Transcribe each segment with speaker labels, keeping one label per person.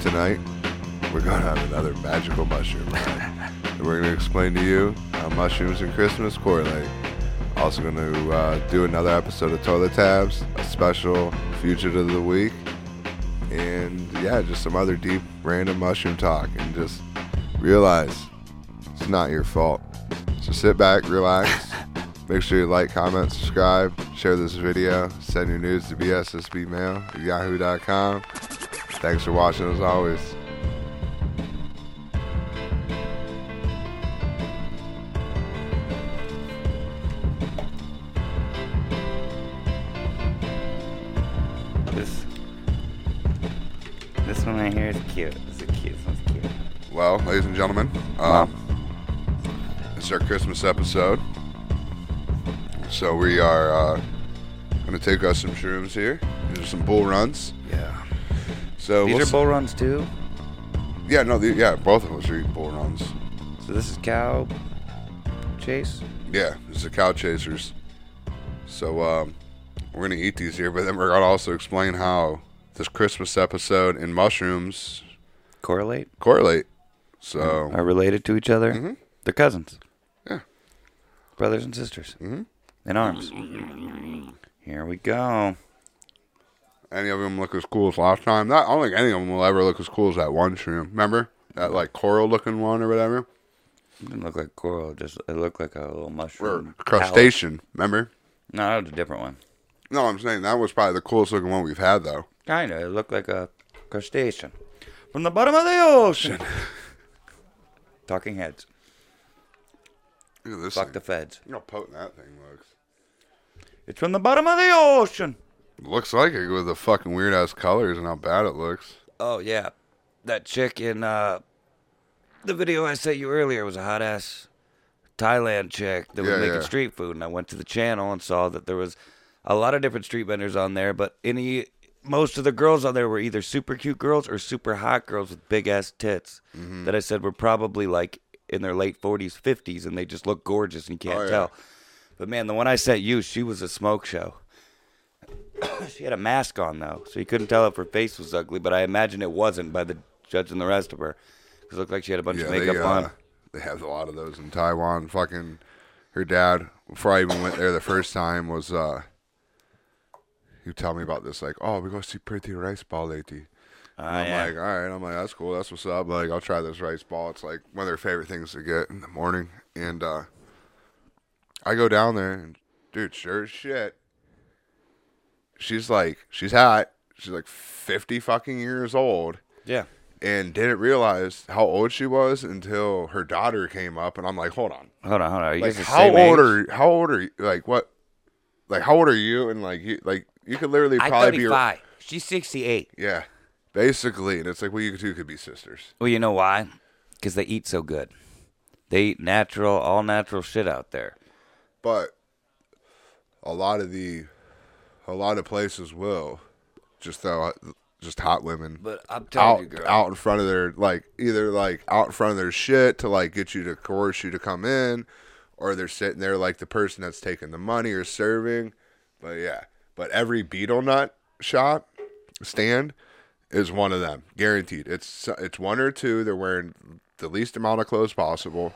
Speaker 1: tonight, we're going to have another magical mushroom ride. and we're going to explain to you how mushrooms and Christmas correlate. Also, going to uh, do another episode of Toilet Tabs, a special Fugitive of the Week, and yeah, just some other deep, random mushroom talk. And just realize it's not your fault. So sit back, relax. Make sure you like, comment, subscribe, share this video, send your news to bssbmail at yahoo.com. Thanks for watching as always.
Speaker 2: This this one right here is cute. This is cute. This one's cute.
Speaker 1: Well, ladies and gentlemen,
Speaker 2: Wow.
Speaker 1: um, it's our Christmas episode. So we are uh, going to take us some shrooms here. These are some bull runs.
Speaker 2: Yeah.
Speaker 1: So
Speaker 2: These
Speaker 1: we'll
Speaker 2: are bull runs too.
Speaker 1: s- yeah, no, the, yeah, both of us are eating bull runs.
Speaker 2: So this is cow chase.
Speaker 1: Yeah, it's the cow chasers. So um, we're gonna eat these here, but then we're gonna also explain how this Christmas episode and mushrooms
Speaker 2: Correlate
Speaker 1: correlate. So
Speaker 2: are related to each other.
Speaker 1: Mm-hmm.
Speaker 2: They're cousins,
Speaker 1: yeah,
Speaker 2: brothers and sisters
Speaker 1: Mm-hmm.
Speaker 2: in arms. Here we go.
Speaker 1: any of them look as cool as last time. Not, I don't think any of them will ever look as cool as that one shroom. Remember that like coral looking one or whatever,
Speaker 2: It didn't look like coral. It just it looked like a little
Speaker 1: or
Speaker 2: mushroom. palate.
Speaker 1: crustacean. Remember?
Speaker 2: No, that was a different one.
Speaker 1: No, I'm saying that was probably the coolest looking one we've had though.
Speaker 2: Kind of. It looked like a crustacean from the bottom of the ocean. Talking heads.
Speaker 1: Look at this.
Speaker 2: Fuck
Speaker 1: thing.
Speaker 2: the feds.
Speaker 1: Look how potent that thing looks.
Speaker 2: It's from the bottom of the ocean.
Speaker 1: Looks like it with the fucking weird ass colors and how bad it looks.
Speaker 2: Oh yeah, that chick in uh, the video I sent you earlier was a hot ass Thailand chick that was
Speaker 1: Yeah,
Speaker 2: making
Speaker 1: yeah.
Speaker 2: street food, and I went to the channel and saw that there was a lot of different street vendors on there, but any most of the girls on there were either super cute girls or super hot girls with big ass tits that I said were probably like in their late forties, fifties, and they just look gorgeous and you can't
Speaker 1: Oh, yeah.
Speaker 2: tell. But man, the one I sent you, she was a smoke show. She had a mask on though, so you couldn't tell if her face was ugly. But I imagine it wasn't by the judging the rest of her, 'Cause it looked like she had a bunch of makeup
Speaker 1: they,
Speaker 2: on.
Speaker 1: uh, They have a lot of those in Taiwan. Fucking her dad, before I even went there the first time, was uh, he would tell me about this like, oh, we go see pretty rice ball lady. And I'm
Speaker 2: Ah, yeah.
Speaker 1: like, all right. I'm like, that's cool. That's what's up. Like, I'll try this rice ball. It's like one of their favorite things to get in the morning. And uh, I go down there, and dude, sure as shit, she's like, she's hot. She's like 50 fucking years old
Speaker 2: Yeah,
Speaker 1: and didn't realize how old she was until her daughter came up, and I'm like, hold on,
Speaker 2: hold on, hold on. Are you
Speaker 1: like
Speaker 2: guys the
Speaker 1: how
Speaker 2: same
Speaker 1: old
Speaker 2: age?
Speaker 1: are how old are you? Like what? Like how old are you? And like you like you could literally
Speaker 2: I'm
Speaker 1: probably be
Speaker 2: 35. She's 68.
Speaker 1: yeah, basically, and it's like well, you two could be sisters.
Speaker 2: Well, you know why? Because they eat so good. They eat natural, all natural shit out there.
Speaker 1: but a lot of the a lot of places will just throw just hot women
Speaker 2: But I'm
Speaker 1: out
Speaker 2: telling you, girl.
Speaker 1: out in front of their like either like out in front of their shit to like get you to coerce you to come in or they're sitting there like the person that's taking the money or serving but yeah but every beetle nut shop stand is one of them guaranteed it's it's one or two they're wearing the least amount of clothes possible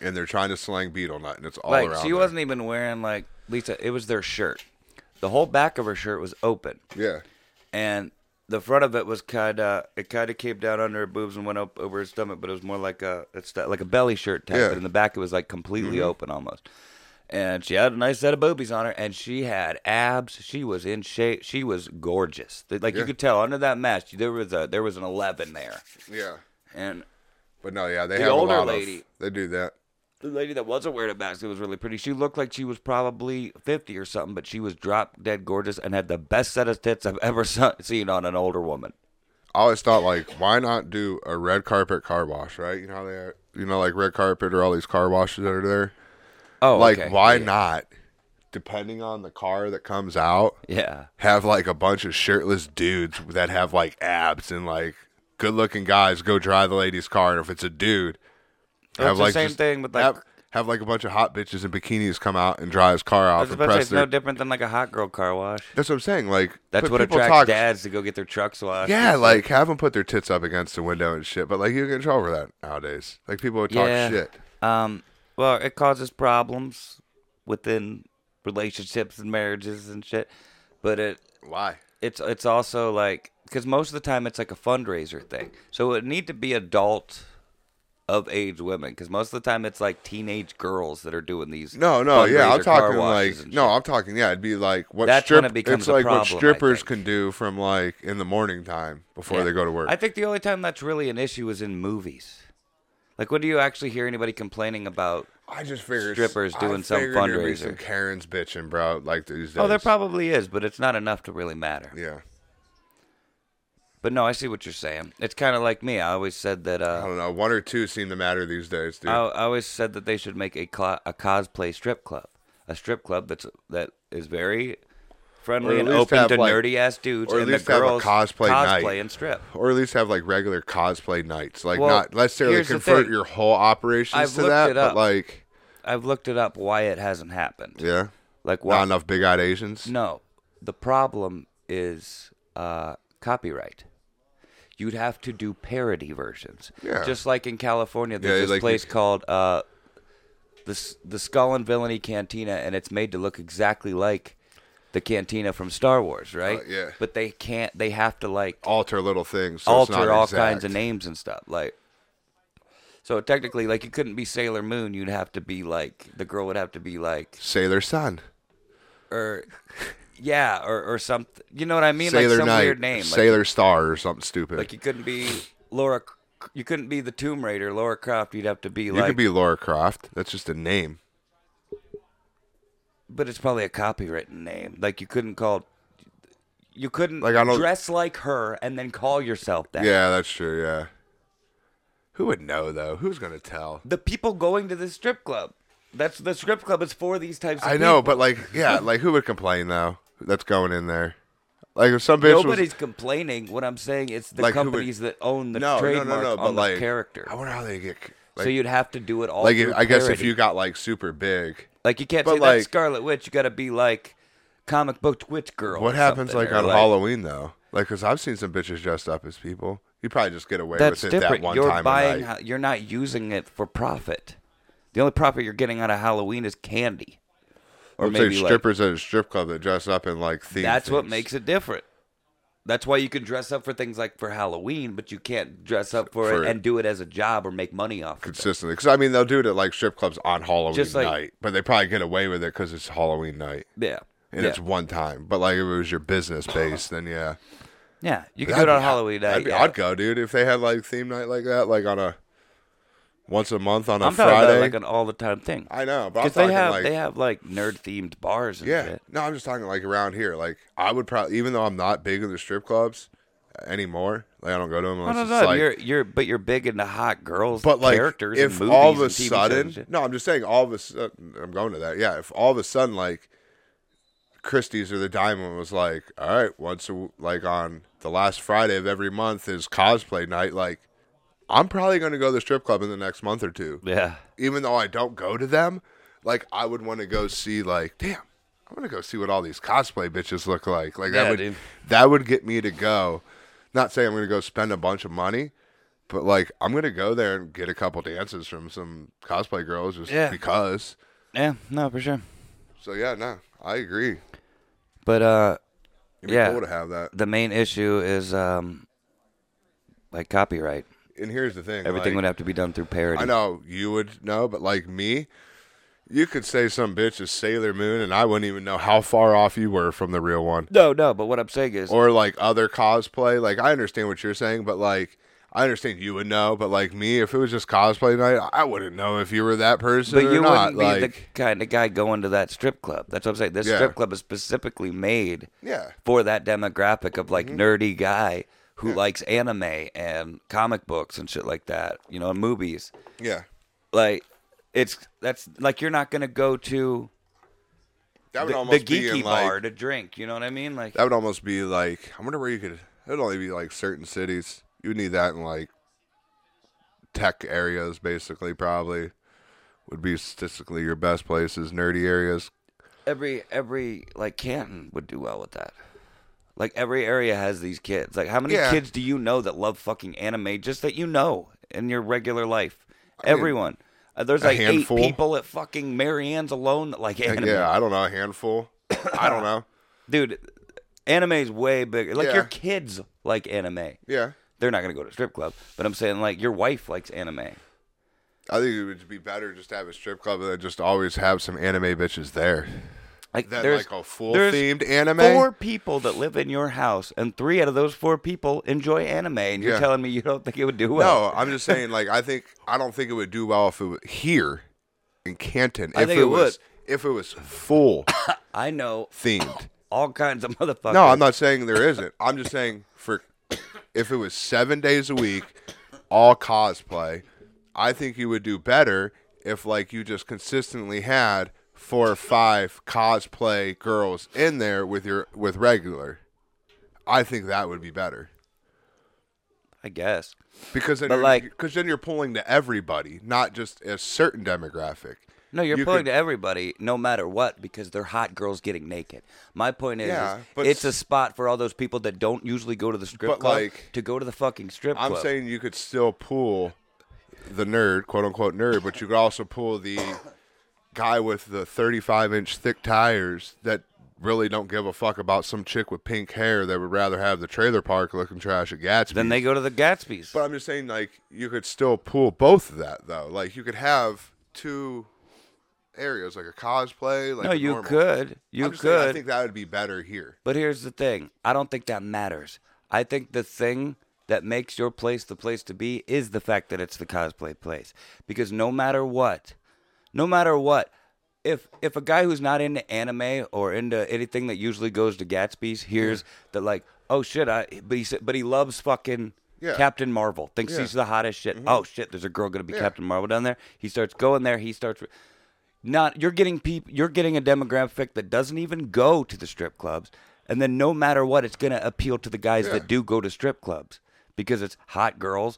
Speaker 1: and they're trying to slang beetle nut and it's all
Speaker 2: like
Speaker 1: around
Speaker 2: she
Speaker 1: there.
Speaker 2: wasn't even wearing like Lisa. It was their shirt. The whole back of her shirt was open.
Speaker 1: Yeah.
Speaker 2: and the front of it was kind of it kind of came down under her boobs and went up over her stomach, but it was more like a it's that, like a belly shirt type.
Speaker 1: Yeah. Mm-hmm.
Speaker 2: But in the back, it was like completely open almost. And she had a nice set of boobies on her, and she had abs. She was in shape. She was gorgeous. Th- Like you could tell under that mask, there was a there was an eleven there.
Speaker 1: Yeah.
Speaker 2: And
Speaker 1: But no, yeah, they
Speaker 2: The
Speaker 1: have
Speaker 2: older
Speaker 1: a lot
Speaker 2: lady-
Speaker 1: of they do that.
Speaker 2: the lady that wasn't wearing a mask, that was really pretty. She looked like she was probably fifty or something, but she was drop dead gorgeous and had the best set of tits I've ever se- seen on an older woman.
Speaker 1: I always thought like, why not do a red carpet car wash, right? You know how they are, you know like red carpet or all these car washes that are there.
Speaker 2: Oh,
Speaker 1: like
Speaker 2: okay.
Speaker 1: why not? Depending on the car that comes out,
Speaker 2: Yeah.
Speaker 1: have like a bunch of shirtless dudes that have like abs and like good looking guys go drive the lady's car and if it's a dude
Speaker 2: It's the same
Speaker 1: just-
Speaker 2: thing with, like,
Speaker 1: have, have like a bunch of hot bitches in bikinis come out and drive his car
Speaker 2: I
Speaker 1: off
Speaker 2: was
Speaker 1: and
Speaker 2: about to say,
Speaker 1: press
Speaker 2: it's no
Speaker 1: their.
Speaker 2: different than like a hot girl car wash.
Speaker 1: That's what I'm saying. Like
Speaker 2: That's
Speaker 1: but
Speaker 2: what
Speaker 1: people
Speaker 2: attracts
Speaker 1: talk-
Speaker 2: dads to go get their trucks washed.
Speaker 1: Yeah,
Speaker 2: It's
Speaker 1: like have them put their tits up against the window and shit. But like you get in trouble for that nowadays. Like people would talk
Speaker 2: Yeah.
Speaker 1: shit.
Speaker 2: um, well, it causes problems within relationships and marriages and shit. But it
Speaker 1: Why?
Speaker 2: it's it's also like because most of the time it's like a fundraiser thing. So it need to be adult of age women because most of the time it's like teenage girls that are doing these.
Speaker 1: No, no, yeah, I'm
Speaker 2: fundraiser car
Speaker 1: talking
Speaker 2: washes
Speaker 1: like
Speaker 2: and
Speaker 1: no, I'm talking yeah. It'd be like what
Speaker 2: That's when
Speaker 1: strip.
Speaker 2: it becomes
Speaker 1: it's
Speaker 2: a
Speaker 1: like
Speaker 2: problem, I
Speaker 1: what strippers
Speaker 2: think.
Speaker 1: can do from like in the morning time before
Speaker 2: Yeah.
Speaker 1: they go to work.
Speaker 2: I think the only time that's really an issue is in movies. Like, when do you actually hear anybody complaining about?
Speaker 1: I just figured
Speaker 2: Strippers
Speaker 1: I
Speaker 2: doing some
Speaker 1: figured there'd be
Speaker 2: fundraiser.
Speaker 1: some Karen's bitching, bro. Like these days.
Speaker 2: Oh, there probably is, but it's not enough to really matter.
Speaker 1: Yeah,
Speaker 2: But no, I see what you're saying. It's kind of like me. I always said that.
Speaker 1: I
Speaker 2: Uh,
Speaker 1: don't know. One or two seem to matter these days, dude.
Speaker 2: I, I always said that they should make a cl- a cosplay strip club, a strip club that's that is very
Speaker 1: Or
Speaker 2: friendly
Speaker 1: at
Speaker 2: and
Speaker 1: least
Speaker 2: open
Speaker 1: have,
Speaker 2: to
Speaker 1: like-
Speaker 2: nerdy ass dudes,
Speaker 1: or at
Speaker 2: and
Speaker 1: least
Speaker 2: the
Speaker 1: have a
Speaker 2: girls
Speaker 1: cosplay night.
Speaker 2: cosplay and strip.
Speaker 1: or at least have like regular cosplay nights. Like
Speaker 2: Well,
Speaker 1: not necessarily
Speaker 2: here's the
Speaker 1: convert
Speaker 2: thing.
Speaker 1: your whole operations
Speaker 2: I've
Speaker 1: to
Speaker 2: looked
Speaker 1: that,
Speaker 2: it
Speaker 1: but
Speaker 2: up.
Speaker 1: like
Speaker 2: I've looked it up why it hasn't happened.
Speaker 1: yeah,
Speaker 2: Like
Speaker 1: not
Speaker 2: why?
Speaker 1: enough big eyed Asians.
Speaker 2: No, the problem is uh, copyright. You'd have to do parody versions.
Speaker 1: Yeah.
Speaker 2: Just like in California, there's
Speaker 1: Yeah,
Speaker 2: this
Speaker 1: like-
Speaker 2: place called uh, the S- the Skull and Villainy Cantina, and it's made to look exactly like the cantina from Star Wars, right?
Speaker 1: Uh, yeah.
Speaker 2: But they can't. They have to like
Speaker 1: Alter little things. So it's not
Speaker 2: alter all kinds
Speaker 1: exact.
Speaker 2: of names and stuff, like. So technically, like you couldn't be Sailor Moon. You'd have to be like the girl would have to be like
Speaker 1: Sailor Sun.
Speaker 2: or yeah, or or something. You know what I mean?
Speaker 1: Sailor
Speaker 2: like some
Speaker 1: Knight,
Speaker 2: weird name. Like,
Speaker 1: Sailor Star, or something stupid.
Speaker 2: like you couldn't be Laura. You couldn't be the Tomb Raider, Laura Croft. You'd have to be
Speaker 1: you
Speaker 2: like.
Speaker 1: could be Laura Croft. That's just a name.
Speaker 2: but it's probably a copywritten name. Like you couldn't call. You couldn't
Speaker 1: Like, I don't-
Speaker 2: dress like her and then call yourself that.
Speaker 1: Yeah, that's true. Yeah. Who would know though? Who's gonna tell?
Speaker 2: The people going to this strip club. That's the strip club is for these types. of
Speaker 1: I know,
Speaker 2: people.
Speaker 1: but like, yeah, like who would complain though? That's going in there. Like if some bitch
Speaker 2: Nobody's
Speaker 1: was
Speaker 2: complaining. What I'm saying, it's the
Speaker 1: Like, who would-
Speaker 2: companies that own the
Speaker 1: no, no,
Speaker 2: trademark
Speaker 1: no, no, but
Speaker 2: on the
Speaker 1: like
Speaker 2: character.
Speaker 1: I wonder how they get like,
Speaker 2: so you'd have to do it all.
Speaker 1: like if,
Speaker 2: through
Speaker 1: I guess if
Speaker 2: parody.
Speaker 1: you got like super big,
Speaker 2: Like you can't
Speaker 1: But,
Speaker 2: say
Speaker 1: like-
Speaker 2: that's Scarlet Witch. You got to be like comic book witch girl.
Speaker 1: what
Speaker 2: or
Speaker 1: happens like
Speaker 2: something, or,
Speaker 1: on Halloween though? Like, cause I've seen some bitches dressed up as people. You probably just get away
Speaker 2: That's
Speaker 1: with it
Speaker 2: different.
Speaker 1: that one
Speaker 2: you're
Speaker 1: time. a
Speaker 2: buying.
Speaker 1: night.
Speaker 2: ho- You're not using it for profit. The only profit you're getting out of Halloween is candy, or
Speaker 1: I'm saying
Speaker 2: maybe like
Speaker 1: strippers at a strip club that dress up in like themed
Speaker 2: that's what
Speaker 1: things.
Speaker 2: makes it different. That's why you can dress up for things like for Halloween, but you can't dress up for,
Speaker 1: For-
Speaker 2: it and do it as a job or make money off of it.
Speaker 1: consistently. Because I mean, they'll do it at like strip clubs on Halloween
Speaker 2: Just like-
Speaker 1: night, but they probably get away with it because it's Halloween night
Speaker 2: Yeah,
Speaker 1: and
Speaker 2: yeah.
Speaker 1: it's one time. But like, if it was your business base, then yeah,
Speaker 2: yeah. You can do
Speaker 1: That'd
Speaker 2: it on
Speaker 1: be-
Speaker 2: Halloween night.
Speaker 1: that'd be-
Speaker 2: yeah.
Speaker 1: I'd go, dude, if they had like theme night like that, like on a once a month on a
Speaker 2: I'm talking
Speaker 1: Friday.
Speaker 2: about like an all the time thing.
Speaker 1: I know, but I'm
Speaker 2: Because they
Speaker 1: talking
Speaker 2: have
Speaker 1: like
Speaker 2: they have like nerd themed bars and
Speaker 1: yeah.
Speaker 2: shit.
Speaker 1: No, I'm just talking like around here. Like I would probably, even though I'm not big in the strip clubs uh, anymore, like I don't go to them
Speaker 2: No,
Speaker 1: unless
Speaker 2: no,
Speaker 1: it's
Speaker 2: no.
Speaker 1: like
Speaker 2: you're you're but you're big into hot girls,
Speaker 1: But like,
Speaker 2: characters,
Speaker 1: if
Speaker 2: and movies
Speaker 1: all of a
Speaker 2: and TV shows and
Speaker 1: sudden,
Speaker 2: shit.
Speaker 1: no, I'm just saying, all of a sudden, I'm going to that. Yeah, if all of a sudden, like, Christie's or the Diamond was like, all right, once a, like on the last Friday of every month is cosplay night. Like, I'm probably going to go to the strip club in the next month or two,
Speaker 2: yeah,
Speaker 1: even though I don't go to them. Like, I would want to go see, like, damn, I'm going to go see what all these cosplay bitches look like. Like that
Speaker 2: Yeah,
Speaker 1: would
Speaker 2: dude.
Speaker 1: that would get me to go. Not saying I'm going to go spend a bunch of money, but like I'm going to go there and get a couple dances from some cosplay girls just
Speaker 2: Yeah.
Speaker 1: because.
Speaker 2: yeah, no, for sure.
Speaker 1: So yeah, no, I agree.
Speaker 2: But uh,
Speaker 1: It'd be
Speaker 2: Yeah.
Speaker 1: cool to have that.
Speaker 2: the main issue is um, like copyright.
Speaker 1: And here's the thing:
Speaker 2: Everything
Speaker 1: like,
Speaker 2: would have to be done through parody.
Speaker 1: I know you would know, but like me, you could say some bitch is Sailor Moon, and I wouldn't even know how far off you were from the real one.
Speaker 2: No, no. But what I'm saying is,
Speaker 1: or like other cosplay. Like I understand what you're saying, but like I understand you would know, but like me, if it was just cosplay night, I wouldn't know if you were that person
Speaker 2: but
Speaker 1: or
Speaker 2: you
Speaker 1: not.
Speaker 2: wouldn't
Speaker 1: like
Speaker 2: be the kind of guy going to that strip club. That's what I'm saying. This
Speaker 1: Yeah.
Speaker 2: strip club is specifically made
Speaker 1: yeah,
Speaker 2: for that demographic of like
Speaker 1: Mm-hmm.
Speaker 2: nerdy guy who likes anime and comic books and shit like that. You know, and movies.
Speaker 1: yeah,
Speaker 2: like it's that's like you're not gonna go to
Speaker 1: that would
Speaker 2: the,
Speaker 1: almost
Speaker 2: the
Speaker 1: be
Speaker 2: geeky
Speaker 1: in,
Speaker 2: bar
Speaker 1: Like,
Speaker 2: to drink. You know what I mean? Like
Speaker 1: that would almost be like I wonder where you could. It would only be like certain cities. You would need that in like tech areas, basically, probably would be statistically your best places, nerdy areas.
Speaker 2: every every like Canton would do well with that. Like every area has these kids. Like how many
Speaker 1: Yeah.
Speaker 2: kids do you know that love fucking anime just that you know in your regular life?
Speaker 1: mean,
Speaker 2: Everyone. Uh, there's
Speaker 1: a
Speaker 2: like
Speaker 1: handful.
Speaker 2: eight people at fucking Marianne's alone that like anime.
Speaker 1: Yeah, I don't know, a handful. I don't know.
Speaker 2: Dude, anime's way bigger. Like
Speaker 1: Yeah.
Speaker 2: your kids like anime.
Speaker 1: Yeah.
Speaker 2: They're not going to go to strip club, but I'm saying like your wife likes anime.
Speaker 1: I think it would be better just to have a strip club and then just always have some anime bitches there.
Speaker 2: Like
Speaker 1: That
Speaker 2: there's
Speaker 1: like a full
Speaker 2: there's
Speaker 1: themed anime.
Speaker 2: four people that live in your house, and three out of those four people enjoy anime, and you're
Speaker 1: Yeah.
Speaker 2: telling me you don't think it would do well?
Speaker 1: No, I'm just saying. Like, I think I don't think it would do well if it was here in Canton. If
Speaker 2: I think it would.
Speaker 1: was if it was full
Speaker 2: I know
Speaker 1: themed.
Speaker 2: all kinds of motherfuckers.
Speaker 1: No, I'm not saying there isn't. I'm just saying for if it was seven days a week, all cosplay, I think you would do better if like you just consistently had four or five cosplay girls in there with your with regular. I think that would be better.
Speaker 2: I guess.
Speaker 1: Because then,
Speaker 2: But,
Speaker 1: you're,
Speaker 2: like-
Speaker 1: cause then you're pulling to everybody, not just a certain demographic.
Speaker 2: No, you're
Speaker 1: You
Speaker 2: pulling
Speaker 1: could-
Speaker 2: to everybody, no matter what, because they're hot girls getting naked. My point is, is
Speaker 1: Yeah, but
Speaker 2: it's a
Speaker 1: s-
Speaker 2: spot for all those people that don't usually go to the strip
Speaker 1: But,
Speaker 2: club
Speaker 1: like,
Speaker 2: to go to the fucking strip
Speaker 1: I'm
Speaker 2: club.
Speaker 1: saying you could still pull the nerd, quote unquote nerd, but you could also pull the guy with the 35 inch thick tires that really don't give a fuck about some chick with pink hair that would rather have the trailer park looking trash at Gatsby.
Speaker 2: then they go to the Gatsby's.
Speaker 1: But I'm just saying, like, you could still pull both of that though. Like, you could have two areas, like a cosplay. Like
Speaker 2: no,
Speaker 1: a
Speaker 2: you
Speaker 1: normal.
Speaker 2: could, you
Speaker 1: I'm just
Speaker 2: could.
Speaker 1: saying, I think that would be better here.
Speaker 2: But here's the thing I don't think that matters. I think the thing that makes your place the place to be is the fact that it's the cosplay place. Because no matter what, no matter what, if if a guy who's not into anime or into anything that usually goes to Gatsby's hears that like, oh shit, I but he said- but he loves fucking
Speaker 1: Yeah.
Speaker 2: Captain Marvel, thinks
Speaker 1: Yeah. Mm-hmm.
Speaker 2: he's the hottest shit. Oh shit, there's a girl gonna be
Speaker 1: Yeah.
Speaker 2: Captain Marvel down there. He starts going there. He starts not you're getting people you're getting a demographic that doesn't even go to the strip clubs and then no matter what it's going to appeal to the guys
Speaker 1: Yeah.
Speaker 2: that do go to strip clubs because it's hot girls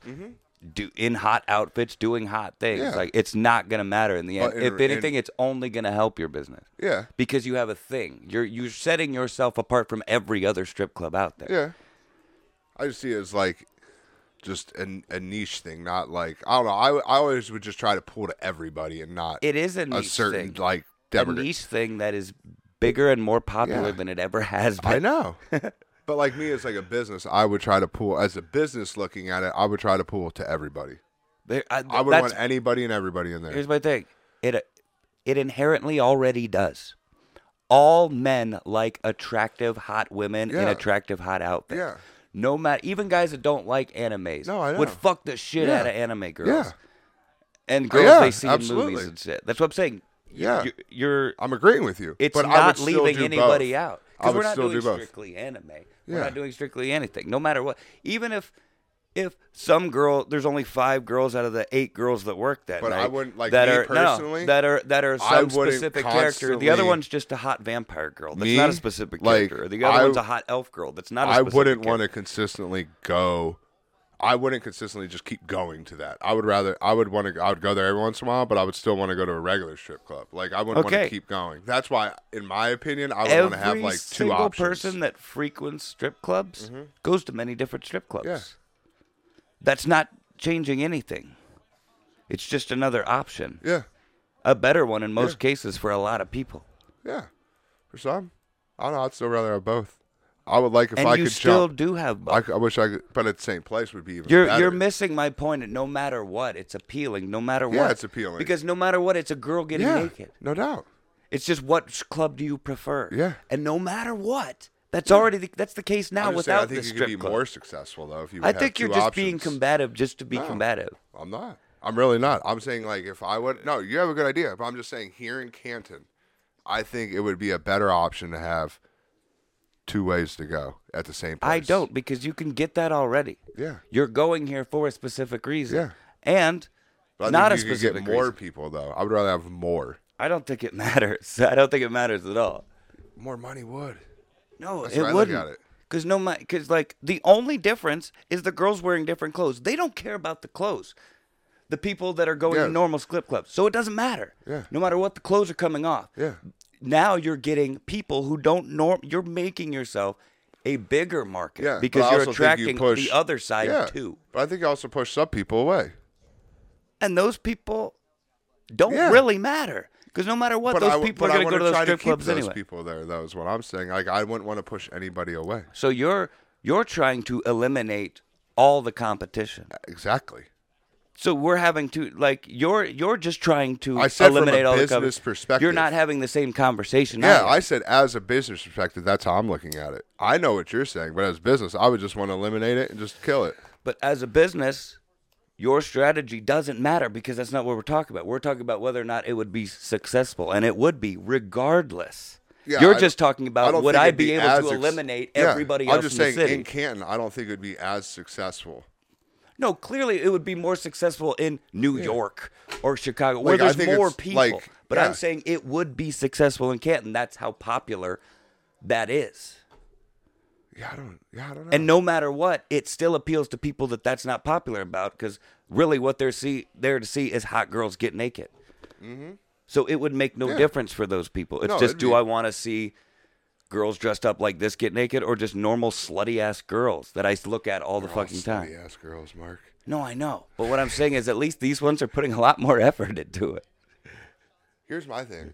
Speaker 2: do in hot outfits doing hot things
Speaker 1: Mm-hmm. Yeah.
Speaker 2: like it's not going to matter in the end
Speaker 1: Well, and-
Speaker 2: if anything it's only going to help your business
Speaker 1: Yeah.
Speaker 2: because you have a thing you're you're setting yourself apart from every other strip club out there
Speaker 1: Yeah. I just see it as like just a, a niche thing, not like I don't know. I, I always would just try to pull to everybody and not
Speaker 2: it is a niche
Speaker 1: a certain
Speaker 2: thing
Speaker 1: like
Speaker 2: a
Speaker 1: demographic.
Speaker 2: niche thing that is bigger and more popular
Speaker 1: Yeah.
Speaker 2: than it ever has been
Speaker 1: I know. but like me as like a business, I would try to pull as a business looking at it, I would try to pull to everybody.
Speaker 2: There- I,
Speaker 1: I would
Speaker 2: that's
Speaker 1: want anybody and everybody in there.
Speaker 2: Here's my thing. It it inherently already does. All men like attractive hot women in
Speaker 1: Yeah.
Speaker 2: attractive hot outfits.
Speaker 1: Yeah.
Speaker 2: No matter even guys that don't like animes
Speaker 1: No, I
Speaker 2: would
Speaker 1: know.
Speaker 2: fuck the shit
Speaker 1: Yeah.
Speaker 2: out of anime girls.
Speaker 1: Yeah.
Speaker 2: And girls
Speaker 1: yeah,
Speaker 2: they see in
Speaker 1: absolutely.
Speaker 2: movies and shit. That's what I'm saying.
Speaker 1: Yeah.
Speaker 2: You're, you're
Speaker 1: I'm agreeing with you.
Speaker 2: it's
Speaker 1: but I would
Speaker 2: not
Speaker 1: still
Speaker 2: leaving
Speaker 1: do
Speaker 2: anybody
Speaker 1: both.
Speaker 2: out.
Speaker 1: I
Speaker 2: Because
Speaker 1: would
Speaker 2: we're not
Speaker 1: still
Speaker 2: doing
Speaker 1: do both.
Speaker 2: strictly anime. We're
Speaker 1: Yeah.
Speaker 2: not doing strictly anything. No matter what. Even if if some girl there's only five girls out of the eight girls that work that
Speaker 1: But I
Speaker 2: night
Speaker 1: wouldn't- like,
Speaker 2: that
Speaker 1: me
Speaker 2: are no,
Speaker 1: personally,
Speaker 2: that are that are
Speaker 1: I
Speaker 2: some
Speaker 1: wouldn't
Speaker 2: specific character. The other
Speaker 1: constantly-
Speaker 2: one's just a hot vampire girl. That's
Speaker 1: Me,
Speaker 2: not a specific
Speaker 1: like,
Speaker 2: character. Or the other
Speaker 1: I-
Speaker 2: one's a hot elf girl. That's not a
Speaker 1: I
Speaker 2: specific
Speaker 1: wouldn't
Speaker 2: character.
Speaker 1: want to consistently go. I wouldn't consistently just keep going to that. I would rather. I would want to. I would go there every once in a while, but I would still want to go to a regular strip club. Like I wouldn't want
Speaker 2: Okay.
Speaker 1: to keep going. That's why, in my opinion, I would want
Speaker 2: Every
Speaker 1: to have like two
Speaker 2: single
Speaker 1: options. Mm-hmm.
Speaker 2: person that frequents strip clubs goes to many different strip clubs.
Speaker 1: Yeah.
Speaker 2: That's not changing anything. It's just another option,
Speaker 1: yeah,
Speaker 2: a better one in most cases for a lot of people.
Speaker 1: yeah. For some, I don't know. I'd still rather have both. I would like if
Speaker 2: and
Speaker 1: I
Speaker 2: you
Speaker 1: could
Speaker 2: still
Speaker 1: jump.
Speaker 2: do have both.
Speaker 1: I, c- I wish I could, but at the same place would be even
Speaker 2: You're
Speaker 1: better.
Speaker 2: you're missing my point. No matter what, it's appealing. No matter
Speaker 1: Yeah,
Speaker 2: what,
Speaker 1: it's appealing.
Speaker 2: Because no matter what, it's a girl getting
Speaker 1: yeah,
Speaker 2: naked.
Speaker 1: no doubt.
Speaker 2: It's just what sh- club do you prefer?
Speaker 1: Yeah.
Speaker 2: And no matter what, that's already the, that's the case now
Speaker 1: I'm just saying,
Speaker 2: without
Speaker 1: I think
Speaker 2: the
Speaker 1: you
Speaker 2: strip
Speaker 1: could be
Speaker 2: club.
Speaker 1: more successful though if you.
Speaker 2: I
Speaker 1: had
Speaker 2: think you're
Speaker 1: two
Speaker 2: just being
Speaker 1: options.
Speaker 2: combative just to be combative.
Speaker 1: I'm not. I'm really not. I'm saying like if I would no, you have a good idea, but I'm just saying here in Canton, I think it would be a better option to have two ways to go at the same place.
Speaker 2: I don't because you can get that already.
Speaker 1: Yeah.
Speaker 2: You're going here for a specific reason.
Speaker 1: Yeah.
Speaker 2: And
Speaker 1: But I think
Speaker 2: not a
Speaker 1: you could
Speaker 2: specific
Speaker 1: get more
Speaker 2: reason.
Speaker 1: people though. I would rather have more.
Speaker 2: I don't think it matters. I don't think it matters at all.
Speaker 1: More money would.
Speaker 2: No,
Speaker 1: That's
Speaker 2: it
Speaker 1: the way I look
Speaker 2: wouldn't.
Speaker 1: at it.
Speaker 2: Cause no, because like the only difference is the girls wearing different clothes. They don't care about the clothes. the people that are going
Speaker 1: Yeah.
Speaker 2: to normal strip clubs. So it doesn't matter.
Speaker 1: Yeah.
Speaker 2: No matter what, the clothes are coming off.
Speaker 1: Yeah.
Speaker 2: Now you're getting people who don't norm. You're making yourself a bigger market
Speaker 1: Yeah, but
Speaker 2: because
Speaker 1: I
Speaker 2: you're
Speaker 1: also think you
Speaker 2: attracting
Speaker 1: push-
Speaker 2: the other side
Speaker 1: yeah.
Speaker 2: too.
Speaker 1: But I think you also push some people away.
Speaker 2: And those people don't
Speaker 1: Yeah.
Speaker 2: really matter because no matter what,
Speaker 1: But
Speaker 2: those
Speaker 1: I,
Speaker 2: people
Speaker 1: but
Speaker 2: are
Speaker 1: I
Speaker 2: going to go
Speaker 1: wanna
Speaker 2: to those
Speaker 1: try
Speaker 2: strip
Speaker 1: to keep
Speaker 2: clubs
Speaker 1: those
Speaker 2: anyway.
Speaker 1: people there. That was what I'm saying. Like I wouldn't want to push anybody away.
Speaker 2: So you're you're trying to eliminate all the competition.
Speaker 1: Uh, Exactly.
Speaker 2: So we're having to like you're you're just trying to
Speaker 1: I said from a
Speaker 2: eliminate all the
Speaker 1: business
Speaker 2: competition.
Speaker 1: perspective.
Speaker 2: You're not having the same conversation.
Speaker 1: Yeah,
Speaker 2: are
Speaker 1: I said as a business perspective, that's how I'm looking at it. I know what you're saying, but as business, I would just want to eliminate it and just kill it.
Speaker 2: you? but as a business, your strategy doesn't matter because that's not what we're talking about. We're talking about whether or not it would be successful, and it would be regardless.
Speaker 1: Yeah,
Speaker 2: you're
Speaker 1: I-
Speaker 2: just talking
Speaker 1: I
Speaker 2: about
Speaker 1: don't
Speaker 2: would
Speaker 1: think
Speaker 2: I
Speaker 1: it'd
Speaker 2: be, able
Speaker 1: as
Speaker 2: to
Speaker 1: ex-
Speaker 2: eliminate
Speaker 1: Yeah,
Speaker 2: everybody
Speaker 1: I'm
Speaker 2: else
Speaker 1: just
Speaker 2: in
Speaker 1: saying
Speaker 2: the city?
Speaker 1: in Canton, I don't think it would be as successful.
Speaker 2: no, clearly it would be more successful in New York or Chicago where
Speaker 1: Like, I
Speaker 2: there's
Speaker 1: think
Speaker 2: more
Speaker 1: it's,
Speaker 2: people.
Speaker 1: like,
Speaker 2: but
Speaker 1: yeah.
Speaker 2: I'm saying it would be successful in Canton. That's how popular that is.
Speaker 1: Yeah, I don't. Yeah, I don't know.
Speaker 2: and no matter what, it still appeals to people that that's not popular about because really what they're see there to see is hot girls get naked. So it would make no
Speaker 1: Mm-hmm. Yeah.
Speaker 2: difference for those people. It's
Speaker 1: No,
Speaker 2: just
Speaker 1: it'd
Speaker 2: do
Speaker 1: be-
Speaker 2: I want to see girls dressed up like this get naked or just normal slutty ass girls that I look at all the fucking time?
Speaker 1: Slutty ass girls, Mark.
Speaker 2: No, I know, but what I'm saying is at least these ones are putting a lot more effort into it.
Speaker 1: Here's my thing.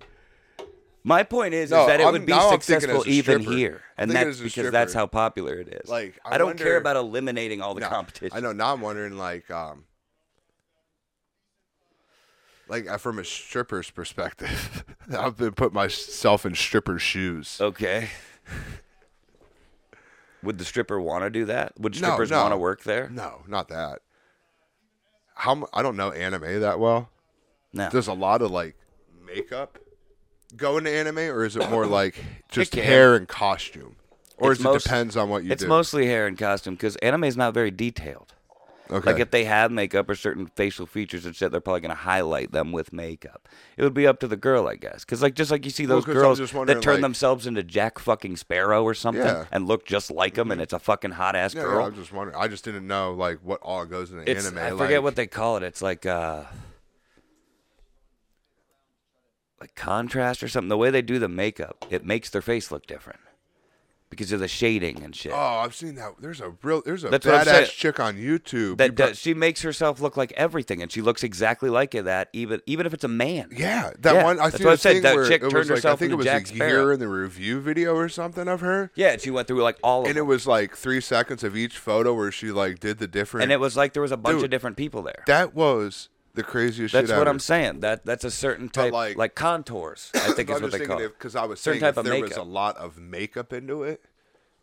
Speaker 2: My point is,
Speaker 1: No,
Speaker 2: is that it
Speaker 1: I'm-
Speaker 2: would be
Speaker 1: now I'm thinking
Speaker 2: successful
Speaker 1: as a
Speaker 2: even
Speaker 1: stripper.
Speaker 2: here,
Speaker 1: I'm
Speaker 2: and
Speaker 1: thinking as
Speaker 2: that's
Speaker 1: a
Speaker 2: because that's
Speaker 1: stripper.
Speaker 2: how popular it is.
Speaker 1: Like, I
Speaker 2: I, don't
Speaker 1: wonder-
Speaker 2: care about eliminating all the
Speaker 1: No,
Speaker 2: competition.
Speaker 1: I know. Now I'm wondering, like, um, like uh, from a stripper's perspective, I've been putting myself in stripper's shoes.
Speaker 2: Okay. Would the stripper want to do that? Would
Speaker 1: No,
Speaker 2: strippers
Speaker 1: no.
Speaker 2: want to work there?
Speaker 1: No, not that. How mu- I don't know anime that well.
Speaker 2: No.
Speaker 1: There's a lot of like makeup go into anime, or is it more like just
Speaker 2: can.
Speaker 1: hair and costume, or
Speaker 2: It's
Speaker 1: is
Speaker 2: most-
Speaker 1: it depends on what you
Speaker 2: it's
Speaker 1: do?
Speaker 2: mostly hair and costume because anime is not very detailed.
Speaker 1: okay.
Speaker 2: Like if they have makeup or certain facial features and shit, they're probably gonna highlight them with makeup. It would be up to the girl, I guess, because like just like you see
Speaker 1: Well,
Speaker 2: those
Speaker 1: 'cause I'm
Speaker 2: girls
Speaker 1: just
Speaker 2: that
Speaker 1: wondering,
Speaker 2: turn
Speaker 1: like-
Speaker 2: themselves into Jack fucking Sparrow or something
Speaker 1: Yeah.
Speaker 2: and look just like him, and it's a fucking hot ass
Speaker 1: yeah, yeah,
Speaker 2: girl.
Speaker 1: I'm just wondering. I just didn't know like what all goes into
Speaker 2: It's-
Speaker 1: anime.
Speaker 2: I forget
Speaker 1: like-
Speaker 2: what they call it. It's like uh like contrast or something. The way they do the makeup, it makes their face look different because of the shading and shit.
Speaker 1: Oh, I've seen that. There's a real. There's a
Speaker 2: That's what I'm saying.
Speaker 1: badass chick on YouTube. You
Speaker 2: that
Speaker 1: pro-
Speaker 2: does, she makes herself look like everything, and she looks exactly like it. That even even if it's a man.
Speaker 1: Yeah, that
Speaker 2: Yeah,
Speaker 1: one. I
Speaker 2: that's
Speaker 1: seen
Speaker 2: what I
Speaker 1: a
Speaker 2: said,
Speaker 1: thing
Speaker 2: that
Speaker 1: where
Speaker 2: chick
Speaker 1: it was
Speaker 2: turned
Speaker 1: like I
Speaker 2: herself
Speaker 1: think it
Speaker 2: into
Speaker 1: was
Speaker 2: Jack
Speaker 1: a
Speaker 2: Sparrow.
Speaker 1: year in the review video or something of her,
Speaker 2: Yeah, and she went through like all of
Speaker 1: and
Speaker 2: them,
Speaker 1: it was like three seconds of each photo where she like did the different.
Speaker 2: and it was like there was a bunch
Speaker 1: Dude,
Speaker 2: of different people there.
Speaker 1: that was the craziest.
Speaker 2: That's
Speaker 1: shit
Speaker 2: what
Speaker 1: ever.
Speaker 2: I'm saying. That that's a certain type,
Speaker 1: like-
Speaker 2: like, contours. I think is
Speaker 1: I'm
Speaker 2: what
Speaker 1: just
Speaker 2: they call.
Speaker 1: thinking
Speaker 2: it.
Speaker 1: because I was
Speaker 2: certain
Speaker 1: saying
Speaker 2: type
Speaker 1: if
Speaker 2: of
Speaker 1: there
Speaker 2: makeup.
Speaker 1: was a lot of makeup into it,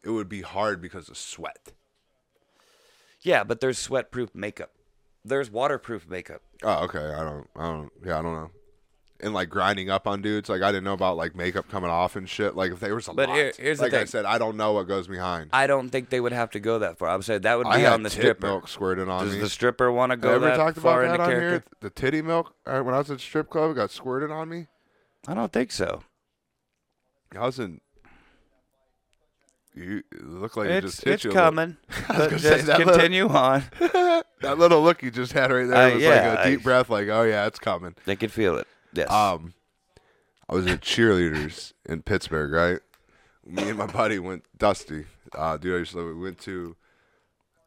Speaker 1: it would be hard because of sweat.
Speaker 2: yeah, but there's sweatproof makeup. There's waterproof makeup.
Speaker 1: Oh, okay. I don't. I don't. Yeah, I don't know. And like grinding up on dudes, like I didn't know about like makeup coming off and shit. Like if there was a
Speaker 2: But
Speaker 1: lot,
Speaker 2: here- here's the
Speaker 1: like I
Speaker 2: thing.
Speaker 1: said, I don't know what goes behind.
Speaker 2: I don't think they would have to go that far. I'm saying that would be
Speaker 1: I had
Speaker 2: on the
Speaker 1: tit
Speaker 2: stripper.
Speaker 1: milk squirted on
Speaker 2: Does
Speaker 1: me.
Speaker 2: the stripper want to go
Speaker 1: Ever
Speaker 2: that
Speaker 1: talked
Speaker 2: far
Speaker 1: about that
Speaker 2: into
Speaker 1: on
Speaker 2: character?
Speaker 1: here? The titty milk. Uh, When I was at strip club, it got squirted on me.
Speaker 2: I don't think so.
Speaker 1: I was in. You it looked like you
Speaker 2: It's
Speaker 1: just hit
Speaker 2: it's
Speaker 1: you a little-
Speaker 2: coming. But
Speaker 1: gonna say
Speaker 2: just
Speaker 1: that little-
Speaker 2: continue on.
Speaker 1: that little look you just had right there
Speaker 2: Uh,
Speaker 1: was
Speaker 2: yeah,
Speaker 1: like a
Speaker 2: I-
Speaker 1: deep breath, like "Oh yeah, it's coming."
Speaker 2: They could feel it. Yes.
Speaker 1: Um, I was at cheerleaders in Pittsburgh, right? Me and my buddy went Dusty, uh, dude. I used to live. We went to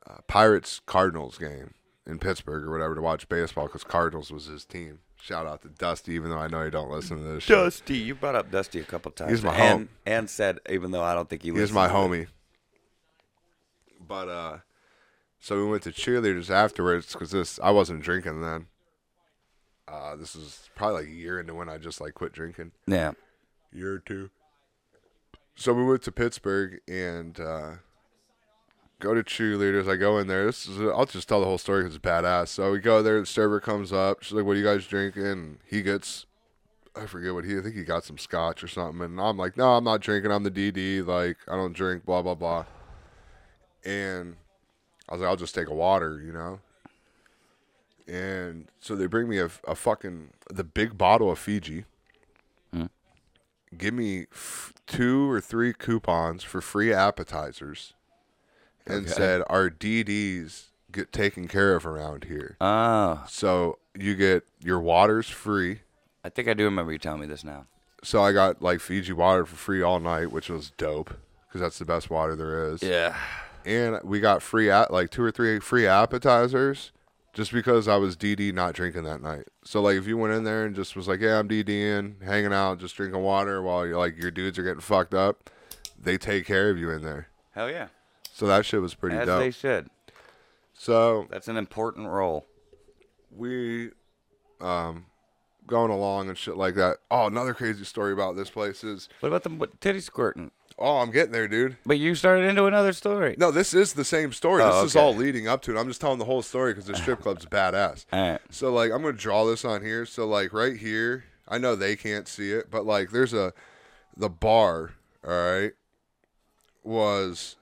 Speaker 1: uh, Pirates Cardinals game in Pittsburgh or whatever to watch baseball because Cardinals was his team. Shout out to Dusty, even though I know you don't listen to this. shit.
Speaker 2: Dusty, you brought up Dusty a couple times.
Speaker 1: He's my
Speaker 2: and,
Speaker 1: home.
Speaker 2: And said, even though I don't think he was.
Speaker 1: He's my homie. But uh, so we went to cheerleaders afterwards because this I wasn't drinking then. Uh, this was probably like a year into when I just like quit drinking,
Speaker 2: Yeah.
Speaker 1: year or two. So we went to Pittsburgh and uh, go to cheerleaders. I go in there. This is I'll just tell the whole story because it's badass. So we go there. The server comes up. She's like, "What are you guys drinking?" He gets. I forget what he. I think he got some scotch or something, and I'm like, "No, I'm not drinking. I'm the DD. Like, I don't drink. Blah blah blah." And I was like, "I'll just take a water," you know. And so they bring me a, a fucking the big bottle of Fiji. Give me f- two or three coupons for free appetizers and said our DDs get taken care of around here.
Speaker 2: Oh,
Speaker 1: So you get your water's free.
Speaker 2: I think I do remember you telling me this now.
Speaker 1: So I got like Fiji water for free all night, which was dope because that's the best water there is.
Speaker 2: Yeah.
Speaker 1: And we got free at like two or three free appetizers just because I was DD not drinking that night. So like if you went in there and just was like, yeah, I'm DDing, hanging out, just drinking water while you're like your dudes are getting fucked up, they take care of you in there.
Speaker 2: Hell yeah.
Speaker 1: So that shit was pretty
Speaker 2: As
Speaker 1: dope.
Speaker 2: they should.
Speaker 1: so
Speaker 2: That's an important role.
Speaker 1: we um going along and shit like that. Oh, another crazy story about this place is
Speaker 2: What about the what- titty squirting?
Speaker 1: oh, I'm getting there, dude.
Speaker 2: But you started into another story.
Speaker 1: No, this is the same story.
Speaker 2: Oh,
Speaker 1: this is
Speaker 2: okay.
Speaker 1: all leading up to it. I'm just telling the whole story because the strip club's badass.
Speaker 2: All right.
Speaker 1: So like, I'm gonna draw this on here. So like, right here, I know they can't see it, but like, there's a the bar. All right, was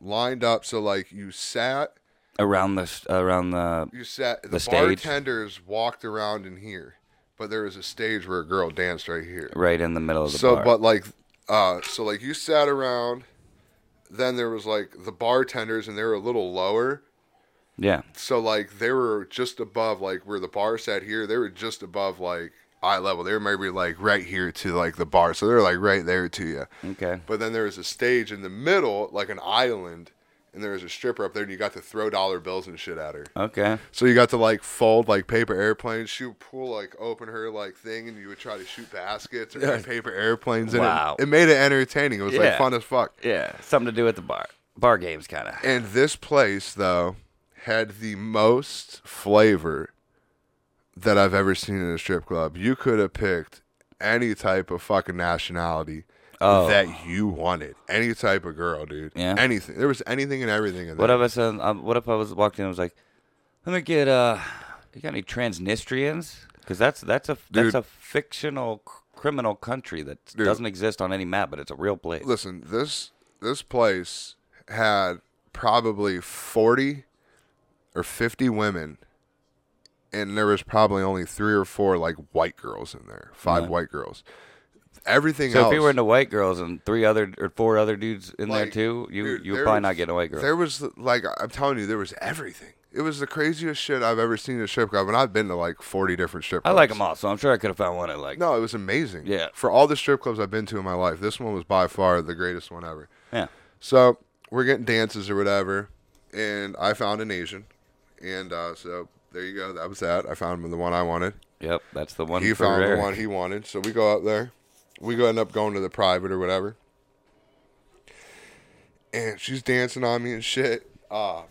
Speaker 1: lined up. So like, you sat,
Speaker 2: Around the s- around the
Speaker 1: you sat. The,
Speaker 2: The stage.
Speaker 1: bartenders walked around in here, but there was a stage where a girl danced right here.
Speaker 2: right in the middle of the
Speaker 1: so
Speaker 2: bar.
Speaker 1: but like uh so like you sat around then there was like the bartenders and they were a little lower
Speaker 2: yeah.
Speaker 1: so like they were just above like where the bar sat here they were just above like eye level they were maybe like right here to like the bar so they're like right there to you
Speaker 2: Okay.
Speaker 1: but then there was a stage in the middle like an island and there was a stripper up there and you got to throw dollar bills and shit at her
Speaker 2: Okay.
Speaker 1: so you got to like fold like paper airplanes, shoot pull like open her like thing, and you would try to shoot baskets or like, paper airplanes. And
Speaker 2: Wow.
Speaker 1: it, it made it entertaining. It was like
Speaker 2: Yeah.
Speaker 1: fun as fuck.
Speaker 2: Yeah. Something to do with the bar. Bar games kind of.
Speaker 1: And this place though had the most flavor that I've ever seen in a strip club. You could have picked any type of fucking nationality.
Speaker 2: Oh.
Speaker 1: That you wanted any type of girl, dude.
Speaker 2: Yeah.
Speaker 1: Anything. There was anything and everything in there.
Speaker 2: What if I said, um, what if I was walked in and was like, let me get, uh, you got any Transnistrians? Because that's, that's a,
Speaker 1: Dude.
Speaker 2: that's a fictional c- criminal country that
Speaker 1: Dude.
Speaker 2: doesn't exist on any map, but it's a real place.
Speaker 1: listen this this place had probably 40 or 50 women and there was probably only three or four like white girls in there five white girls everything
Speaker 2: So
Speaker 1: else
Speaker 2: if you were into white girls and three other or four other dudes in there
Speaker 1: Like,
Speaker 2: too, you
Speaker 1: dude,
Speaker 2: you would
Speaker 1: there
Speaker 2: probably
Speaker 1: was-
Speaker 2: not get a white girl.
Speaker 1: there was like i'm telling you there was everything it was the craziest shit i've ever seen in a strip club and i've been to like 40 different strip
Speaker 2: I
Speaker 1: clubs
Speaker 2: like them all, so I'm sure I could have found one I like.
Speaker 1: no it was amazing
Speaker 2: Yeah.
Speaker 1: for all the strip clubs i've been to in my life this one was by far the greatest one ever
Speaker 2: Yeah.
Speaker 1: So we're getting dances or whatever, and I found an Asian, and uh, so there you go. That was that. I found him the one I wanted.
Speaker 2: Yep, that's the one.
Speaker 1: He
Speaker 2: for
Speaker 1: found
Speaker 2: rare.
Speaker 1: the one he wanted. So we go up there. We go end up going to the private or whatever, and she's dancing on me and shit. Uh, I'm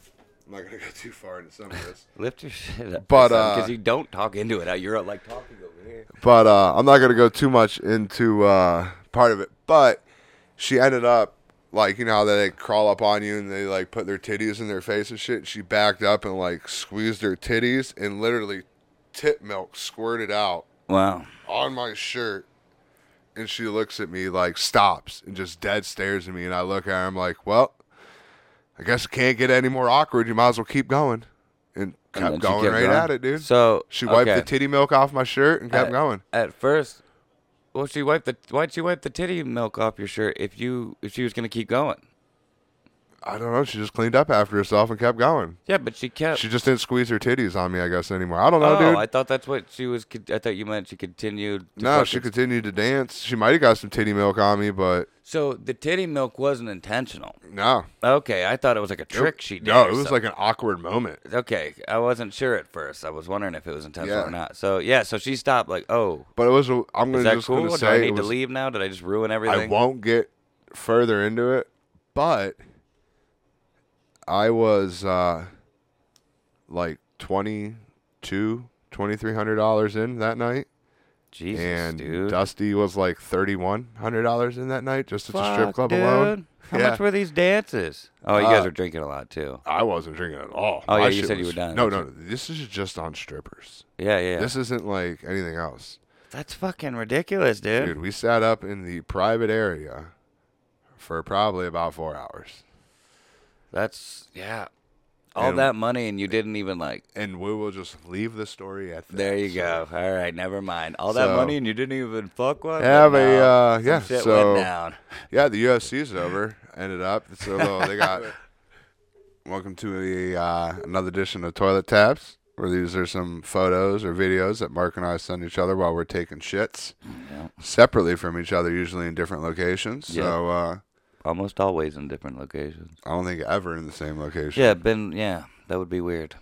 Speaker 1: not gonna go too far into some of this,
Speaker 2: Lift your shit up,
Speaker 1: But, uh,
Speaker 2: because you don't talk into it. You're like talking over here.
Speaker 1: but uh, I'm not gonna go too much into uh, part of it. But she ended up like you know how they crawl up on you and they like put their titties in their face and shit. She backed up and like squeezed her titties and literally tit milk squirted out
Speaker 2: Wow.
Speaker 1: on my shirt. And she looks at me like stops and just dead stares at me. And I look at her. I'm like, well, I guess it can't get any more awkward. You might as well keep going. And
Speaker 2: And
Speaker 1: kept
Speaker 2: then she
Speaker 1: going
Speaker 2: kept
Speaker 1: right
Speaker 2: going.
Speaker 1: at it, dude.
Speaker 2: So
Speaker 1: she wiped
Speaker 2: okay.
Speaker 1: the titty milk off my shirt and kept
Speaker 2: at-
Speaker 1: going.
Speaker 2: At first, well, she wiped the. Why'd she wipe the titty milk off your shirt if you if she was gonna keep going?
Speaker 1: I don't know. She just cleaned up after herself and kept going.
Speaker 2: Yeah, but she kept.
Speaker 1: She just didn't squeeze her titties on me, I guess, anymore. I don't know,
Speaker 2: oh,
Speaker 1: dude.
Speaker 2: I thought that's what she was. con- I thought you meant she continued. To
Speaker 1: no, she
Speaker 2: fucking-
Speaker 1: continued to dance. She might have got some titty milk on me, but
Speaker 2: So the titty milk wasn't intentional.
Speaker 1: no.
Speaker 2: Okay, I thought it was like a trick she did.
Speaker 1: No,
Speaker 2: or
Speaker 1: it was
Speaker 2: something.
Speaker 1: like an awkward moment.
Speaker 2: Okay, I wasn't sure at first. I was wondering if it was intentional
Speaker 1: Yeah.
Speaker 2: or not. So yeah, so she stopped. Like, oh,
Speaker 1: But it was. A, I'm
Speaker 2: is
Speaker 1: gonna
Speaker 2: that
Speaker 1: just
Speaker 2: cool?
Speaker 1: gonna
Speaker 2: Do I
Speaker 1: say it
Speaker 2: need to
Speaker 1: was-
Speaker 2: leave now? Did I just ruin everything?
Speaker 1: I won't get further into it, but I was uh, like twenty two, twenty three hundred dollars in that night,
Speaker 2: Jesus,
Speaker 1: and
Speaker 2: dude.
Speaker 1: Dusty was like thirty one hundred dollars in that night just at the strip
Speaker 2: Fuck,
Speaker 1: club
Speaker 2: dude.
Speaker 1: alone.
Speaker 2: How
Speaker 1: Yeah.
Speaker 2: much were these dances? Oh, you guys
Speaker 1: Uh,
Speaker 2: were drinking a lot too.
Speaker 1: I wasn't drinking at all.
Speaker 2: Oh, yeah,
Speaker 1: My
Speaker 2: you
Speaker 1: shit
Speaker 2: said you
Speaker 1: was-
Speaker 2: were done.
Speaker 1: No, no, no, this is just on strippers.
Speaker 2: Yeah, yeah.
Speaker 1: This isn't like anything else,
Speaker 2: That's fucking ridiculous, dude.
Speaker 1: dude. We sat up in the private area for probably about four hours,
Speaker 2: That's yeah. All
Speaker 1: And-
Speaker 2: that money and you didn't even like.
Speaker 1: and we will just leave the story at that.
Speaker 2: There you go. All right, never mind. All that
Speaker 1: So-
Speaker 2: money and you didn't even fuck one.
Speaker 1: Yeah,
Speaker 2: But
Speaker 1: but,
Speaker 2: no,
Speaker 1: uh,
Speaker 2: some
Speaker 1: yeah,
Speaker 2: shit
Speaker 1: so-
Speaker 2: went down.
Speaker 1: Yeah, the UFC's over. Ended up. So they got Welcome to a, uh, another edition of Toilet Taps, where these are some photos or videos that Mark and I send each other while we're taking shits
Speaker 2: Yeah.
Speaker 1: separately from each other, usually in different locations.
Speaker 2: Yeah.
Speaker 1: So uh,
Speaker 2: Almost always in different locations.
Speaker 1: I don't think ever in the same location.
Speaker 2: Yeah, been yeah, that would be weird.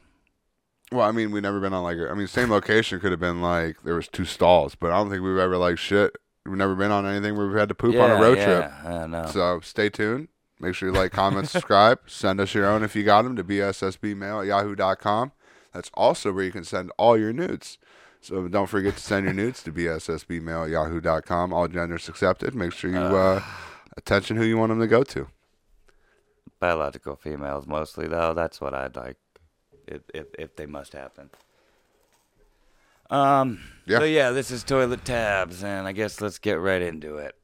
Speaker 1: Well, I mean, we've never been on like, a- I mean, same location could have been like there was two stalls, but I don't think we've ever like shit. We've never been on anything where we've had to poop on a
Speaker 2: Yeah,
Speaker 1: road
Speaker 2: yeah,
Speaker 1: trip.
Speaker 2: I know.
Speaker 1: So stay tuned. Make sure you like, comment, subscribe. Send us your own if you got them to bssbmail at yahoo.com. That's also where you can send all your nudes. So don't forget to send your nudes to bssbmail at yahoo.com. All genders accepted. Make sure you uh, attention who you want them to go to.
Speaker 2: Biological females mostly though. That's what I'd like, if if, if they must happen. Um.
Speaker 1: Yeah.
Speaker 2: So yeah, this is toilet tabs, and I guess let's get right into it.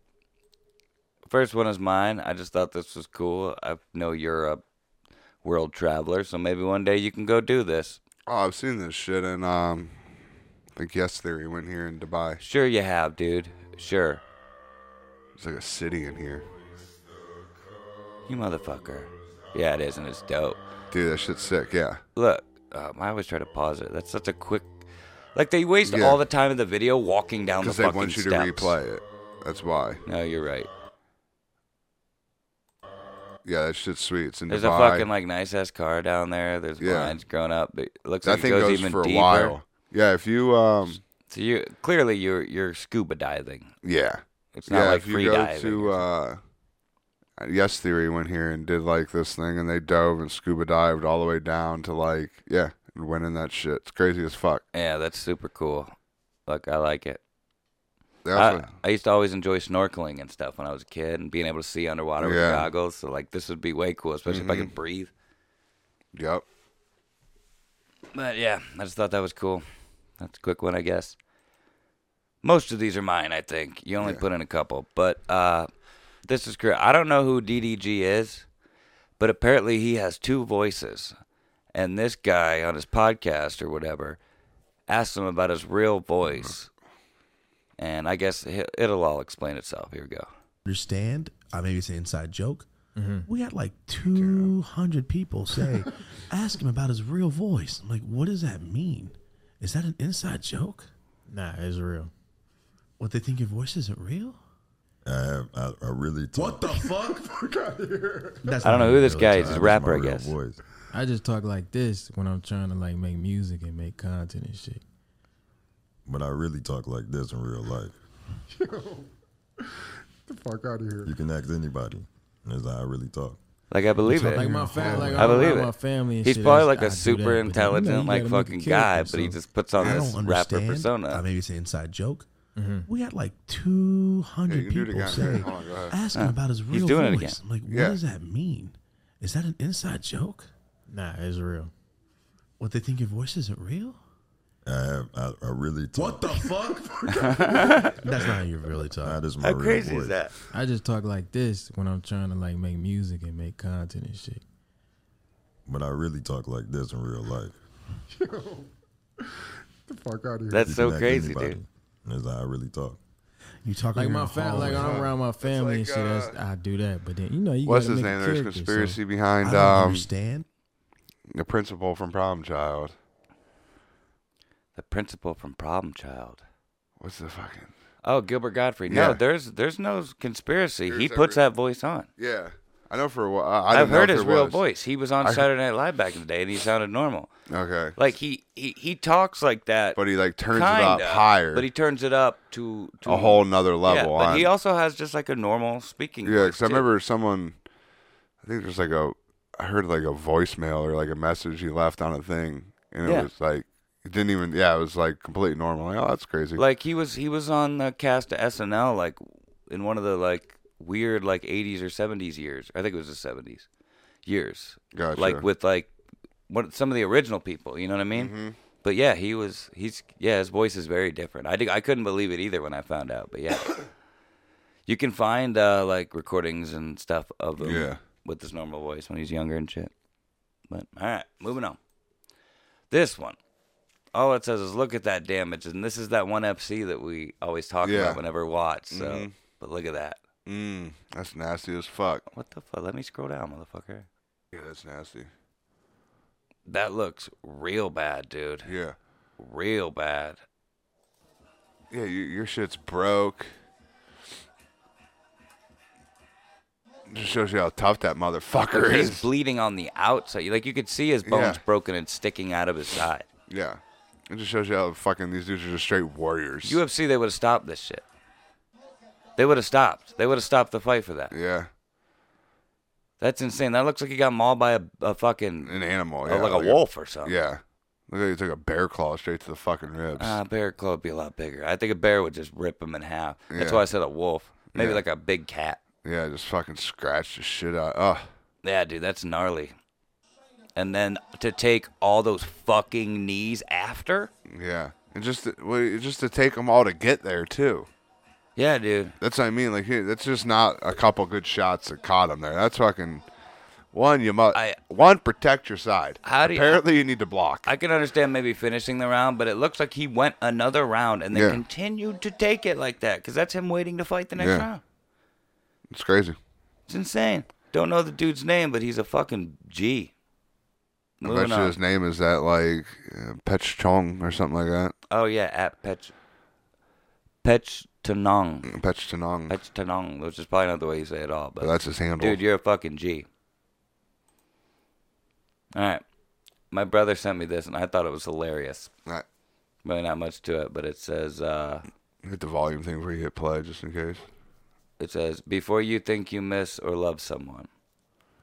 Speaker 2: First one is mine. I just thought this was cool. I know you're a world traveler, so maybe one day you can go do this.
Speaker 1: Oh, I've seen this shit in, um, I think Yes Theory went here in Dubai.
Speaker 2: Sure, you have, dude. Sure,
Speaker 1: It's like a city in here.
Speaker 2: you motherfucker. Yeah, it is, and it's dope.
Speaker 1: Dude, that shit's sick. Yeah.
Speaker 2: look, um, I always try to pause it. That's such a quick. Like they waste
Speaker 1: Yeah.
Speaker 2: all the time in the video walking down the
Speaker 1: Because
Speaker 2: fucking
Speaker 1: they want you to
Speaker 2: steps.
Speaker 1: replay it. That's why.
Speaker 2: No, you're right.
Speaker 1: Yeah, that shit's sweet. It's in
Speaker 2: There's
Speaker 1: Dubai.
Speaker 2: a fucking like nice ass car down there. There's
Speaker 1: Yeah.
Speaker 2: vines growing up. It looks
Speaker 1: that
Speaker 2: like
Speaker 1: thing
Speaker 2: it goes,
Speaker 1: goes
Speaker 2: even
Speaker 1: for a
Speaker 2: deeper.
Speaker 1: while. Yeah, if you um
Speaker 2: So you clearly you're you're scuba diving.
Speaker 1: yeah.
Speaker 2: It's not
Speaker 1: yeah,
Speaker 2: like
Speaker 1: if you
Speaker 2: free
Speaker 1: go
Speaker 2: diving.
Speaker 1: to uh Yes Theory went here and did like this thing and they dove and scuba dived all the way down to like yeah, and went in that shit. It's crazy as fuck.
Speaker 2: yeah, that's super cool. Look, I like it.
Speaker 1: That's
Speaker 2: I,
Speaker 1: what-
Speaker 2: I used to always enjoy snorkeling and stuff when I was a kid and being able to see underwater
Speaker 1: Yeah. Mm-hmm.
Speaker 2: with goggles. So like this would be way cool, especially if I could breathe.
Speaker 1: yep.
Speaker 2: But yeah, I just thought that was cool. That's a quick one, I guess. Most of these are mine, I think. You only
Speaker 1: Yeah.
Speaker 2: put in a couple, but uh, this is great. I don't know who DDG is, but apparently he has two voices. And this guy on his podcast or whatever asked him about his real voice. And I guess he- it'll all explain itself. Here we go.
Speaker 3: understand. Uh, maybe it's an inside joke. We had like 200 people say, ask him about his real voice. I'm like, what does that mean? Is that an inside joke?
Speaker 4: Nah, it's real.
Speaker 3: What, they think your voice isn't real?
Speaker 5: I, I, I really talk.
Speaker 3: the fuck? That's
Speaker 2: I don't
Speaker 3: not
Speaker 2: know who this
Speaker 3: real.
Speaker 2: guy
Speaker 5: I-
Speaker 2: is. He's
Speaker 5: that's
Speaker 2: a
Speaker 5: my
Speaker 2: rapper, I
Speaker 5: real
Speaker 2: guess.
Speaker 5: Voice.
Speaker 4: I just talk like this when I'm trying to like make music and make content and shit.
Speaker 5: But I really talk like this in real life.
Speaker 6: fuck out of here.
Speaker 5: You can ask anybody, and it's how I really talk.
Speaker 2: Like, I believe it.
Speaker 4: Like my family, like
Speaker 2: I
Speaker 4: I'm around
Speaker 2: believe it.
Speaker 4: my family. And
Speaker 2: He's
Speaker 4: shit,
Speaker 2: probably
Speaker 4: I-
Speaker 2: like
Speaker 4: I
Speaker 2: a
Speaker 4: do that,
Speaker 2: super
Speaker 4: but, you know,
Speaker 2: intelligent,
Speaker 4: you
Speaker 2: like
Speaker 4: gotta make a
Speaker 2: fucking guy,
Speaker 4: character,
Speaker 2: but he
Speaker 4: so-
Speaker 2: just puts on
Speaker 3: I
Speaker 2: this
Speaker 3: don't
Speaker 2: rapper
Speaker 3: understand.
Speaker 2: persona.
Speaker 3: Uh, maybe it's an inside joke. We had like 200
Speaker 1: Yeah, you can do it
Speaker 3: people
Speaker 1: again.
Speaker 3: say,
Speaker 1: Hold on, go ahead.
Speaker 3: ask him about his real
Speaker 2: doing it
Speaker 3: voice.
Speaker 2: again.
Speaker 3: I'm like, what
Speaker 1: Yeah.
Speaker 3: does that mean? Is that an inside joke?
Speaker 4: Nah, it's real.
Speaker 3: What, they think your voice isn't real?
Speaker 5: I, I, I really talk.
Speaker 3: the fuck? That's not how you really talk.
Speaker 5: That is my
Speaker 2: How
Speaker 5: real
Speaker 2: crazy
Speaker 5: voice.
Speaker 2: is that?
Speaker 4: I just talk like this when I'm trying to like make music and make content and shit.
Speaker 5: But I really talk like this in real life.
Speaker 6: Get the fuck out of here.
Speaker 2: That's
Speaker 5: You
Speaker 2: so
Speaker 5: can ask
Speaker 2: crazy,
Speaker 5: anybody,
Speaker 2: dude.
Speaker 5: And that's how I really talk.
Speaker 3: You talk
Speaker 4: Like
Speaker 3: you're
Speaker 4: my
Speaker 3: in a
Speaker 4: family,
Speaker 3: hallway.
Speaker 4: like I'm around my family and
Speaker 1: like,
Speaker 4: shit. That's,
Speaker 1: uh,
Speaker 4: I do that, but then you know you.
Speaker 1: What's
Speaker 4: gotta
Speaker 1: his
Speaker 4: make a
Speaker 1: name? There's
Speaker 4: character, so-
Speaker 1: conspiracy
Speaker 3: I
Speaker 1: behind
Speaker 3: don't
Speaker 1: um,
Speaker 3: understand.
Speaker 1: the principal from Prom Child.
Speaker 2: The principal from Problem Child.
Speaker 1: What's the fucking
Speaker 2: Oh, Gilbert Godfrey.
Speaker 1: Yeah.
Speaker 2: No, there's there's no conspiracy. he
Speaker 1: There's every-
Speaker 2: puts that voice on.
Speaker 1: Yeah. I know for a while. I, I
Speaker 2: I've
Speaker 1: didn't know
Speaker 2: heard
Speaker 1: if
Speaker 2: his
Speaker 1: there
Speaker 2: real
Speaker 1: was.
Speaker 2: voice. He was on
Speaker 1: I-
Speaker 2: Saturday Night Live back in the day, and he sounded normal.
Speaker 1: Okay.
Speaker 2: Like he he, he talks like that,
Speaker 1: but he like turns it up
Speaker 2: kinda,
Speaker 1: higher.
Speaker 2: but he turns it up to, to
Speaker 1: a whole nother
Speaker 2: yeah,
Speaker 1: level.
Speaker 2: but
Speaker 1: on,
Speaker 2: he also has just like a normal speaking.
Speaker 1: Yeah,
Speaker 2: voice,
Speaker 1: because I
Speaker 2: too.
Speaker 1: remember someone. I think there's like a. I heard like a voicemail or like a message he left on a thing, and it
Speaker 2: Yeah.
Speaker 1: was like it didn't even. Yeah, it was like completely normal. Like, oh, that's crazy.
Speaker 2: Like he was he was on the cast of SNL like in one of the like weird like 80s or 70s years. I think it was the 70s years.
Speaker 1: Gotcha.
Speaker 2: Like with like what some of the original people, you know what I mean?
Speaker 1: Mm-hmm.
Speaker 2: But yeah, he was he's yeah, his voice is very different. I did, I couldn't believe it either when I found out, but yeah. you can find uh like recordings and stuff of him
Speaker 1: Yeah.
Speaker 2: with his normal voice when he's younger and shit. But all right, moving on. This one all it says is look at that damage and this is that one fc that we always talk
Speaker 1: Yeah. Mm-hmm.
Speaker 2: about whenever we watch so but look at that
Speaker 1: mm, that's nasty as fuck.
Speaker 2: what the fuck let me scroll down motherfucker
Speaker 1: Yeah, that's nasty.
Speaker 2: that looks real bad, dude.
Speaker 1: Yeah.
Speaker 2: Real bad.
Speaker 1: Yeah, you, your shit's broke. Just shows you how tough that motherfucker
Speaker 2: Like, he's
Speaker 1: is.
Speaker 2: bleeding on the outside. Like you could see his bones
Speaker 1: Yeah.
Speaker 2: broken and sticking out of his side.
Speaker 1: Yeah. It just shows you how fucking these dudes are just straight warriors.
Speaker 2: UFC, they would have stopped this shit. They would have stopped. They would have stopped the fight for that.
Speaker 1: yeah.
Speaker 2: That's insane. That looks like he got mauled by a, a fucking
Speaker 1: An animal.
Speaker 2: uh,
Speaker 1: Yeah.
Speaker 2: like a wolf or something.
Speaker 1: Yeah. Look at you took a bear claw straight to the fucking ribs.
Speaker 2: Ah, a bear claw would be a lot bigger. I think a bear would just rip him in half. That's
Speaker 1: Yeah.
Speaker 2: why I said a wolf. Maybe
Speaker 1: Yeah.
Speaker 2: like a big cat.
Speaker 1: yeah, just fucking scratched the shit out. Ugh.
Speaker 2: Yeah, dude, that's gnarly. And then to take all those fucking knees after?
Speaker 1: Yeah. And just to, well, just to take them all to get there too.
Speaker 2: Yeah, dude.
Speaker 1: That's what I mean. Like, here, that's just not a couple good shots that caught him there. That's fucking one. You must
Speaker 2: I-
Speaker 1: one protect your side.
Speaker 2: How do you-
Speaker 1: Apparently, you, need to block.
Speaker 2: I can understand maybe finishing the round, but it looks like he went another round and then
Speaker 1: Yeah.
Speaker 2: continued to take it like that because that's him waiting to fight the next
Speaker 1: Yeah.
Speaker 2: round.
Speaker 1: it's crazy.
Speaker 2: It's insane. Don't know the dude's name, but he's a fucking G.
Speaker 1: I
Speaker 2: Moving
Speaker 1: bet you
Speaker 2: on.
Speaker 1: his name is that like uh, Pech Chong or something like that.
Speaker 2: Oh yeah, at Pech Pech Tanong.
Speaker 1: Pech Tanong.
Speaker 2: Pech Tanong, which is probably not the way you say it all,
Speaker 1: But
Speaker 2: but
Speaker 1: that's his handle.
Speaker 2: dude, you're a fucking G. Alright. My brother sent me this and I thought it was hilarious.
Speaker 1: All right.
Speaker 2: Really not much to it, but it says uh
Speaker 1: Hit the volume thing where you hit play just in case.
Speaker 2: it says, Before you think you miss or love someone.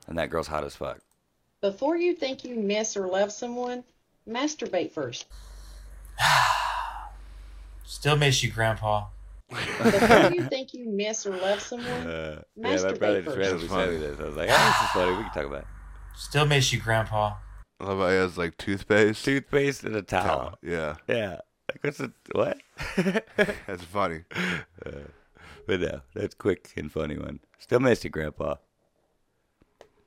Speaker 2: And that girl's hot as fuck.
Speaker 7: Before you think you miss or love someone, masturbate first.
Speaker 8: Still miss you, Grandpa.
Speaker 7: Before you think you miss or love someone, masturbate first.
Speaker 1: randomly sent me
Speaker 2: this. I was like, oh, this is funny. We can talk about it.
Speaker 8: Still miss you, Grandpa.
Speaker 1: I love how he has like toothpaste.
Speaker 2: Toothpaste and a towel.
Speaker 1: Oh, yeah,
Speaker 2: Yeah. Like, what's the, what?
Speaker 1: that's funny.
Speaker 2: But no, that's quick and funny one. Still miss you, Grandpa.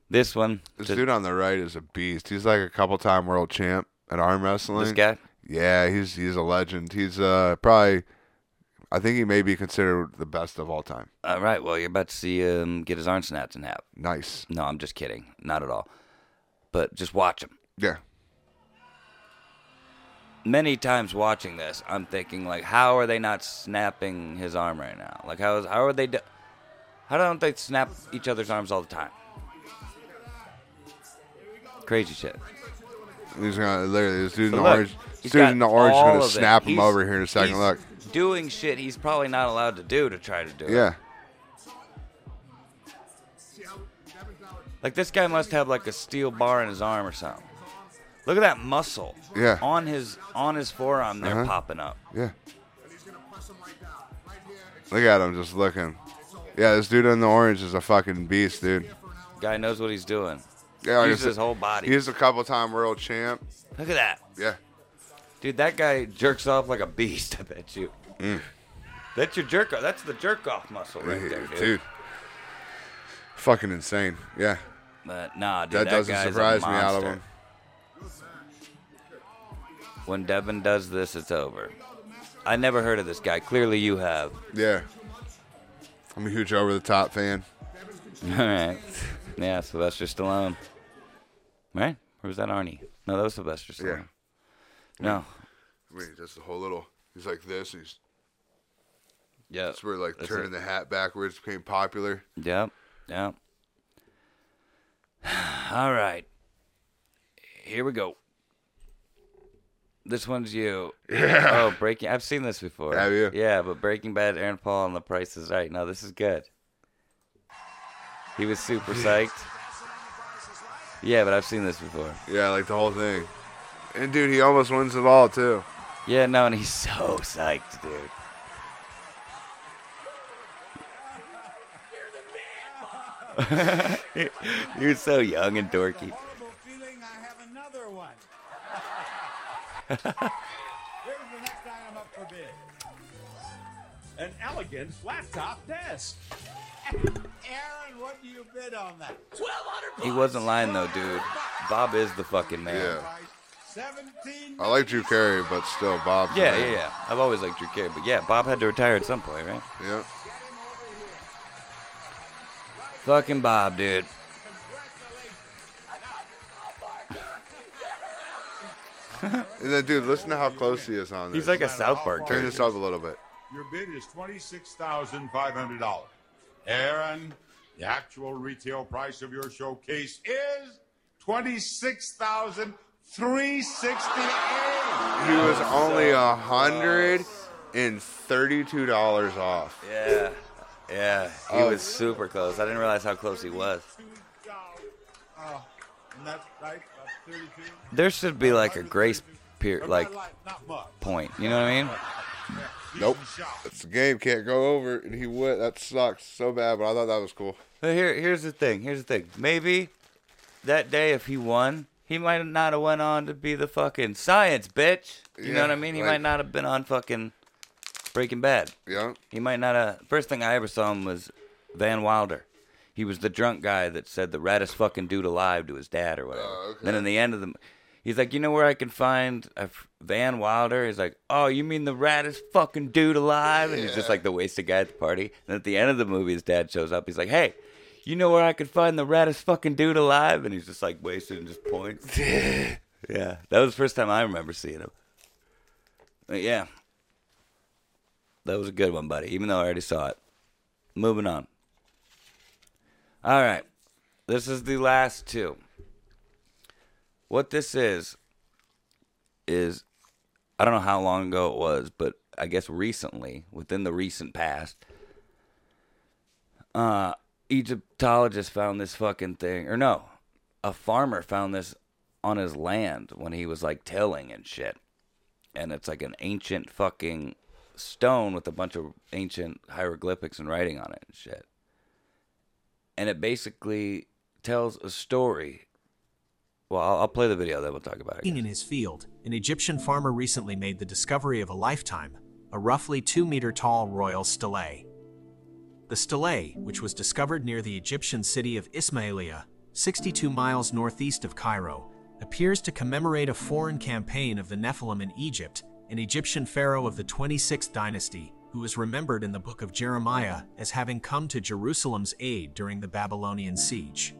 Speaker 2: This one,
Speaker 1: This
Speaker 2: just-
Speaker 1: dude on the right is a beast. He's like a couple time world champ at arm wrestling.
Speaker 2: this guy,
Speaker 1: Yeah, he's he's a legend. He's uh probably I think he may be considered the best of all time.
Speaker 2: all right. Well, you're about to see him get his arm snapped in half.
Speaker 1: Nice.
Speaker 2: No, I'm just kidding. Not at all. But just watch him.
Speaker 1: Yeah.
Speaker 2: Many times watching this, I'm thinking like, how are they not snapping his arm right now? Like, how is how are they? Do- how don't they snap each other's arms all the time? Crazy shit.
Speaker 1: He's gonna literally this dude in
Speaker 2: But
Speaker 1: the
Speaker 2: look,
Speaker 1: orange
Speaker 2: he's
Speaker 1: this
Speaker 2: got
Speaker 1: dude in the orange is
Speaker 2: all
Speaker 1: gonna
Speaker 2: of it.
Speaker 1: snap him
Speaker 2: He's-
Speaker 1: over here in a second.
Speaker 2: he's
Speaker 1: Look.
Speaker 2: Doing shit he's probably not allowed to do to try to do it.
Speaker 1: Yeah.
Speaker 2: Like this guy must have like a steel bar in his arm or something. Look at that muscle.
Speaker 1: Yeah.
Speaker 2: On his on his forearm there
Speaker 1: Uh-huh.
Speaker 2: popping up.
Speaker 1: Yeah. Look at him just looking. Yeah, this dude in the orange is a fucking beast, dude.
Speaker 2: Guy knows what he's doing.
Speaker 1: Yeah, like I
Speaker 2: Uses
Speaker 1: said,
Speaker 2: his whole body.
Speaker 1: He's a couple time world champ.
Speaker 2: Look at that.
Speaker 1: Yeah.
Speaker 2: Dude, that guy jerks off like a beast, I bet you.
Speaker 1: Mm.
Speaker 2: That's your jerk off. That's the jerk off muscle right there, dude.
Speaker 1: dude. Fucking insane. Yeah.
Speaker 2: But nah, dude,
Speaker 1: That,
Speaker 2: that,
Speaker 1: doesn't
Speaker 2: guy's a
Speaker 1: surprise me out of
Speaker 2: monster.
Speaker 1: him.
Speaker 2: When Devin does this, it's over. I never heard of this guy. Clearly, you have.
Speaker 1: Yeah. I'm a huge over the top fan.
Speaker 2: All right. Yeah, Sylvester Stallone. Right? Or was that Arnie? No, that was Sylvester Stallone. No.
Speaker 1: I mean, just the whole little. He's like this. And he's
Speaker 2: Yeah.
Speaker 1: that's where like
Speaker 2: That's
Speaker 1: turning
Speaker 2: it.
Speaker 1: the hat backwards became popular.
Speaker 2: Yep. Yep. All right. Here we go. This one's you. Yeah. Oh, Breaking. I've seen this before.
Speaker 1: Have you?
Speaker 2: Yeah, but Breaking Bad, Aaron Paul, and The Price is Right. No, this is good. He was super psyched. Yeah, but I've seen this before.
Speaker 1: Yeah, like the whole thing. And dude, he almost wins it all too.
Speaker 2: Yeah, no, and he's so psyched, dude. You're so young and dorky.
Speaker 9: An elegant laptop desk. Aaron, what do you bid on that?
Speaker 2: He wasn't lying though, dude. Bob is the fucking man.
Speaker 1: Yeah.
Speaker 9: Seventeen.
Speaker 1: I like Drew Carey, but still, Bob.
Speaker 2: yeah, yeah. yeah. I've always liked Drew Carey, but yeah, Bob had to retire at some point, right?
Speaker 1: Yeah.
Speaker 2: Fucking Bob, dude.
Speaker 1: And then, dude, listen to how close he is on this.
Speaker 2: He's like a South Park
Speaker 1: Turn
Speaker 2: character.
Speaker 1: this up a little bit.
Speaker 9: Your bid is $26,500. Aaron, the actual retail price of your showcase is $26,368.
Speaker 1: He was only a hundred and thirty-two dollars off.
Speaker 2: Yeah. Yeah. He
Speaker 1: Oh.
Speaker 2: was super close. I didn't realize how close he was.
Speaker 9: Uh, and that's right, about 32.
Speaker 2: There should be like a grace period,
Speaker 9: But
Speaker 2: like
Speaker 9: not not much.
Speaker 2: point. You know what I mean?
Speaker 1: Nope.
Speaker 9: Decent shot.
Speaker 1: It's the game. Can't go over. And he went. That sucks so bad, but I thought that was cool.
Speaker 2: But here, here's the thing. Here's the thing. Maybe that day, if he won, he might not have went on to be the fucking science bitch. You know
Speaker 1: Yeah,
Speaker 2: what I mean? He
Speaker 1: like-
Speaker 2: might not have been on fucking Breaking Bad.
Speaker 1: Yeah.
Speaker 2: He might not have. First thing I ever saw him was Van Wilder. He was the drunk guy that said the raddest fucking dude alive to his dad or whatever.
Speaker 1: Oh, okay.
Speaker 2: Then in the end of the, he's like, you know where I can find a f- Van Wilder? He's like, oh, you mean the raddest fucking dude alive? And he's just like the wasted guy at the party. And at the end of the movie, his dad shows up. He's like, hey, you know where I can find the raddest fucking dude alive? And he's just like wasted and just points. yeah, that was the first time I remember seeing him. But yeah, that was a good one, buddy, even though I already saw it. Moving on. All right. This is the last two. What this is, is I don't know how long ago it was, but I guess recently, within the recent past, uh, Egyptologist found this fucking thing. Or no, a farmer found this on his land when he was like tilling and shit and it's like an ancient fucking stone with a bunch of ancient hieroglyphics and writing on it and shit. And it basically tells a story. Well, I'll, I'll play the video, then we'll talk about it.
Speaker 10: Working in his field, an Egyptian farmer recently made the discovery of a lifetime a roughly 2 meter tall royal stele. The stele, which was discovered near the Egyptian city of Ismailia, 62 miles northeast of Cairo, appears to commemorate a foreign campaign of the Nephilim in Egypt, an Egyptian pharaoh of the 26th dynasty, who is remembered in the book of Jeremiah as having come to Jerusalem's aid during the Babylonian siege.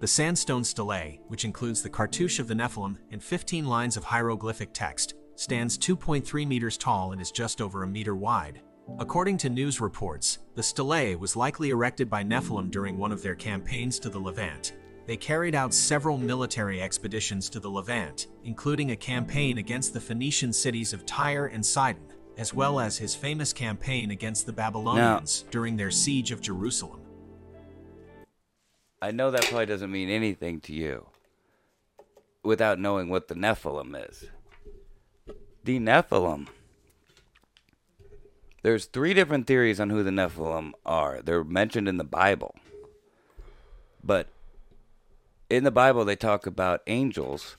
Speaker 10: The sandstone stele, which includes the cartouche of the Nephilim and 15 lines of hieroglyphic text, stands 2.3 meters tall and is just over a meter wide. According to news reports, the stele was likely erected by Nephilim during one of their campaigns to the Levant. They carried out several military expeditions to the Levant, including a campaign against the Phoenician cities of Tyre and Sidon, as well as his famous campaign against the Babylonians during their siege of Jerusalem.
Speaker 2: I know that probably doesn't mean anything to you without knowing what the Nephilim is. The Nephilim. There's three different theories on who the Nephilim are. They're mentioned in the Bible. But in the Bible, they talk about angels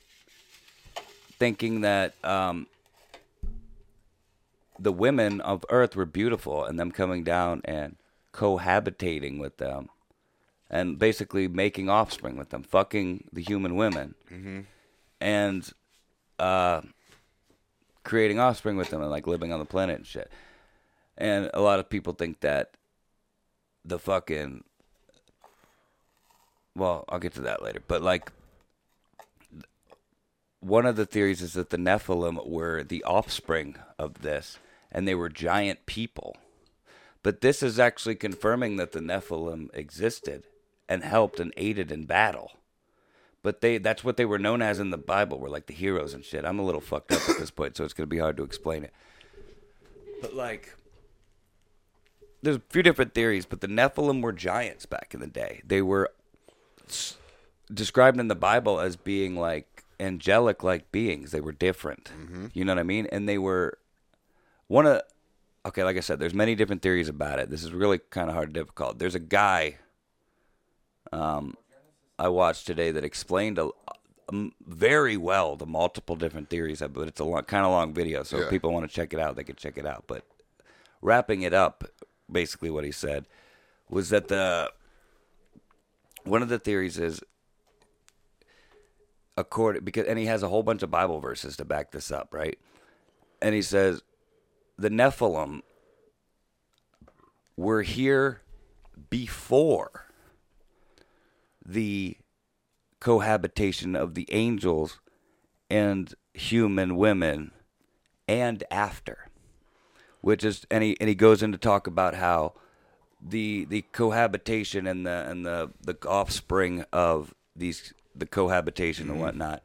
Speaker 2: thinking that um, the women of earth were beautiful and them coming down and cohabitating with them and basically making offspring with them, fucking the human women, and uh, creating offspring with them, and like living on the planet and shit. And a lot of people think that the fucking well, I'll get to that later, but like. th- One of the theories is that the Nephilim were the offspring of this, and they were giant people. But this is actually confirming that the Nephilim existed and helped and aided in battle. But they that's what they were known as in the Bible, were like the heroes and shit. I'm a little fucked up at this point, so it's gonna be hard to explain it. But like there's a few different theories, but the Nephilim were giants back in the day. They were s- described in the Bible as being like angelic like beings. They were different. You know what I mean? And they were one of okay, like I said, there's many different theories about it. This is really kind of hard and difficult. There's a guy um, I watched today that explained a, um, very well the multiple different theories, of- but it's a long, kind of long video. So if
Speaker 1: Yeah.
Speaker 2: people want to check it out, they can check it out. But wrapping it up, basically what he said was that the one of the theories is according because and he has a whole bunch of Bible verses to back this up, right? And he says the Nephilim were here before the cohabitation of the angels and human women and after which is and he and he goes in to talk about how the the cohabitation and the and the the offspring of these the cohabitation and whatnot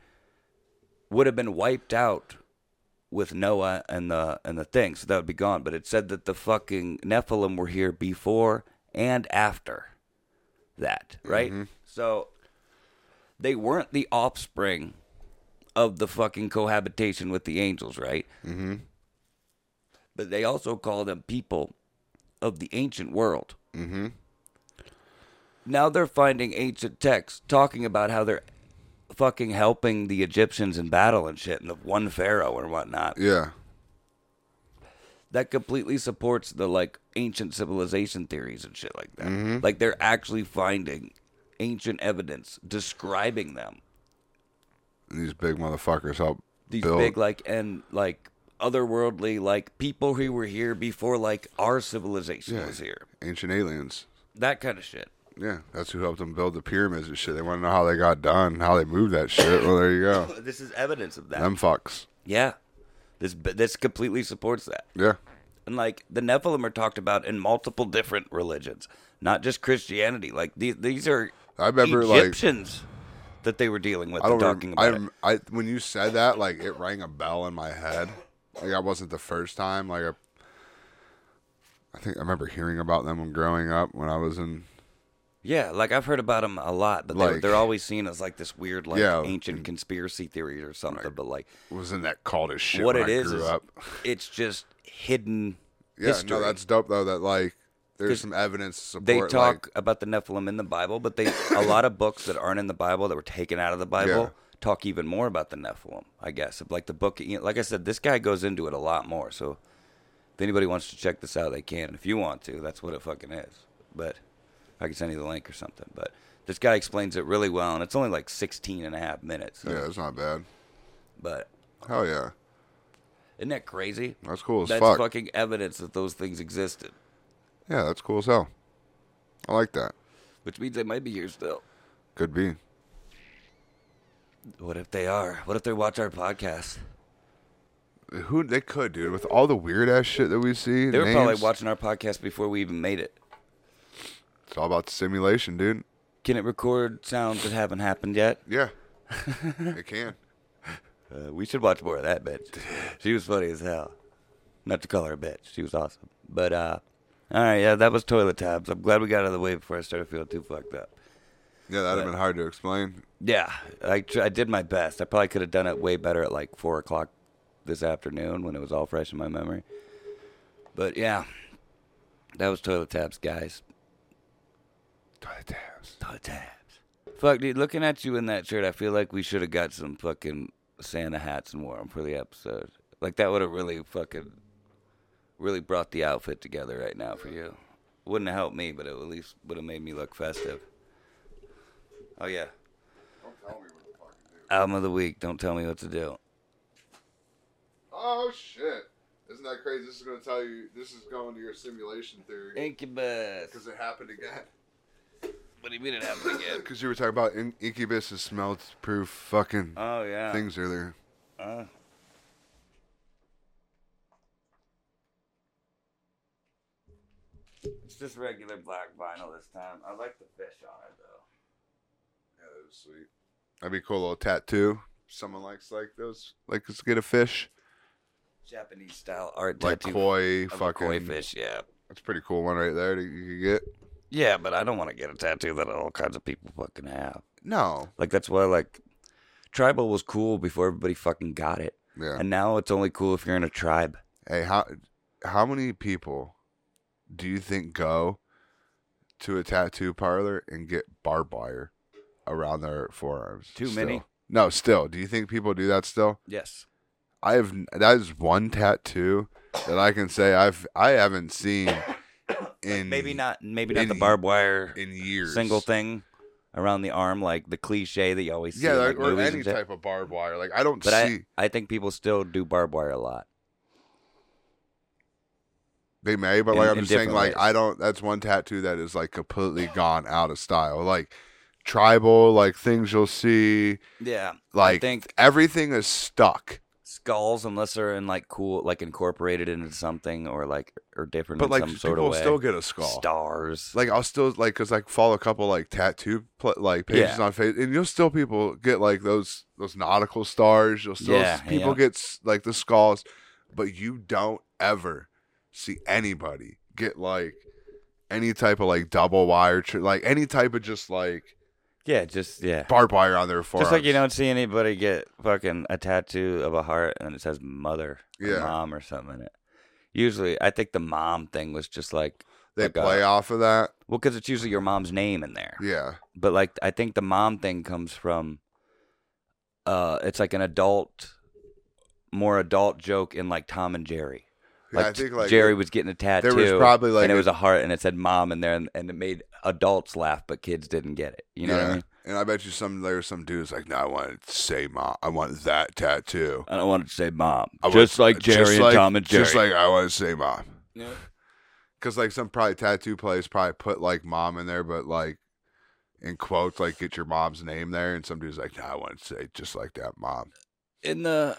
Speaker 2: would have been wiped out with Noah and the and the thing, so that would be gone. But it said that the fucking Nephilim were here before and after that, right? So they weren't the offspring of the fucking cohabitation with the angels, right? Mm-hmm. But they also call them people of the ancient world. Mm-hmm. Now they're finding ancient texts talking about how they're fucking helping the Egyptians in battle and shit, and the one pharaoh and whatnot.
Speaker 1: Yeah.
Speaker 2: That completely supports the like ancient civilization theories and shit like that. Like they're actually finding ancient evidence describing them.
Speaker 1: And these big motherfuckers help
Speaker 2: these
Speaker 1: build.
Speaker 2: big like and like otherworldly like people who were here before like our civilization
Speaker 1: Yeah.
Speaker 2: was here.
Speaker 1: ancient aliens.
Speaker 2: That kind of shit.
Speaker 1: Yeah, that's who helped them build the pyramids and shit. They want to know how they got done, how they moved that shit. Well, there you go.
Speaker 2: This is evidence of that.
Speaker 1: Them fucks.
Speaker 2: yeah. This this completely supports that.
Speaker 1: Yeah.
Speaker 2: And like the Nephilim are talked about in multiple different religions, not just Christianity. Like these these are
Speaker 1: I remember, like-
Speaker 2: Egyptians that they were dealing with
Speaker 1: I
Speaker 2: and
Speaker 1: don't rem-
Speaker 2: talking about.
Speaker 1: I,
Speaker 2: it.
Speaker 1: rem- I when you said that, like it rang a bell in my head. Like I wasn't the first time. Like I, I think I remember hearing about them when growing up when I was in
Speaker 2: Yeah, like I've heard about them a lot, but they're,
Speaker 1: Like-
Speaker 2: they're always seen as like this weird, like
Speaker 1: Yeah,
Speaker 2: ancient conspiracy theory or something. But like,
Speaker 1: was in that cult as shit.
Speaker 2: what
Speaker 1: when
Speaker 2: it
Speaker 1: I
Speaker 2: is,
Speaker 1: grew
Speaker 2: is
Speaker 1: up.
Speaker 2: it's just hidden
Speaker 1: Yeah,
Speaker 2: history.
Speaker 1: no, that's dope though. That like there's
Speaker 2: 'Cause
Speaker 1: some evidence to support.
Speaker 2: they
Speaker 1: like-
Speaker 2: talk about the Nephilim in the Bible, but they a lot of books that aren't in the Bible that were taken out of the Bible
Speaker 1: Yeah.
Speaker 2: talk even more about the Nephilim. I guess like the book, you know, like I said, this guy goes into it a lot more. So if anybody wants to check this out, they can. If you want to, that's what it fucking is. But I can send you the link or something. But this guy explains it really well, and it's only like 16 and a half minutes. so-
Speaker 1: yeah, it's not bad.
Speaker 2: But
Speaker 1: Hell yeah,
Speaker 2: isn't that crazy?
Speaker 1: that's cool as
Speaker 2: That's
Speaker 1: fuck.
Speaker 2: fucking evidence that those things existed,
Speaker 1: yeah, that's cool as hell. I like that.
Speaker 2: which means they might be here still.
Speaker 1: Could be.
Speaker 2: What if they are? What if they watch our podcast?
Speaker 1: Who they could, dude, with all the weird ass shit that we see.
Speaker 2: They were
Speaker 1: names,
Speaker 2: probably watching our podcast before we even made it.
Speaker 1: It's all about simulation, dude.
Speaker 2: Can it record sounds that haven't happened yet?
Speaker 1: Yeah, it can.
Speaker 2: Uh, we should watch more of that bitch. She was funny as hell. Not to call her a bitch. She was awesome. But uh all right, yeah, that was toilet tabs. I'm glad we got out of the way before I started feeling too fucked up.
Speaker 1: Yeah, that'd have been hard to explain.
Speaker 2: Yeah, I tr- I did my best. I probably could have done it way better at like four o'clock this afternoon when it was all fresh in my memory. But yeah, that was toilet tabs, guys.
Speaker 1: Toilet tabs.
Speaker 2: Toilet tabs. Fuck, dude. Looking at you in that shirt, I feel like we should have got some fucking Santa hats and wore them for the episode. Like that would have really fucking really brought the outfit together right now for you. Wouldn't have helped me, but it at least would have made me look festive. Oh yeah. Album of the week. Don't tell me what to do.
Speaker 1: Oh shit! Isn't that crazy? This is gonna tell you. This is going to your simulation theory
Speaker 2: Incubus.
Speaker 1: because it happened again.
Speaker 2: What do you mean it happened again?
Speaker 1: Because you were talking about in- Incubus and smell-proof fucking
Speaker 2: Oh yeah.
Speaker 1: things earlier.
Speaker 2: Uh. It's just regular black vinyl this time. I like the fish on it though.
Speaker 1: Yeah, that was sweet. That'd be a cool little tattoo. Someone likes like those. Like, let's get a fish.
Speaker 2: Japanese style art
Speaker 1: Like
Speaker 2: tattoo
Speaker 1: koi
Speaker 2: of a
Speaker 1: fucking.
Speaker 2: koi fish. Yeah,
Speaker 1: That's a pretty cool one right there that you could get.
Speaker 2: yeah, but I don't want to get a tattoo that all kinds of people fucking have.
Speaker 1: No.
Speaker 2: Like that's why like tribal was cool before everybody fucking got it,
Speaker 1: Yeah.
Speaker 2: and now it's only cool if you're in a tribe.
Speaker 1: hey, how how many people do you think go to a tattoo parlor and get barbed wire around their forearms?
Speaker 2: Too
Speaker 1: still?
Speaker 2: many.
Speaker 1: No, still. Do you think people do that still?
Speaker 2: Yes.
Speaker 1: I have that is one tattoo that I can say I've I haven't seen in
Speaker 2: maybe not. Maybe not
Speaker 1: in-
Speaker 2: the barbed wire.
Speaker 1: in years.
Speaker 2: single thing around the arm, like the cliche that you always see.
Speaker 1: Yeah,
Speaker 2: in,
Speaker 1: like,
Speaker 2: like,
Speaker 1: or
Speaker 2: movies
Speaker 1: any
Speaker 2: and shit.
Speaker 1: type of barbed wire. Like I don't
Speaker 2: But
Speaker 1: see
Speaker 2: I, I think people still do barbed wire a lot.
Speaker 1: they may, but
Speaker 2: in-
Speaker 1: like I'm
Speaker 2: in
Speaker 1: just saying,
Speaker 2: different
Speaker 1: like
Speaker 2: ways.
Speaker 1: I don't. That's one tattoo that is like completely gone out of style. Like tribal like things you'll see.
Speaker 2: Yeah.
Speaker 1: Like
Speaker 2: I think
Speaker 1: everything is stuck.
Speaker 2: skulls, unless they're in like cool, like incorporated into something or like or different
Speaker 1: But
Speaker 2: in
Speaker 1: like
Speaker 2: some
Speaker 1: people
Speaker 2: sort of
Speaker 1: will
Speaker 2: way.
Speaker 1: still get a skull.
Speaker 2: Stars.
Speaker 1: Like I'll still like because like follow a couple like tattoo pl- like pages
Speaker 2: Yeah.
Speaker 1: on Facebook, and you'll still people get like those those nautical stars. You'll still
Speaker 2: Yeah,
Speaker 1: people
Speaker 2: yeah.
Speaker 1: get s- like the skulls, but you don't ever see anybody get like any type of like double wire, tr- like any type of just like
Speaker 2: yeah, just yeah.
Speaker 1: barbed wire on their forearms.
Speaker 2: Just like you don't see anybody get fucking a tattoo of a heart and it says mother, or
Speaker 1: Yeah.
Speaker 2: mom, or something in it. Usually, I think the mom thing was just like
Speaker 1: they
Speaker 2: like a-
Speaker 1: play off of that.
Speaker 2: well, because it's usually your mom's name in there.
Speaker 1: Yeah,
Speaker 2: But like, I think the mom thing comes from, uh, it's like an adult, more adult joke in like Tom and Jerry.
Speaker 1: Yeah,
Speaker 2: Like,
Speaker 1: I think like
Speaker 2: Jerry was getting a tattoo.
Speaker 1: was probably, like,
Speaker 2: and it
Speaker 1: a-
Speaker 2: was a heart, and it said mom in there, and, and it made adults laugh, but kids didn't get it. You know what I mean?
Speaker 1: And I bet you some there's some dudes like, no, I want to say mom. I want that tattoo.
Speaker 2: I don't want to say mom,
Speaker 1: I
Speaker 2: just
Speaker 1: want-
Speaker 2: like Jerry
Speaker 1: just
Speaker 2: and
Speaker 1: like-
Speaker 2: Tom and Jerry.
Speaker 1: Just like I want to say mom.
Speaker 2: Yeah.
Speaker 1: Because like some probably tattoo place probably put like mom in there, but like in quotes, like get your mom's name there. And some dude's like, no, I want to say just like that mom.
Speaker 2: in the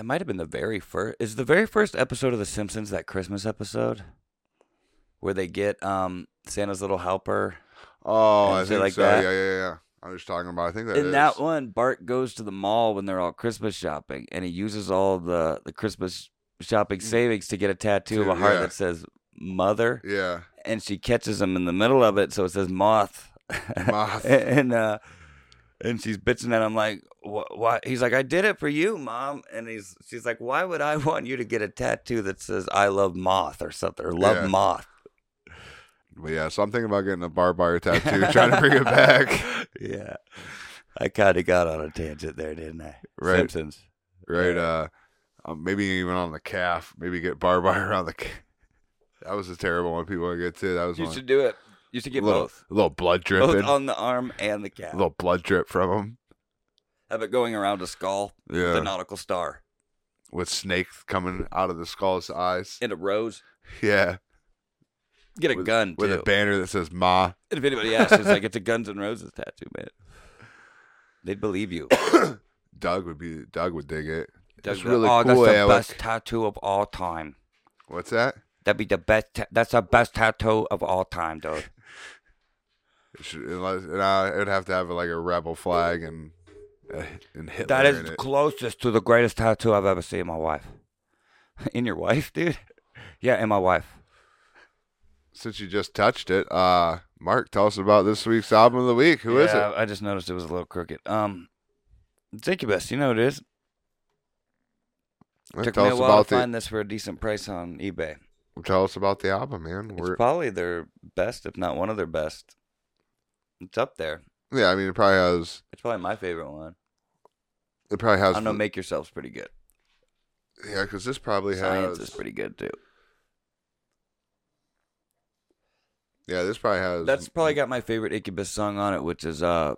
Speaker 2: it might have been the very first is the very first episode of the simpsons that christmas episode where they get um santa's little helper
Speaker 1: Oh,
Speaker 2: And
Speaker 1: I
Speaker 2: shit
Speaker 1: think
Speaker 2: like
Speaker 1: so.
Speaker 2: that.
Speaker 1: Yeah, yeah, yeah. I'm just talking about. I think that
Speaker 2: in
Speaker 1: is-
Speaker 2: that one bart goes to the mall when they're all christmas shopping and he uses all the the christmas shopping savings to get a tattoo of a
Speaker 1: Dude,
Speaker 2: heart
Speaker 1: Mm. yeah.
Speaker 2: that says mother
Speaker 1: Yeah,
Speaker 2: and she catches him in the middle of it so it says moth
Speaker 1: Moth.
Speaker 2: and uh and she's bitching at him like "Wh- why he's like i did it for you mom and he's she's like why would i want you to get a tattoo that says i love moth or something or love
Speaker 1: Yeah.
Speaker 2: moth
Speaker 1: but yeah. So I'm thinking about getting a barbed wire tattoo, trying to bring it back.
Speaker 2: yeah i kind of got on a tangent there didn't i
Speaker 1: Right.
Speaker 2: simpsons
Speaker 1: right? Uh, um, maybe even on the calf. Maybe get barbed wire on the. Ca- that was a terrible one. People want to get to. That was
Speaker 2: you
Speaker 1: one.
Speaker 2: should do it you should get
Speaker 1: little,
Speaker 2: both
Speaker 1: little blood dripping.
Speaker 2: both on the arm and the calf
Speaker 1: little blood drip from him.
Speaker 2: have it going around a skull
Speaker 1: Yeah,
Speaker 2: the nautical star
Speaker 1: with snake coming out of the skull's eyes.
Speaker 2: in a rose
Speaker 1: Yeah,
Speaker 2: get a
Speaker 1: with,
Speaker 2: gun
Speaker 1: with
Speaker 2: too.
Speaker 1: a banner that says "Ma."
Speaker 2: And if anybody asks, it's like it's a Guns N' Roses tattoo, man. They'd believe you.
Speaker 1: Doug would be. Doug would dig it.
Speaker 2: That's
Speaker 1: That's really
Speaker 2: oh,
Speaker 1: cool,
Speaker 2: That's the
Speaker 1: Alec.
Speaker 2: best tattoo of all time.
Speaker 1: What's that?
Speaker 2: That'd be the best. Ta- that's the best tattoo of all time, dude.
Speaker 1: It should, unless, and I, it would have to have like a rebel flag and uh, and Hitler.
Speaker 2: That is
Speaker 1: in it.
Speaker 2: closest to the greatest tattoo I've ever seen in my wife. In your wife, dude? Yeah, in my wife.
Speaker 1: Since you just touched it, uh, Mark, tell us about this week's album of the week. Who is
Speaker 2: Yeah, I just noticed it was a little crooked. Um, it's Incubus. You know what it is.
Speaker 1: it?
Speaker 2: Took
Speaker 1: Tell
Speaker 2: me
Speaker 1: us
Speaker 2: a while
Speaker 1: about
Speaker 2: to
Speaker 1: the
Speaker 2: find this for a decent price on eBay.
Speaker 1: Tell us about the album, man.
Speaker 2: It's
Speaker 1: We're,
Speaker 2: probably their best, if not one of their best. It's up there.
Speaker 1: yeah, I mean, it probably has.
Speaker 2: It's probably my favorite one.
Speaker 1: It probably has.
Speaker 2: I know. Make yourselves pretty good.
Speaker 1: yeah, because this probably
Speaker 2: Science
Speaker 1: has.
Speaker 2: is pretty good too.
Speaker 1: yeah, this probably has.
Speaker 2: That's probably got my favorite Incubus song on it, which is uh,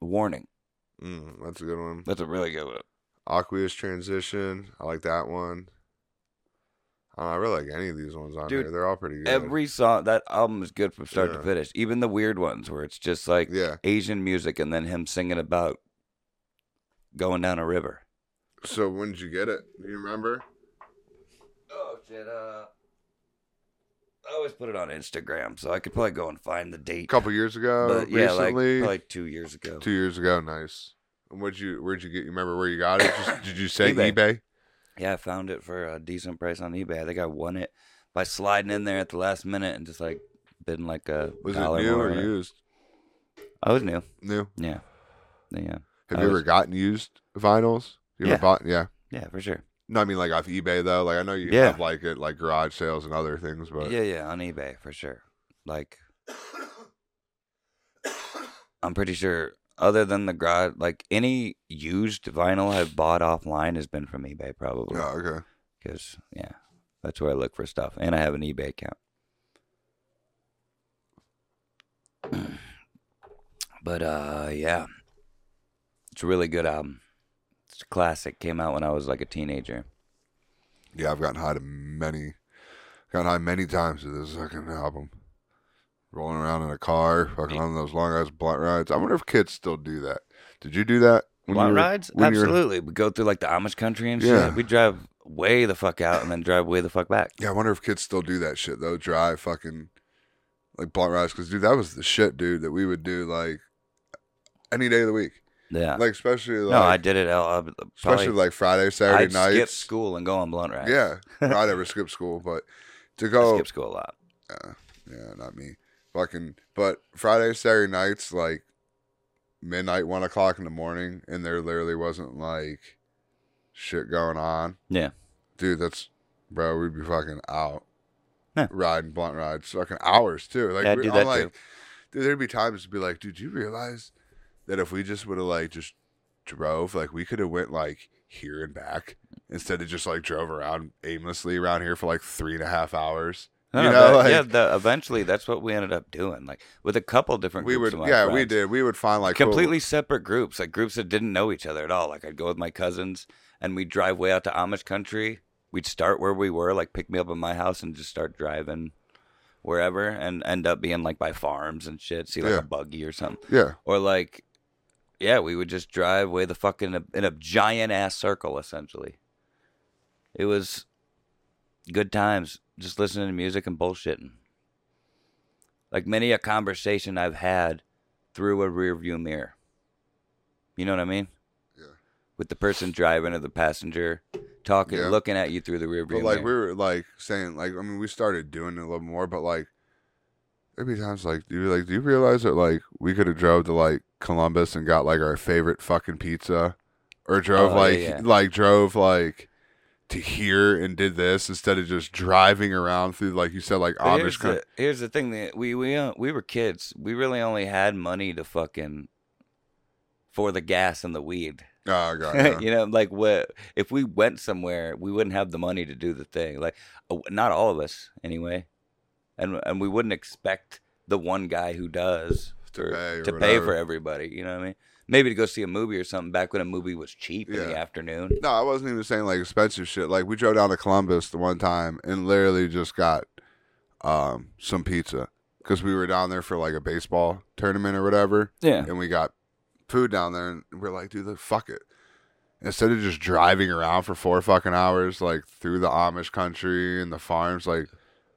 Speaker 2: "Warning."
Speaker 1: Mm, that's a good one.
Speaker 2: That's a really good one.
Speaker 1: Aqueous transition. I like that one. Uh, I really like any of these ones on
Speaker 2: Dude,
Speaker 1: here. They're all pretty good.
Speaker 2: Every song that album is good from start
Speaker 1: Yeah.
Speaker 2: to finish. Even the weird ones where it's just like
Speaker 1: yeah.
Speaker 2: Asian music and then him singing about going down a river.
Speaker 1: So when did you get it? Do you remember?
Speaker 2: Oh shit! Uh, I always put it on Instagram, so I could probably go and find the
Speaker 1: A
Speaker 2: date.
Speaker 1: couple years ago.
Speaker 2: but yeah, like
Speaker 1: recently.
Speaker 2: probably two years ago.
Speaker 1: two years ago. Nice. And what'd you? Where'd you get? You remember where you got it? Just, did you say
Speaker 2: eBay.
Speaker 1: eBay?
Speaker 2: Yeah, I found it for a decent price on eBay. I think I won it by sliding in there at the last minute and just like bidding like a
Speaker 1: Was
Speaker 2: dollar
Speaker 1: it new
Speaker 2: more
Speaker 1: or
Speaker 2: on it.
Speaker 1: used?
Speaker 2: I was new.
Speaker 1: New.
Speaker 2: Yeah, yeah,
Speaker 1: Have
Speaker 2: I
Speaker 1: you
Speaker 2: was-
Speaker 1: ever gotten used vinyls? You ever
Speaker 2: Yeah.
Speaker 1: bought? Yeah.
Speaker 2: yeah, for sure.
Speaker 1: No, I mean like off eBay though. Like I know you
Speaker 2: Yeah.
Speaker 1: have like it like garage sales and other things, but
Speaker 2: Yeah, yeah, on eBay for sure. Like, I'm pretty sure. Other than the garage, like any used vinyl I've bought offline has been from eBay probably.
Speaker 1: Oh, okay.
Speaker 2: Because yeah, that's where I look for stuff, and I have an eBay account. but uh, yeah, it's a really good album. It's a classic. Came out when I was like a teenager.
Speaker 1: Yeah, I've gotten high to many, gotten high many times to this fucking album. rolling around in a car, fucking on those long ass blunt rides. I wonder if kids still do that. Did you do that? when
Speaker 2: Blunt
Speaker 1: you were-
Speaker 2: rides?
Speaker 1: when you were-
Speaker 2: Absolutely. We go through like the Amish country and
Speaker 1: Yeah.
Speaker 2: shit. We drive way the fuck out and then drive way the fuck back.
Speaker 1: Yeah, I wonder if kids still do that shit though. Drive fucking like blunt rides because dude, that was the shit, dude. That we would do like any day of the week,
Speaker 2: Yeah.
Speaker 1: like especially like
Speaker 2: no, I did it. I'll, I'll probably,
Speaker 1: especially like Friday, Saturday
Speaker 2: I'd skip
Speaker 1: nights.
Speaker 2: school and go on blunt rides.
Speaker 1: Yeah, I never skip school, but to
Speaker 2: I
Speaker 1: go
Speaker 2: skip school a lot.
Speaker 1: Yeah, not me. Fucking, but Friday, Saturday nights, like midnight, one o'clock in the morning, and there literally wasn't like shit going on.
Speaker 2: Yeah.
Speaker 1: Dude, that's, bro, we'd be fucking out
Speaker 2: Yeah.
Speaker 1: riding blunt rides, fucking hours too. Like,
Speaker 2: Yeah, I'd
Speaker 1: we-
Speaker 2: do that,
Speaker 1: like,
Speaker 2: too.
Speaker 1: dude, there'd be times to be like, dude, do you realize that if we just would have like just drove, like we could have went like here and back instead of just like drove around aimlessly around here for like three and a half hours.
Speaker 2: No,
Speaker 1: You
Speaker 2: no,
Speaker 1: know,
Speaker 2: but, Oh, yeah,
Speaker 1: like-
Speaker 2: the, eventually that's what we ended up doing. Like with a couple different
Speaker 1: we would
Speaker 2: groups of my
Speaker 1: yeah we
Speaker 2: friends.
Speaker 1: did we would find like
Speaker 2: completely separate groups, like groups that didn't know each other at all. Like I'd go with my cousins and we'd drive way out to Amish country. We'd start where we were, like pick me up at my house and just start driving wherever and end up being like by farms and shit, see like
Speaker 1: Yeah.
Speaker 2: a buggy or something.
Speaker 1: cool- yeah
Speaker 2: Or like yeah, we would just drive way the fuck in a, in a giant ass circle essentially. It was good times just listening to music and bullshitting. Like many a conversation I've had through a rearview mirror. You know what I mean?
Speaker 1: Yeah.
Speaker 2: With the person driving or the passenger talking,
Speaker 1: Yeah.
Speaker 2: looking at you through the
Speaker 1: but
Speaker 2: rearview
Speaker 1: like we
Speaker 2: mirror.
Speaker 1: were like saying like I mean we started doing it a little more but like there'd be times like do you like do you realize that like we could have drove to like Columbus and got like our favorite fucking pizza or drove
Speaker 2: Oh, yeah,
Speaker 1: like
Speaker 2: yeah.
Speaker 1: like drove like to here and did this instead of just driving around through like you said like
Speaker 2: But
Speaker 1: Amish
Speaker 2: here's,
Speaker 1: country.
Speaker 2: the, here's the thing that we we uh, we were kids. We really only had money to fucking for the gas and the weed.
Speaker 1: Oh god. Yeah.
Speaker 2: you know, like what if we went somewhere, we wouldn't have the money to do the thing. Like uh, not all of us anyway. And and we wouldn't expect the one guy who does
Speaker 1: To pay or
Speaker 2: to pay for
Speaker 1: whatever.
Speaker 2: everybody, you know what I mean? Maybe to go see a movie or something back when a movie was cheap in the
Speaker 1: Yeah.
Speaker 2: afternoon.
Speaker 1: No, I wasn't even saying like expensive shit. Like we drove down to Columbus the one time and literally just got um some pizza because we were down there for like a baseball tournament or whatever,
Speaker 2: Yeah.
Speaker 1: and we got food down there, and we're like, dude, look, fuck it. Instead of just driving around for four fucking hours, like through the Amish country and the farms, like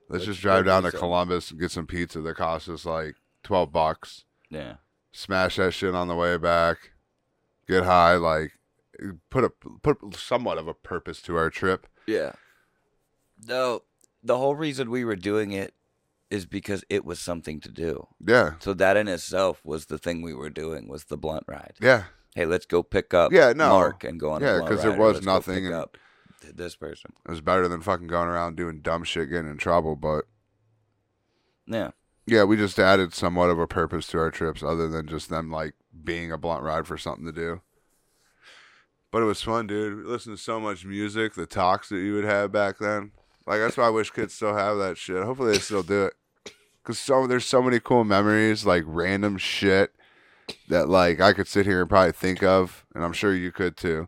Speaker 1: let's, just drive
Speaker 2: go do
Speaker 1: down to
Speaker 2: something.
Speaker 1: Columbus and get some pizza that costs us like twelve bucks
Speaker 2: Yeah.
Speaker 1: smash that shit on the way back, get high, like put a put somewhat of a purpose to our trip.
Speaker 2: Yeah. No, the whole reason we were doing it is because it was something to do.
Speaker 1: Yeah,
Speaker 2: So that in itself was the thing we were doing was the blunt ride.
Speaker 1: yeah,
Speaker 2: Hey, let's go pick up
Speaker 1: Yeah, no.
Speaker 2: Mark and go on
Speaker 1: Yeah,
Speaker 2: a blunt
Speaker 1: 'cause there
Speaker 2: ride, or
Speaker 1: was
Speaker 2: let's go
Speaker 1: nothing
Speaker 2: pick
Speaker 1: and-
Speaker 2: up th- this person.
Speaker 1: it was better than fucking going around doing dumb shit, getting in trouble. But
Speaker 2: Yeah.
Speaker 1: yeah, we just added somewhat of a purpose to our trips, other than just them like being a blunt ride for something to do. But it was fun, dude. We listened to so much music, the talks that you would have back then. Like that's why I wish kids still have that shit. Hopefully they still do it. Cause so there's so many cool memories, like random shit that like I could sit here and probably think of, and I'm sure you could too.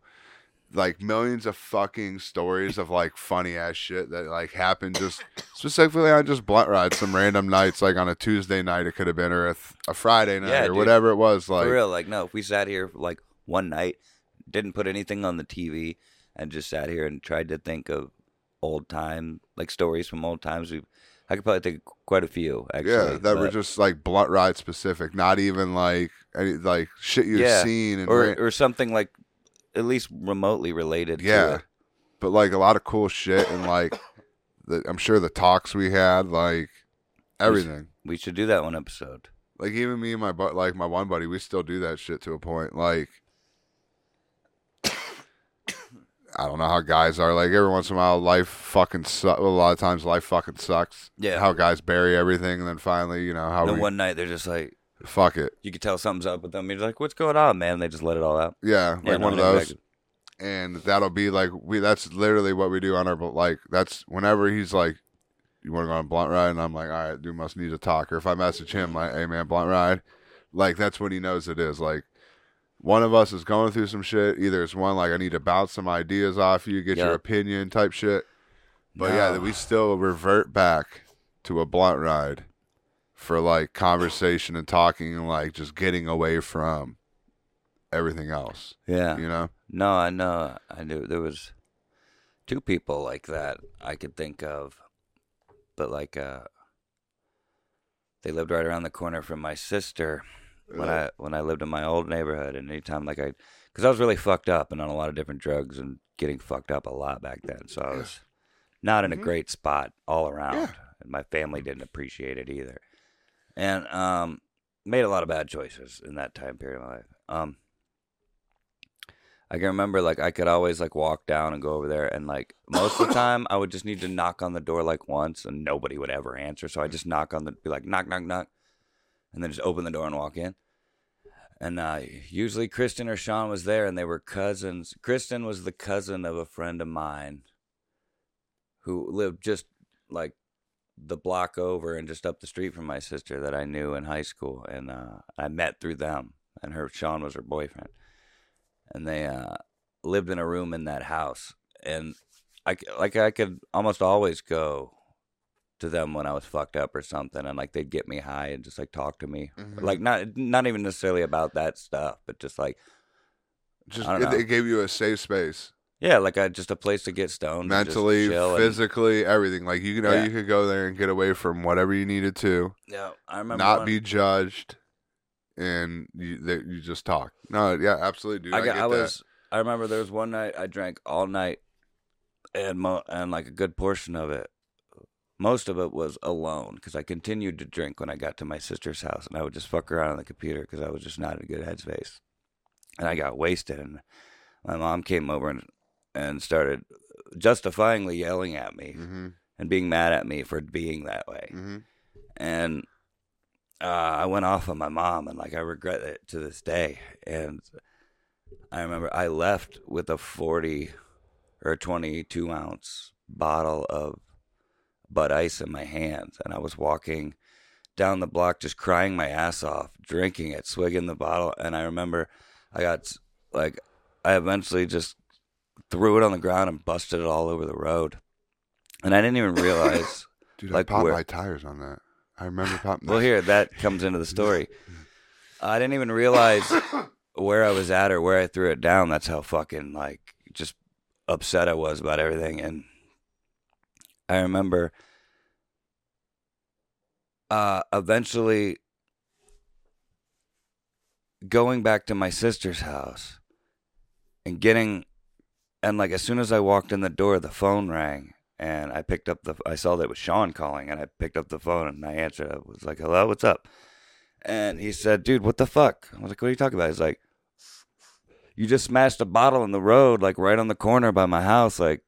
Speaker 1: Like millions of fucking stories of like funny ass shit that like happened just specifically on just blunt rides, some random nights, like on a Tuesday night it could have been, or a, th- a Friday night,
Speaker 2: Yeah,
Speaker 1: or
Speaker 2: dude.
Speaker 1: whatever it was. Like
Speaker 2: For real, like no, if we sat here for, like one night, didn't put anything on the TV and just sat here and tried to think of old time like stories from old times we I could probably think of quite a few actually.
Speaker 1: yeah, that were
Speaker 2: but-
Speaker 1: just like blunt ride specific, not even like any like shit you've
Speaker 2: Yeah,
Speaker 1: seen and
Speaker 2: or
Speaker 1: ran-
Speaker 2: or something like at least remotely related. to
Speaker 1: yeah
Speaker 2: it.
Speaker 1: but like a lot of cool shit and like the, i'm sure the talks we had like everything
Speaker 2: we should do that one episode.
Speaker 1: like even me and my but like my one buddy we still do that shit to a point like i don't know how guys are like every once in a while life fucking sucks a lot of times life fucking sucks
Speaker 2: Yeah.
Speaker 1: how guys bury everything and then finally you know how
Speaker 2: And
Speaker 1: we
Speaker 2: one night they're just like
Speaker 1: fuck it
Speaker 2: you could tell something's up with them. You're like, what's going on, man? And they just let it all out.
Speaker 1: yeah like
Speaker 2: Yeah, no,
Speaker 1: one of
Speaker 2: I know
Speaker 1: those
Speaker 2: exactly.
Speaker 1: and that'll be like we that's literally what we do on our bl- like that's whenever he's like you want to go on a blunt ride and i'm like all right dude must need a talk or if i message him like hey man blunt ride like that's when he knows it is like one of us is going through some shit either it's one like i need to bounce some ideas off you get your
Speaker 2: Yeah.
Speaker 1: opinion type shit but yeah that we still revert back to a blunt ride for like conversation and talking and like just getting away from everything else.
Speaker 2: Yeah.
Speaker 1: You know?
Speaker 2: No, I know. I knew there was two people like that I could think of, but like uh, they lived right around the corner from my sister when I when I lived in my old neighborhood. And anytime like I, because I was really fucked up and on a lot of different drugs and getting fucked up a lot back then, so I was not in a great spot all around, and my family didn't appreciate it either, and um, made a lot of bad choices in that time period of my life. Um. I can remember like I could always like walk down and go over there and like most of the time I would just need to knock on the door like once and nobody would ever answer. So I just knock on the be like knock knock knock and then just open the door and walk in. And uh, usually Kristen or Sean was there and they were cousins. Kristen was the cousin of a friend of mine who lived just like the block over and just up the street from my sister that I knew in high school and uh, I met through them and her Sean was her boyfriend and they uh, lived in a room in that house. And I c- like I could almost always go to them when I was fucked up or something, and like they'd get me high and just like talk to me, like not not even necessarily about that stuff, but just like
Speaker 1: Just
Speaker 2: I don't
Speaker 1: it,
Speaker 2: know.
Speaker 1: it gave you a safe space.
Speaker 2: yeah, like I just a place to get stoned, and just
Speaker 1: Mentally,
Speaker 2: chill and-
Speaker 1: physically, everything. Like you know
Speaker 2: Yeah.
Speaker 1: you could go there and get away from whatever you needed to.
Speaker 2: yeah, I remember
Speaker 1: Not
Speaker 2: one-
Speaker 1: be judged and you that you just talk. No, yeah, absolutely, dude. I,
Speaker 2: I, got,
Speaker 1: get
Speaker 2: I
Speaker 1: that.
Speaker 2: was. I remember there was one night I drank all night, and mo- and like a good portion of it, most of it was alone because I continued to drink when I got to my sister's house, and I would just fuck around on the computer because I was just not in a good headspace, and I got wasted, and my mom came over and and started justifyingly yelling at me
Speaker 1: Mhm.
Speaker 2: and being mad at me for being that way,
Speaker 1: Mhm.
Speaker 2: and uh, I went off on my mom, and like I regret it to this day. And I remember I left with a forty or twenty-two ounce bottle of Bud Ice in my hands, and I was walking down the block just crying my ass off, drinking it, swigging the bottle. And I remember I got s- like I eventually just threw it on the ground and busted it all over the road, and I didn't even realize.
Speaker 1: Dude,
Speaker 2: like
Speaker 1: I popped
Speaker 2: where-
Speaker 1: my tires on that. I remember popping
Speaker 2: Well, here that comes into the story. I didn't even realize where I was at or where I threw it down. That's how fucking like just upset I was about everything. And I remember uh, eventually going back to my sister's house and getting and like as soon as I walked in the door, the phone rang, and I picked up the. I saw that it was Sean calling, and I picked up the phone and I answered. I was like, "Hello, what's up?" And he said, "Dude, what the fuck?" I was like, "What are you talking about?" He's like, "You just smashed a bottle in the road, like right on the corner by my house. Like,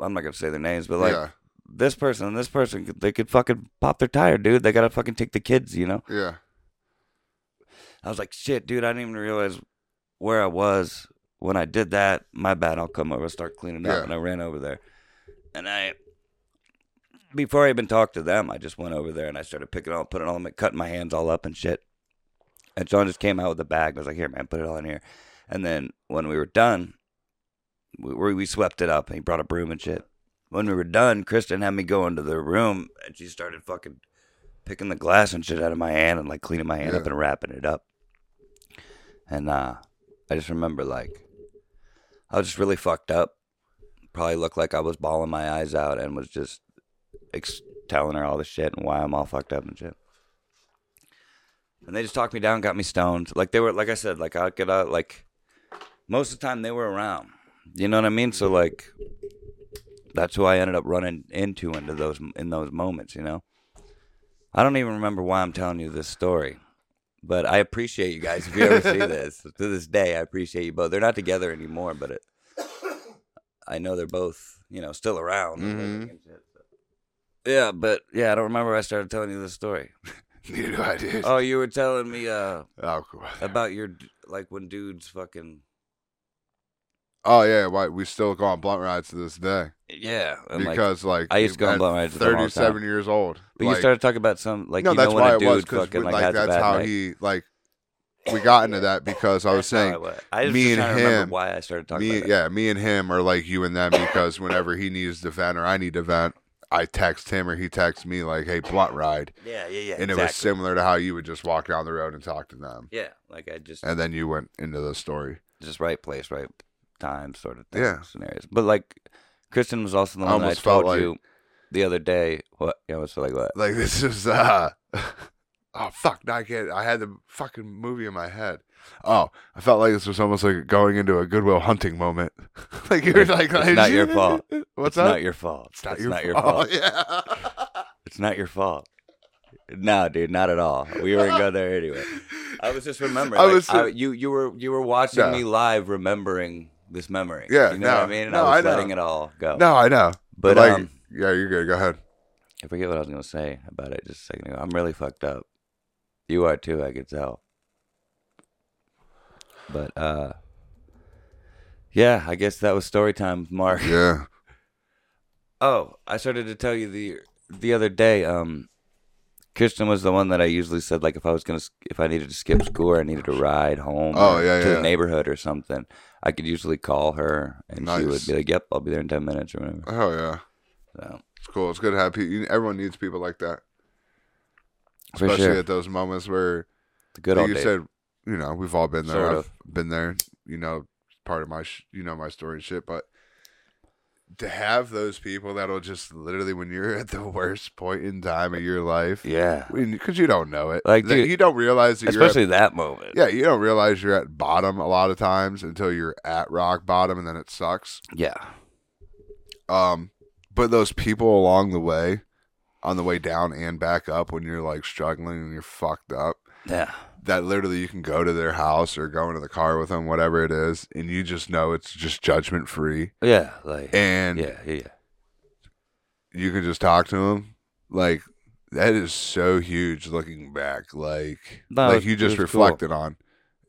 Speaker 2: I'm not gonna say their names, but like
Speaker 1: Yeah.
Speaker 2: this person and this person, could- they could fucking pop their tire, dude. They gotta fucking take the kids, you know."
Speaker 1: Yeah.
Speaker 2: I was like, shit, dude, I didn't even realize where I was when I did that. My bad, I'll come over and start cleaning up.
Speaker 1: Yeah.
Speaker 2: And I ran over there. And I, before I even talked to them, I just went over there and I started picking it all, putting all in, cutting my hands all up and shit. And John just came out with a bag. I was like, here, man, put it all in here. And then when we were done, we, we, we swept it up and he brought a broom and shit. When we were done, Kristen had me go into the room and she started fucking picking the glass and shit out of my hand and like cleaning my hand up
Speaker 1: Yeah.
Speaker 2: and wrapping it up. And uh, I just remember like I was just really fucked up. Probably looked like I was bawling my eyes out and was just ex- telling her all the shit and why I'm all fucked up and shit. And they just talked me down, got me stoned. Like they were, like I said, like I could, uh, like most of the time they were around. You know what I mean? So like, that's who I ended up running into into those in those moments. You know, I don't even remember why I'm telling you this story, but I appreciate you guys. If you ever see this to this day, I appreciate you both. They're not together anymore, but it, I know they're both you know still around. and
Speaker 1: Mhm.
Speaker 2: living and shit, so. Yeah, but yeah, I don't remember. I started telling you this story.
Speaker 1: Neither do I did.
Speaker 2: Oh, you were telling me uh
Speaker 1: oh, cool.
Speaker 2: about your d- like when dudes fucking
Speaker 1: Oh yeah, why we still go on blunt rides to this day
Speaker 2: yeah and like
Speaker 1: because like,
Speaker 2: I used to go on
Speaker 1: at
Speaker 2: blunt rides with them all the time.
Speaker 1: Thirty-seven years old.
Speaker 2: But
Speaker 1: like,
Speaker 2: you started talking about some like
Speaker 1: no,
Speaker 2: you
Speaker 1: that's
Speaker 2: know
Speaker 1: why
Speaker 2: when a
Speaker 1: it
Speaker 2: dude
Speaker 1: was because
Speaker 2: fucking like,
Speaker 1: like
Speaker 2: has a
Speaker 1: that's
Speaker 2: bad
Speaker 1: how
Speaker 2: night.
Speaker 1: he like. We got into that because I was
Speaker 2: That's how
Speaker 1: saying
Speaker 2: I, was. I just
Speaker 1: me
Speaker 2: was
Speaker 1: and
Speaker 2: trying to remember
Speaker 1: him-
Speaker 2: why I started talking
Speaker 1: me,
Speaker 2: about it.
Speaker 1: yeah, me and him are like you and them because whenever he needs to vent or I need to vent, I text him or he texts me like, "Hey, blunt ride,"
Speaker 2: Yeah, yeah, yeah.
Speaker 1: and it was similar to how you would just walk down the road and talk to them,
Speaker 2: Yeah, like I just
Speaker 1: and then you went into the story.
Speaker 2: just right place, right time, sort of thing,
Speaker 1: Yeah.
Speaker 2: scenarios. But like, Kristen was also the
Speaker 1: I
Speaker 2: one that I
Speaker 1: almost felt
Speaker 2: told
Speaker 1: like-
Speaker 2: you the other day. What? I almost felt like what?
Speaker 1: Like this is uh oh fuck, now I can't. I had the fucking movie in my head. Oh, I felt like this was almost like going into a Goodwill Hunting moment. like you're
Speaker 2: It's-
Speaker 1: like,
Speaker 2: it's
Speaker 1: like,
Speaker 2: not your fault.
Speaker 1: What's
Speaker 2: it's
Speaker 1: up?
Speaker 2: not your fault. It's not, your, fault.
Speaker 1: Yeah.
Speaker 2: It's not your fault. No, dude, not at all. We weren't going there anyway. I was just remembering.
Speaker 1: I
Speaker 2: I was
Speaker 1: was-
Speaker 2: I, you you were you were watching
Speaker 1: No.
Speaker 2: me live, remembering this memory.
Speaker 1: Yeah,
Speaker 2: you know
Speaker 1: no,
Speaker 2: what I mean. And
Speaker 1: no,
Speaker 2: I was
Speaker 1: I know.
Speaker 2: letting it all go.
Speaker 1: No, I know.
Speaker 2: But,
Speaker 1: like,
Speaker 2: um,
Speaker 1: yeah, you're good. Go ahead.
Speaker 2: I forget what I was gonna say about it just a second ago. I'm really fucked up. You are too, I could tell. But uh Yeah, I guess that was story time, Mark.
Speaker 1: Yeah.
Speaker 2: Oh, I started to tell you the the other day, um Kristen was the one that I usually said like if I was gonna s- if I needed to skip school or I needed to ride home
Speaker 1: Oh,
Speaker 2: or
Speaker 1: yeah,
Speaker 2: to
Speaker 1: yeah.
Speaker 2: the neighborhood or something, I could usually call her and she would
Speaker 1: Nice.
Speaker 2: be like, Yep, I'll be there in ten minutes or whatever.
Speaker 1: Oh yeah.
Speaker 2: So
Speaker 1: It's cool. It's good to have people. Everyone needs people like that,
Speaker 2: for
Speaker 1: especially
Speaker 2: sure.
Speaker 1: at those moments where
Speaker 2: The good
Speaker 1: like
Speaker 2: old
Speaker 1: you
Speaker 2: days.
Speaker 1: said, you know, we've all been there.
Speaker 2: Sort
Speaker 1: I've
Speaker 2: of.
Speaker 1: been there. You know, part of my, sh- you know, my story and shit. But to have those people that'll just literally, when you're at the worst point in time of your life,
Speaker 2: yeah.
Speaker 1: because you don't know it,
Speaker 2: Like,
Speaker 1: that-
Speaker 2: dude,
Speaker 1: you don't realize that
Speaker 2: Especially that moment.
Speaker 1: you're at, yeah, you don't realize you're at bottom a lot of times until you're at rock bottom, and then it sucks.
Speaker 2: Yeah.
Speaker 1: Um, but those people along the way, on the way down and back up, when you're like struggling and you're fucked up,
Speaker 2: Yeah.
Speaker 1: that literally you can go to their house or go into the car with them, whatever it is, and you just know it's just judgment free,
Speaker 2: Yeah. Like
Speaker 1: and
Speaker 2: Yeah, yeah, yeah.
Speaker 1: you can just talk to them. Like that is so huge looking back. Like
Speaker 2: No,
Speaker 1: like
Speaker 2: it-
Speaker 1: you
Speaker 2: it
Speaker 1: just
Speaker 2: was cool.
Speaker 1: reflected on.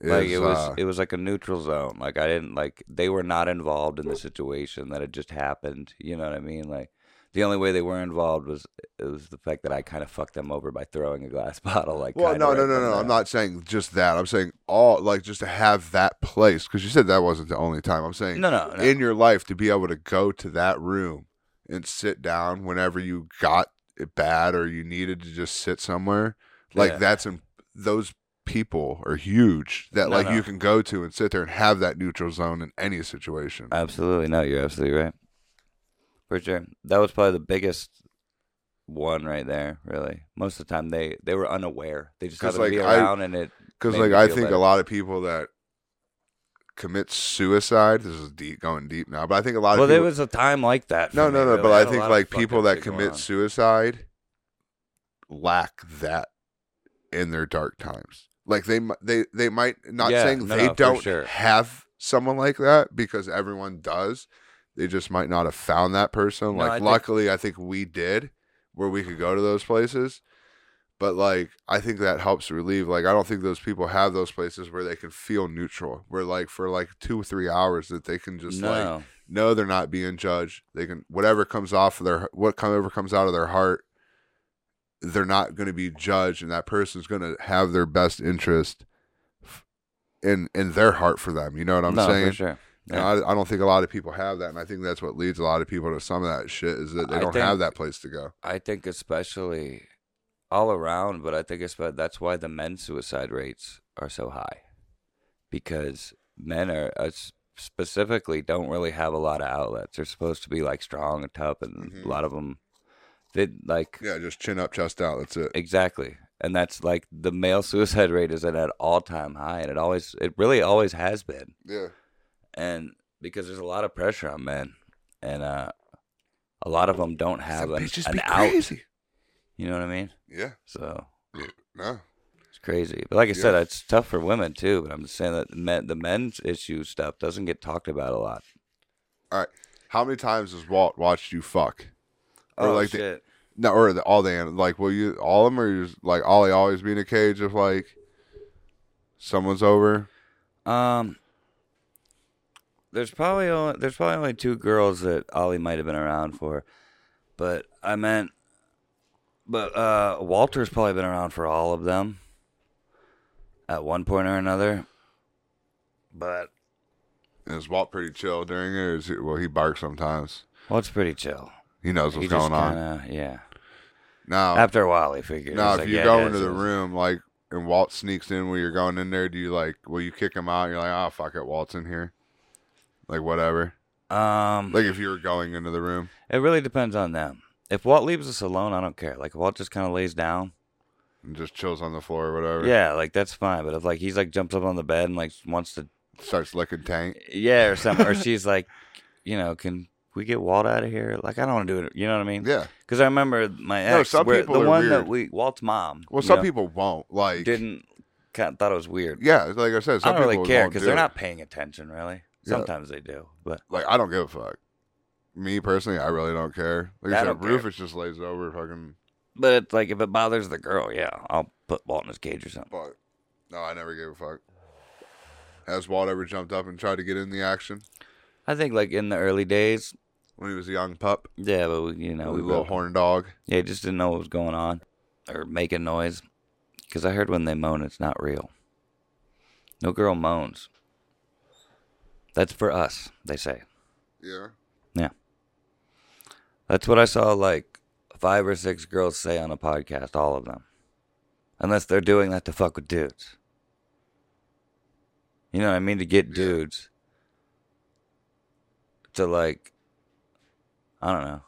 Speaker 2: Like
Speaker 1: is,
Speaker 2: it was
Speaker 1: uh,
Speaker 2: it was like a neutral zone. Like I didn't like they were not involved in the situation that had just happened. You know what I mean? Like the only way they were involved was it was the fact that I kind of fucked them over by throwing a glass bottle. Like
Speaker 1: well,
Speaker 2: kinda
Speaker 1: no, no,
Speaker 2: right
Speaker 1: no,
Speaker 2: from
Speaker 1: no. I'm
Speaker 2: there.
Speaker 1: not saying just that. I'm saying all like just to have that place because you said that wasn't the only time. I'm saying
Speaker 2: No, no, no.
Speaker 1: in your life to be able to go to that room and sit down whenever you got it bad or you needed to just sit somewhere like
Speaker 2: Yeah.
Speaker 1: that's in those people are huge that
Speaker 2: No,
Speaker 1: like
Speaker 2: no.
Speaker 1: you can go to and sit there and have that neutral zone in any situation
Speaker 2: Absolutely. No, you're absolutely right. For sure. That was probably the biggest one right there, really. Most of the time they they were unaware. They just
Speaker 1: 'Cause,
Speaker 2: happened to be
Speaker 1: like, I-
Speaker 2: around and it
Speaker 1: because
Speaker 2: made
Speaker 1: like
Speaker 2: me
Speaker 1: i
Speaker 2: feel
Speaker 1: think
Speaker 2: better.
Speaker 1: a lot of people that commit suicide this is deep going deep now but i think a lot
Speaker 2: Well,
Speaker 1: of people
Speaker 2: there was a time like that. for
Speaker 1: no
Speaker 2: me,
Speaker 1: no no
Speaker 2: really.
Speaker 1: but
Speaker 2: had
Speaker 1: i
Speaker 2: a
Speaker 1: think
Speaker 2: lot of
Speaker 1: like
Speaker 2: fucking
Speaker 1: people that
Speaker 2: shit going
Speaker 1: commit
Speaker 2: on.
Speaker 1: suicide lack that in their dark times like they mi- they they might not
Speaker 2: Yeah,
Speaker 1: saying
Speaker 2: no,
Speaker 1: they
Speaker 2: no, for
Speaker 1: don't
Speaker 2: sure.
Speaker 1: have someone like that because everyone does they just might not have found that person
Speaker 2: No,
Speaker 1: like
Speaker 2: I think-
Speaker 1: luckily i think we did where we could go to those places but like i think that helps relieve like i don't think those people have those places where they can feel neutral where like for like two or three hours that they can just like
Speaker 2: no.
Speaker 1: no, they're not being judged. They can whatever comes off of their whatever comes out of their heart, they're not going to be judged, and that person's going to have their best interest f- in in their heart for them. You know what I'm
Speaker 2: no,
Speaker 1: saying?
Speaker 2: for sure.
Speaker 1: And I, I don't think a lot of people have that, and I think that's what leads a lot of people to some of that shit is that they
Speaker 2: I
Speaker 1: don't
Speaker 2: think-
Speaker 1: have that place to go.
Speaker 2: I think especially all around, but I think especially that's why the men's suicide rates are so high because men are uh, s- specifically don't really have a lot of outlets. They're supposed to be like strong and tough, and
Speaker 1: Mm-hmm.
Speaker 2: a lot of them they like
Speaker 1: Yeah, just chin up, chest out. That's it.
Speaker 2: exactly. And that's like the male suicide rate is at an all time high, and it always, it really always has been.
Speaker 1: Yeah,
Speaker 2: and because there's a lot of pressure on men, and uh, a lot of them don't have an,
Speaker 1: bitches
Speaker 2: an
Speaker 1: be
Speaker 2: out.
Speaker 1: crazy.
Speaker 2: You know what I mean?
Speaker 1: Yeah,
Speaker 2: So
Speaker 1: no,
Speaker 2: it's crazy. But like I said,
Speaker 1: Yeah.
Speaker 2: it's tough for women too. But I'm just saying that men, the men's issue stuff doesn't get talked about a lot.
Speaker 1: all right. How many times has Walt watched you fuck? Or
Speaker 2: Oh
Speaker 1: like the-
Speaker 2: shit!
Speaker 1: No, or the, all the anim- like, will you all of them, or you just, like Ollie always be in a cage if like someone's over?
Speaker 2: um, there's probably only, there's probably only two girls that Ollie might have been around for, but I meant, but uh, Walter's probably been around for all of them at one point or another. But
Speaker 1: And is Walt pretty chill during it? Or is he, well, he barks sometimes.
Speaker 2: Well, it's pretty chill.
Speaker 1: He knows
Speaker 2: He
Speaker 1: what's
Speaker 2: just
Speaker 1: going on.
Speaker 2: kinda- Yeah.
Speaker 1: Now,
Speaker 2: After a while, he figures.
Speaker 1: now,
Speaker 2: he's
Speaker 1: if
Speaker 2: like,
Speaker 1: you
Speaker 2: yeah,
Speaker 1: go
Speaker 2: yeah,
Speaker 1: into
Speaker 2: this
Speaker 1: the
Speaker 2: is-
Speaker 1: room like and Walt sneaks in when you're going in there, do you like? Will you kick him out? You're like, oh fuck it, Walt's in here. Like whatever.
Speaker 2: Um,
Speaker 1: Like if you were going into the room,
Speaker 2: it really depends on them. If Walt leaves us alone, I don't care. Like if Walt just kind of lays down.
Speaker 1: and just chills on the floor or whatever.
Speaker 2: Yeah, like that's fine. But if like he's like jumps up on the bed and like wants to,
Speaker 1: Starts licking tank.
Speaker 2: yeah, or something, or she's like, you know, can we get Walt out of here? Like I don't want to do it. You know what I mean?
Speaker 1: Yeah.
Speaker 2: Because I remember my
Speaker 1: No,
Speaker 2: ex,
Speaker 1: some
Speaker 2: where-
Speaker 1: people
Speaker 2: the
Speaker 1: are
Speaker 2: one that
Speaker 1: weird.
Speaker 2: we Walt's mom.
Speaker 1: Well,
Speaker 2: you
Speaker 1: some
Speaker 2: know,
Speaker 1: people won't like.
Speaker 2: didn't kind of thought it was weird.
Speaker 1: Yeah, like I said,
Speaker 2: I
Speaker 1: some
Speaker 2: don't really
Speaker 1: people
Speaker 2: care
Speaker 1: won't
Speaker 2: because
Speaker 1: do
Speaker 2: they're
Speaker 1: it.
Speaker 2: not paying attention really.
Speaker 1: Yeah.
Speaker 2: Sometimes they do, but
Speaker 1: Like I don't give a fuck. Me personally, I really don't care. Like
Speaker 2: I
Speaker 1: I said,
Speaker 2: don't care.
Speaker 1: Rufus just lays over fucking.
Speaker 2: but it's like if it bothers the girl, yeah, I'll put Walt in his cage or something.
Speaker 1: But no, I never gave a fuck. Has Walt ever jumped up and tried to get in the action
Speaker 2: I think like in the early days,
Speaker 1: when he was a young pup?
Speaker 2: yeah, but we, you know,
Speaker 1: with
Speaker 2: we
Speaker 1: a little
Speaker 2: were,
Speaker 1: horn dog.
Speaker 2: yeah, just didn't know what was going on or making noise because I heard when they moan, it's not real. No girl moans. That's for us, they say.
Speaker 1: Yeah.
Speaker 2: Yeah. That's what I saw like five or six girls say on a podcast, all of them. Unless they're doing that to fuck with dudes. You know what I mean? To get dudes to like, I don't know.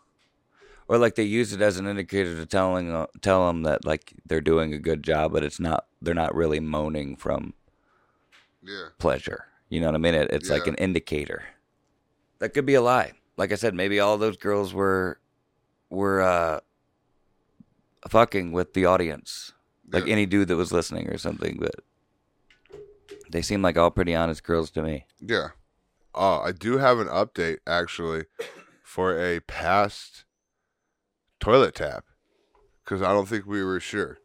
Speaker 2: Or like they use it as an indicator to telling uh, tell them that like they're doing a good job, but it's not they're not really moaning from
Speaker 1: Yeah.
Speaker 2: pleasure. You know what I mean? It, it's like
Speaker 1: Yeah.
Speaker 2: an indicator. That could be a lie. Like I said, maybe all those girls were were uh fucking with the audience. Like
Speaker 1: Yeah.
Speaker 2: any dude that was listening or something, but they seem like all pretty honest girls to me.
Speaker 1: Yeah. Uh, I do have an update actually for a past toilet tap because I don't think we were sure.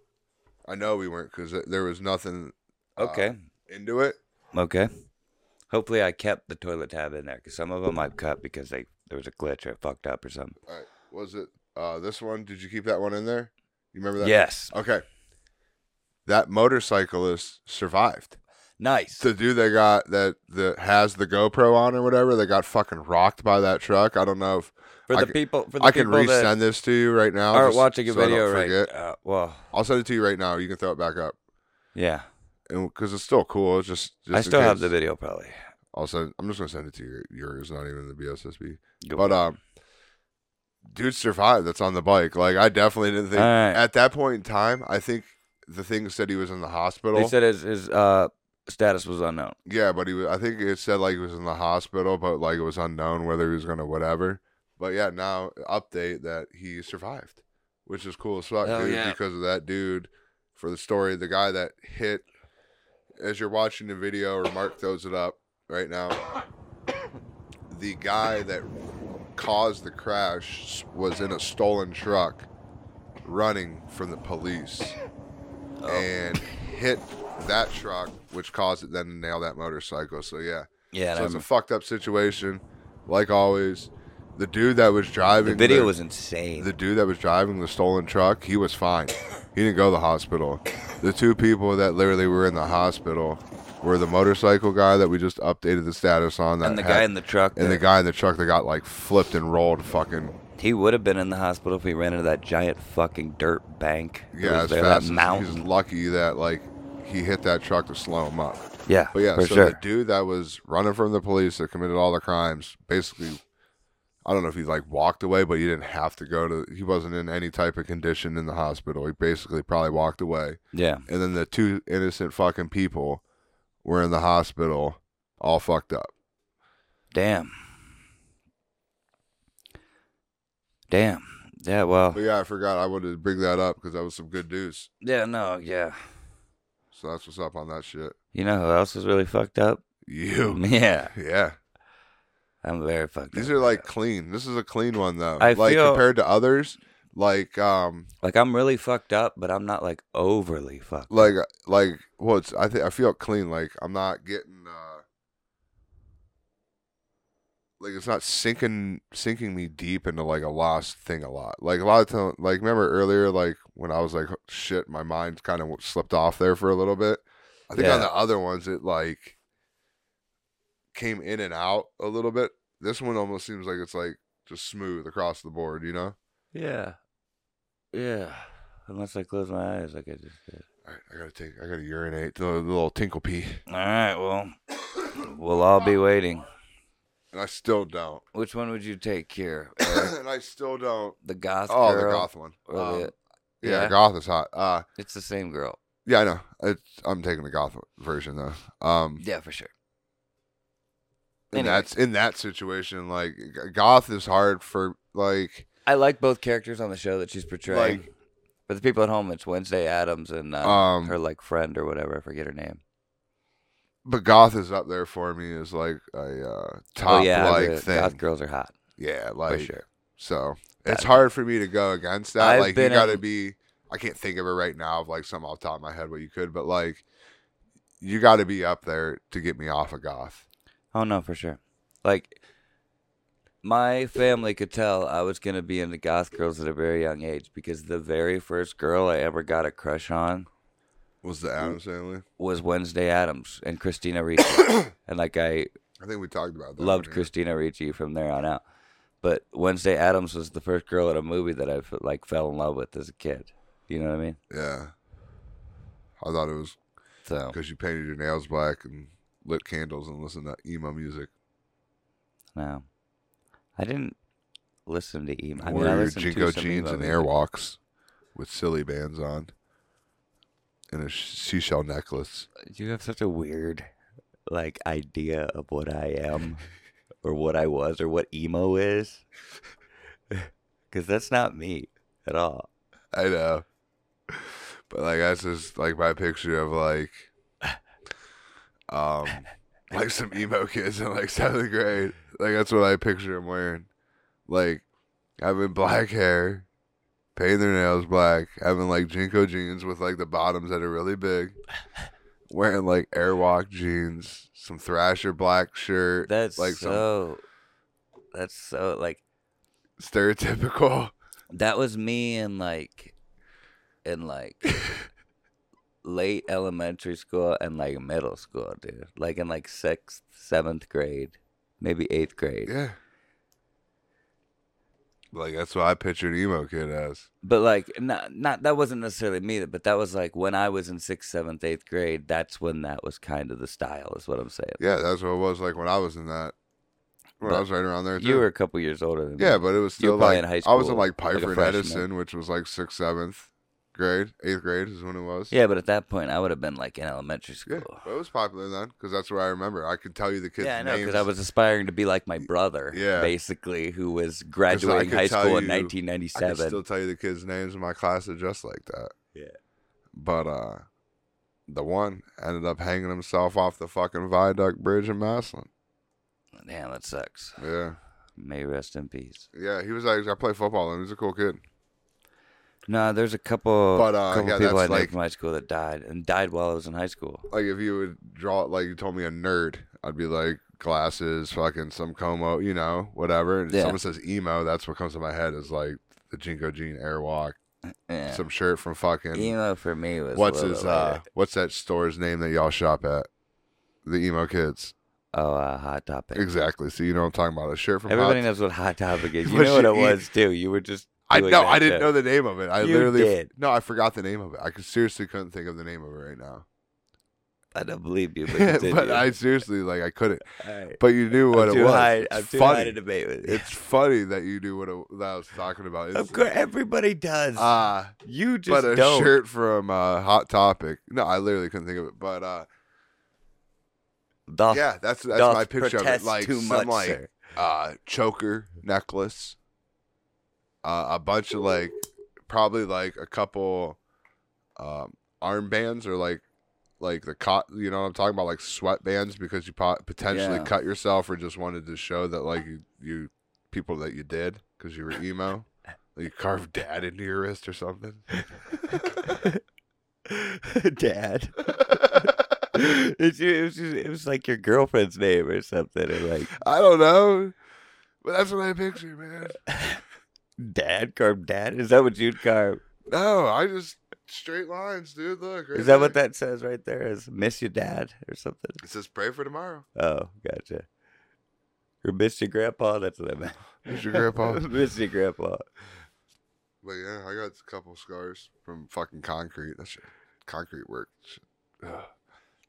Speaker 1: I know we weren't because there was nothing uh,
Speaker 2: Okay.
Speaker 1: into it.
Speaker 2: Okay. Hopefully I kept the toilet tab in there cuz some of them I've cut because they there was a glitch or it fucked up or something.
Speaker 1: All right. Was it uh, this one? Did you keep that one in there? You remember that?
Speaker 2: Yes.
Speaker 1: Okay. That motorcyclist survived.
Speaker 2: Nice.
Speaker 1: The dude they got that that has the GoPro on or whatever, they got fucking rocked by that truck. I don't know if
Speaker 2: for
Speaker 1: I
Speaker 2: the
Speaker 1: can-
Speaker 2: people for the
Speaker 1: I can
Speaker 2: people
Speaker 1: resend
Speaker 2: that
Speaker 1: this to you right now.
Speaker 2: are
Speaker 1: just
Speaker 2: watching a
Speaker 1: so I don't
Speaker 2: video right.
Speaker 1: forget.
Speaker 2: Uh, well,
Speaker 1: I'll send it to you right now. You can throw it back up,
Speaker 2: yeah.
Speaker 1: and because it's still cool. It's just, just
Speaker 2: I
Speaker 1: in
Speaker 2: still have
Speaker 1: case.
Speaker 2: the video probably.
Speaker 1: I'll send. I'm just gonna send it to you. Yours, not even the BSSB.
Speaker 2: Go
Speaker 1: But um, dude survived. That's on the bike. Like I definitely didn't think
Speaker 2: All right.
Speaker 1: at that point in time. I think the thing said he was in the hospital.
Speaker 2: They said his, his uh, status was unknown.
Speaker 1: yeah, but he was. I think it said like he was in the hospital, but like it was unknown whether he was gonna whatever. But yeah, now update that he survived, which is cool as fuck,
Speaker 2: Hell
Speaker 1: dude.
Speaker 2: yeah.
Speaker 1: Because of that dude for the story, the guy that hit. As you're watching the video, or Mark throws it up right now. the guy that caused the crash was in a stolen truck running from the police
Speaker 2: Oh.
Speaker 1: and hit that truck which caused it then to nail that motorcycle so yeah
Speaker 2: Yeah, and
Speaker 1: so it's
Speaker 2: I
Speaker 1: a
Speaker 2: remember-
Speaker 1: fucked up situation like always the dude that was driving
Speaker 2: the video was insane.
Speaker 1: the dude that was driving the stolen truck, he was fine. He didn't go to the hospital. The two people that literally were in the hospital were the motorcycle guy that we just updated the status on, that
Speaker 2: and the
Speaker 1: had-
Speaker 2: guy in the truck,
Speaker 1: and the
Speaker 2: that-
Speaker 1: guy in the truck that got like flipped and rolled, fucking
Speaker 2: he would have been in the hospital if he ran into that giant fucking dirt bank. that
Speaker 1: yeah,
Speaker 2: was
Speaker 1: as
Speaker 2: there,
Speaker 1: fast.
Speaker 2: that
Speaker 1: as-
Speaker 2: mountain.
Speaker 1: He's lucky that like he hit that truck to slow him up.
Speaker 2: yeah,
Speaker 1: But Oh, yeah,
Speaker 2: for
Speaker 1: so
Speaker 2: sure.
Speaker 1: the dude that was running from the police that committed all the crimes, basically, I don't know if he like walked away, but he didn't have to go to. He wasn't in any type of condition in the hospital. He basically probably walked away.
Speaker 2: yeah,
Speaker 1: And then the two innocent fucking people were in the hospital, all fucked up.
Speaker 2: damn, damn. Yeah, well,
Speaker 1: But yeah, I forgot I wanted to bring that up because that was some good news.
Speaker 2: yeah, no, yeah.
Speaker 1: So that's what's up on that shit.
Speaker 2: You know who else is really fucked up?
Speaker 1: You,
Speaker 2: Yeah,
Speaker 1: yeah.
Speaker 2: I'm very fucked
Speaker 1: These
Speaker 2: up.
Speaker 1: are like clean. This is a clean one though.
Speaker 2: I
Speaker 1: like
Speaker 2: feel-
Speaker 1: compared to others, like um,
Speaker 2: like I'm really fucked up, but I'm not like overly fucked.
Speaker 1: like like well, it's I think I feel clean. Like I'm not getting uh, like it's not sinking sinking me deep into like a lost thing a lot. Like a lot of time, like remember earlier, like when I was like shit, my mind kind of slipped off there for a little bit. I think on
Speaker 2: Yeah.
Speaker 1: the other ones, it like came in and out a little bit. This one almost seems like it's like just smooth across the board, you know?
Speaker 2: Yeah. Yeah. Unless I close my eyes like I just did.
Speaker 1: All right, I gotta take, I gotta urinate. The, the little tinkle pee,
Speaker 2: All right, well, we'll all be waiting.
Speaker 1: and I still don't,
Speaker 2: Which one would you take here? Eric?
Speaker 1: and I still don't.
Speaker 2: the goth
Speaker 1: Oh, the
Speaker 2: girl?
Speaker 1: goth one.
Speaker 2: or
Speaker 1: Um,
Speaker 2: the-
Speaker 1: yeah,
Speaker 2: yeah?
Speaker 1: goth is hot. Uh,
Speaker 2: It's the same girl.
Speaker 1: yeah, I know. It's, I'm taking the goth version though. Um,
Speaker 2: Yeah, for sure.
Speaker 1: and
Speaker 2: anyway.
Speaker 1: that's in that situation. Like, g- goth is hard for like,
Speaker 2: I like both characters on the show that she's portraying.
Speaker 1: Like-
Speaker 2: but the people at home, it's Wednesday Adams and uh,
Speaker 1: Um,
Speaker 2: her like friend or whatever. I forget her name.
Speaker 1: but goth is up there for me as like a uh,
Speaker 2: Oh
Speaker 1: top
Speaker 2: yeah,
Speaker 1: like
Speaker 2: the
Speaker 1: thing.
Speaker 2: goth girls are hot
Speaker 1: Yeah, like
Speaker 2: for sure.
Speaker 1: so.
Speaker 2: Got
Speaker 1: It's
Speaker 2: it.
Speaker 1: hard for me to go against that.
Speaker 2: I've
Speaker 1: like you
Speaker 2: been
Speaker 1: got to
Speaker 2: in-
Speaker 1: be. I can't think of it right now of like something off the top of my head what you could, but like you got to be up there to get me off of goth.
Speaker 2: Oh no, for sure. Like my family could tell I was gonna be into goth girls at a very young age because the very first girl I ever got a crush on
Speaker 1: Was the Adams family?
Speaker 2: was Wednesday Adams and Christina Ricci, and like I
Speaker 1: I think we talked about that.
Speaker 2: loved
Speaker 1: one, yeah.
Speaker 2: Christina Ricci from there on out. But Wednesday Adams was the first girl at a movie that I fe- like fell in love with as a kid. You know what I mean?
Speaker 1: Yeah, I thought it was
Speaker 2: So
Speaker 1: because you painted your nails black and lit candles and listened to emo music.
Speaker 2: no, I didn't listen to emo. I mean,
Speaker 1: Wore
Speaker 2: I
Speaker 1: your
Speaker 2: listened to
Speaker 1: jinko
Speaker 2: some
Speaker 1: jeans
Speaker 2: emo
Speaker 1: and
Speaker 2: music.
Speaker 1: airwalks with silly bands on, and a sh- seashell necklace.
Speaker 2: You have such a weird like idea of what I am or what I was or what emo is. Cuz that's not me at all.
Speaker 1: I know. But like that's just like my picture of like um like some emo kids in like seventh grade. Like that's what I picture him wearing. Like having black hair, painting their nails black, having like Jinko jeans with like the bottoms that are really big. Wearing like airwalk jeans, some thrasher black shirt.
Speaker 2: That's
Speaker 1: like
Speaker 2: like so that's so like
Speaker 1: some stereotypical
Speaker 2: that was me in like in like late elementary school and like middle school, dude. Like in like 6th, 7th grade, maybe 8th grade.
Speaker 1: Yeah. Like that's what I pictured emo kid as.
Speaker 2: But like, not not that wasn't necessarily me, but that was like when I was in sixth, seventh, eighth grade. That's when that was kind of the style, is what I'm saying.
Speaker 1: Yeah, that's what it was like when I was in that. When I
Speaker 2: But
Speaker 1: was right around there. Too.
Speaker 2: You were a couple years older than me.
Speaker 1: Yeah, but it was
Speaker 2: you were
Speaker 1: still
Speaker 2: probably
Speaker 1: like
Speaker 2: in high
Speaker 1: I was in
Speaker 2: school,
Speaker 1: like
Speaker 2: like a
Speaker 1: Piper and
Speaker 2: freshman.
Speaker 1: Edison, which was like sixth, seventh grade, eighth grade is when it was.
Speaker 2: yeah, but at that point, I would have been like in elementary
Speaker 1: yeah.
Speaker 2: school.
Speaker 1: But it was popular then because that's what I remember. I could tell you the kids.
Speaker 2: Yeah, I know,
Speaker 1: names.
Speaker 2: because I was aspiring to be like my brother,
Speaker 1: Yeah.
Speaker 2: basically, who was
Speaker 1: I
Speaker 2: graduating
Speaker 1: could
Speaker 2: high
Speaker 1: tell
Speaker 2: school in
Speaker 1: you- I could
Speaker 2: 1997.
Speaker 1: still tell you the kids' names in my class that dressed like that.
Speaker 2: Yeah.
Speaker 1: But uh, the one ended up hanging himself off the fucking viaduct bridge in Maslin.
Speaker 2: Damn, that sucks.
Speaker 1: Yeah.
Speaker 2: May he rest in peace.
Speaker 1: Yeah, he was like, I play football, and he's a cool kid.
Speaker 2: No, there's a couple,
Speaker 1: But, uh,
Speaker 2: couple
Speaker 1: yeah,
Speaker 2: people
Speaker 1: that's
Speaker 2: I knew
Speaker 1: like-
Speaker 2: from high school that died, and died while I was in high school.
Speaker 1: Like, if you would draw, like, you told me a nerd, I'd be like, glasses, fucking some como, you know, whatever. And if
Speaker 2: Yeah.
Speaker 1: someone says emo, that's what comes to my head is like the Jinko Jean Airwalk,
Speaker 2: Yeah.
Speaker 1: some shirt from fucking
Speaker 2: Emo for me was
Speaker 1: what's
Speaker 2: Willow
Speaker 1: his
Speaker 2: Lair.
Speaker 1: uh, what's that store's name that y'all shop at? The emo kids,
Speaker 2: Oh, uh, Hot Topic.
Speaker 1: exactly. So you know what I'm talking about. A shirt from
Speaker 2: Everybody
Speaker 1: Hot-
Speaker 2: knows what Hot Topic is. You
Speaker 1: What
Speaker 2: know what
Speaker 1: you
Speaker 2: it
Speaker 1: eat.
Speaker 2: was too. You were just.
Speaker 1: I
Speaker 2: doing
Speaker 1: know.
Speaker 2: that
Speaker 1: I didn't
Speaker 2: joke.
Speaker 1: know the name of it. I
Speaker 2: You
Speaker 1: literally
Speaker 2: did.
Speaker 1: no. I forgot the name of it. I could seriously couldn't think of the name of it right now.
Speaker 2: I don't believe you, but, continue.
Speaker 1: but I seriously like I couldn't.
Speaker 2: All right.
Speaker 1: But you knew what
Speaker 2: I'm
Speaker 1: it
Speaker 2: too
Speaker 1: was.
Speaker 2: High,
Speaker 1: it's
Speaker 2: I'm too high
Speaker 1: funny.
Speaker 2: to debate with.
Speaker 1: it's funny that you knew what it, that I was talking about.
Speaker 2: of course, everybody does.
Speaker 1: Uh,
Speaker 2: you just
Speaker 1: but a
Speaker 2: don't.
Speaker 1: shirt from uh, Hot Topic. No, I literally couldn't think of it. But uh,
Speaker 2: Doth-
Speaker 1: yeah, that's that's
Speaker 2: doth
Speaker 1: my picture of it.
Speaker 2: protest
Speaker 1: Like
Speaker 2: too
Speaker 1: some
Speaker 2: much,
Speaker 1: like
Speaker 2: sir.
Speaker 1: uh, choker necklace, uh, a bunch of like probably like a couple um, armbands or like like the cot. You know what I'm talking about? Like sweatbands because you pot- potentially
Speaker 2: Yeah.
Speaker 1: cut yourself or just wanted to show that like you you people that you did because you were emo. Like, You carved dad into your wrist or something.
Speaker 2: Dad. It's you- it, was just- it was like your girlfriend's name or something, or like
Speaker 1: I don't know, but that's what I picture, man.
Speaker 2: Dad carved Dad. Is that what you'd carve?
Speaker 1: No, I just straight lines, dude. Look, right
Speaker 2: Is that what
Speaker 1: there.
Speaker 2: that says right there? Is miss you, Dad, or something?
Speaker 1: It says pray for tomorrow.
Speaker 2: Oh, gotcha. or miss your grandpa. That's what I meant.
Speaker 1: Who's your grandpa?
Speaker 2: miss your grandpa.
Speaker 1: But yeah, I got a couple scars from fucking concrete. That shit, concrete work. Shit. Ugh.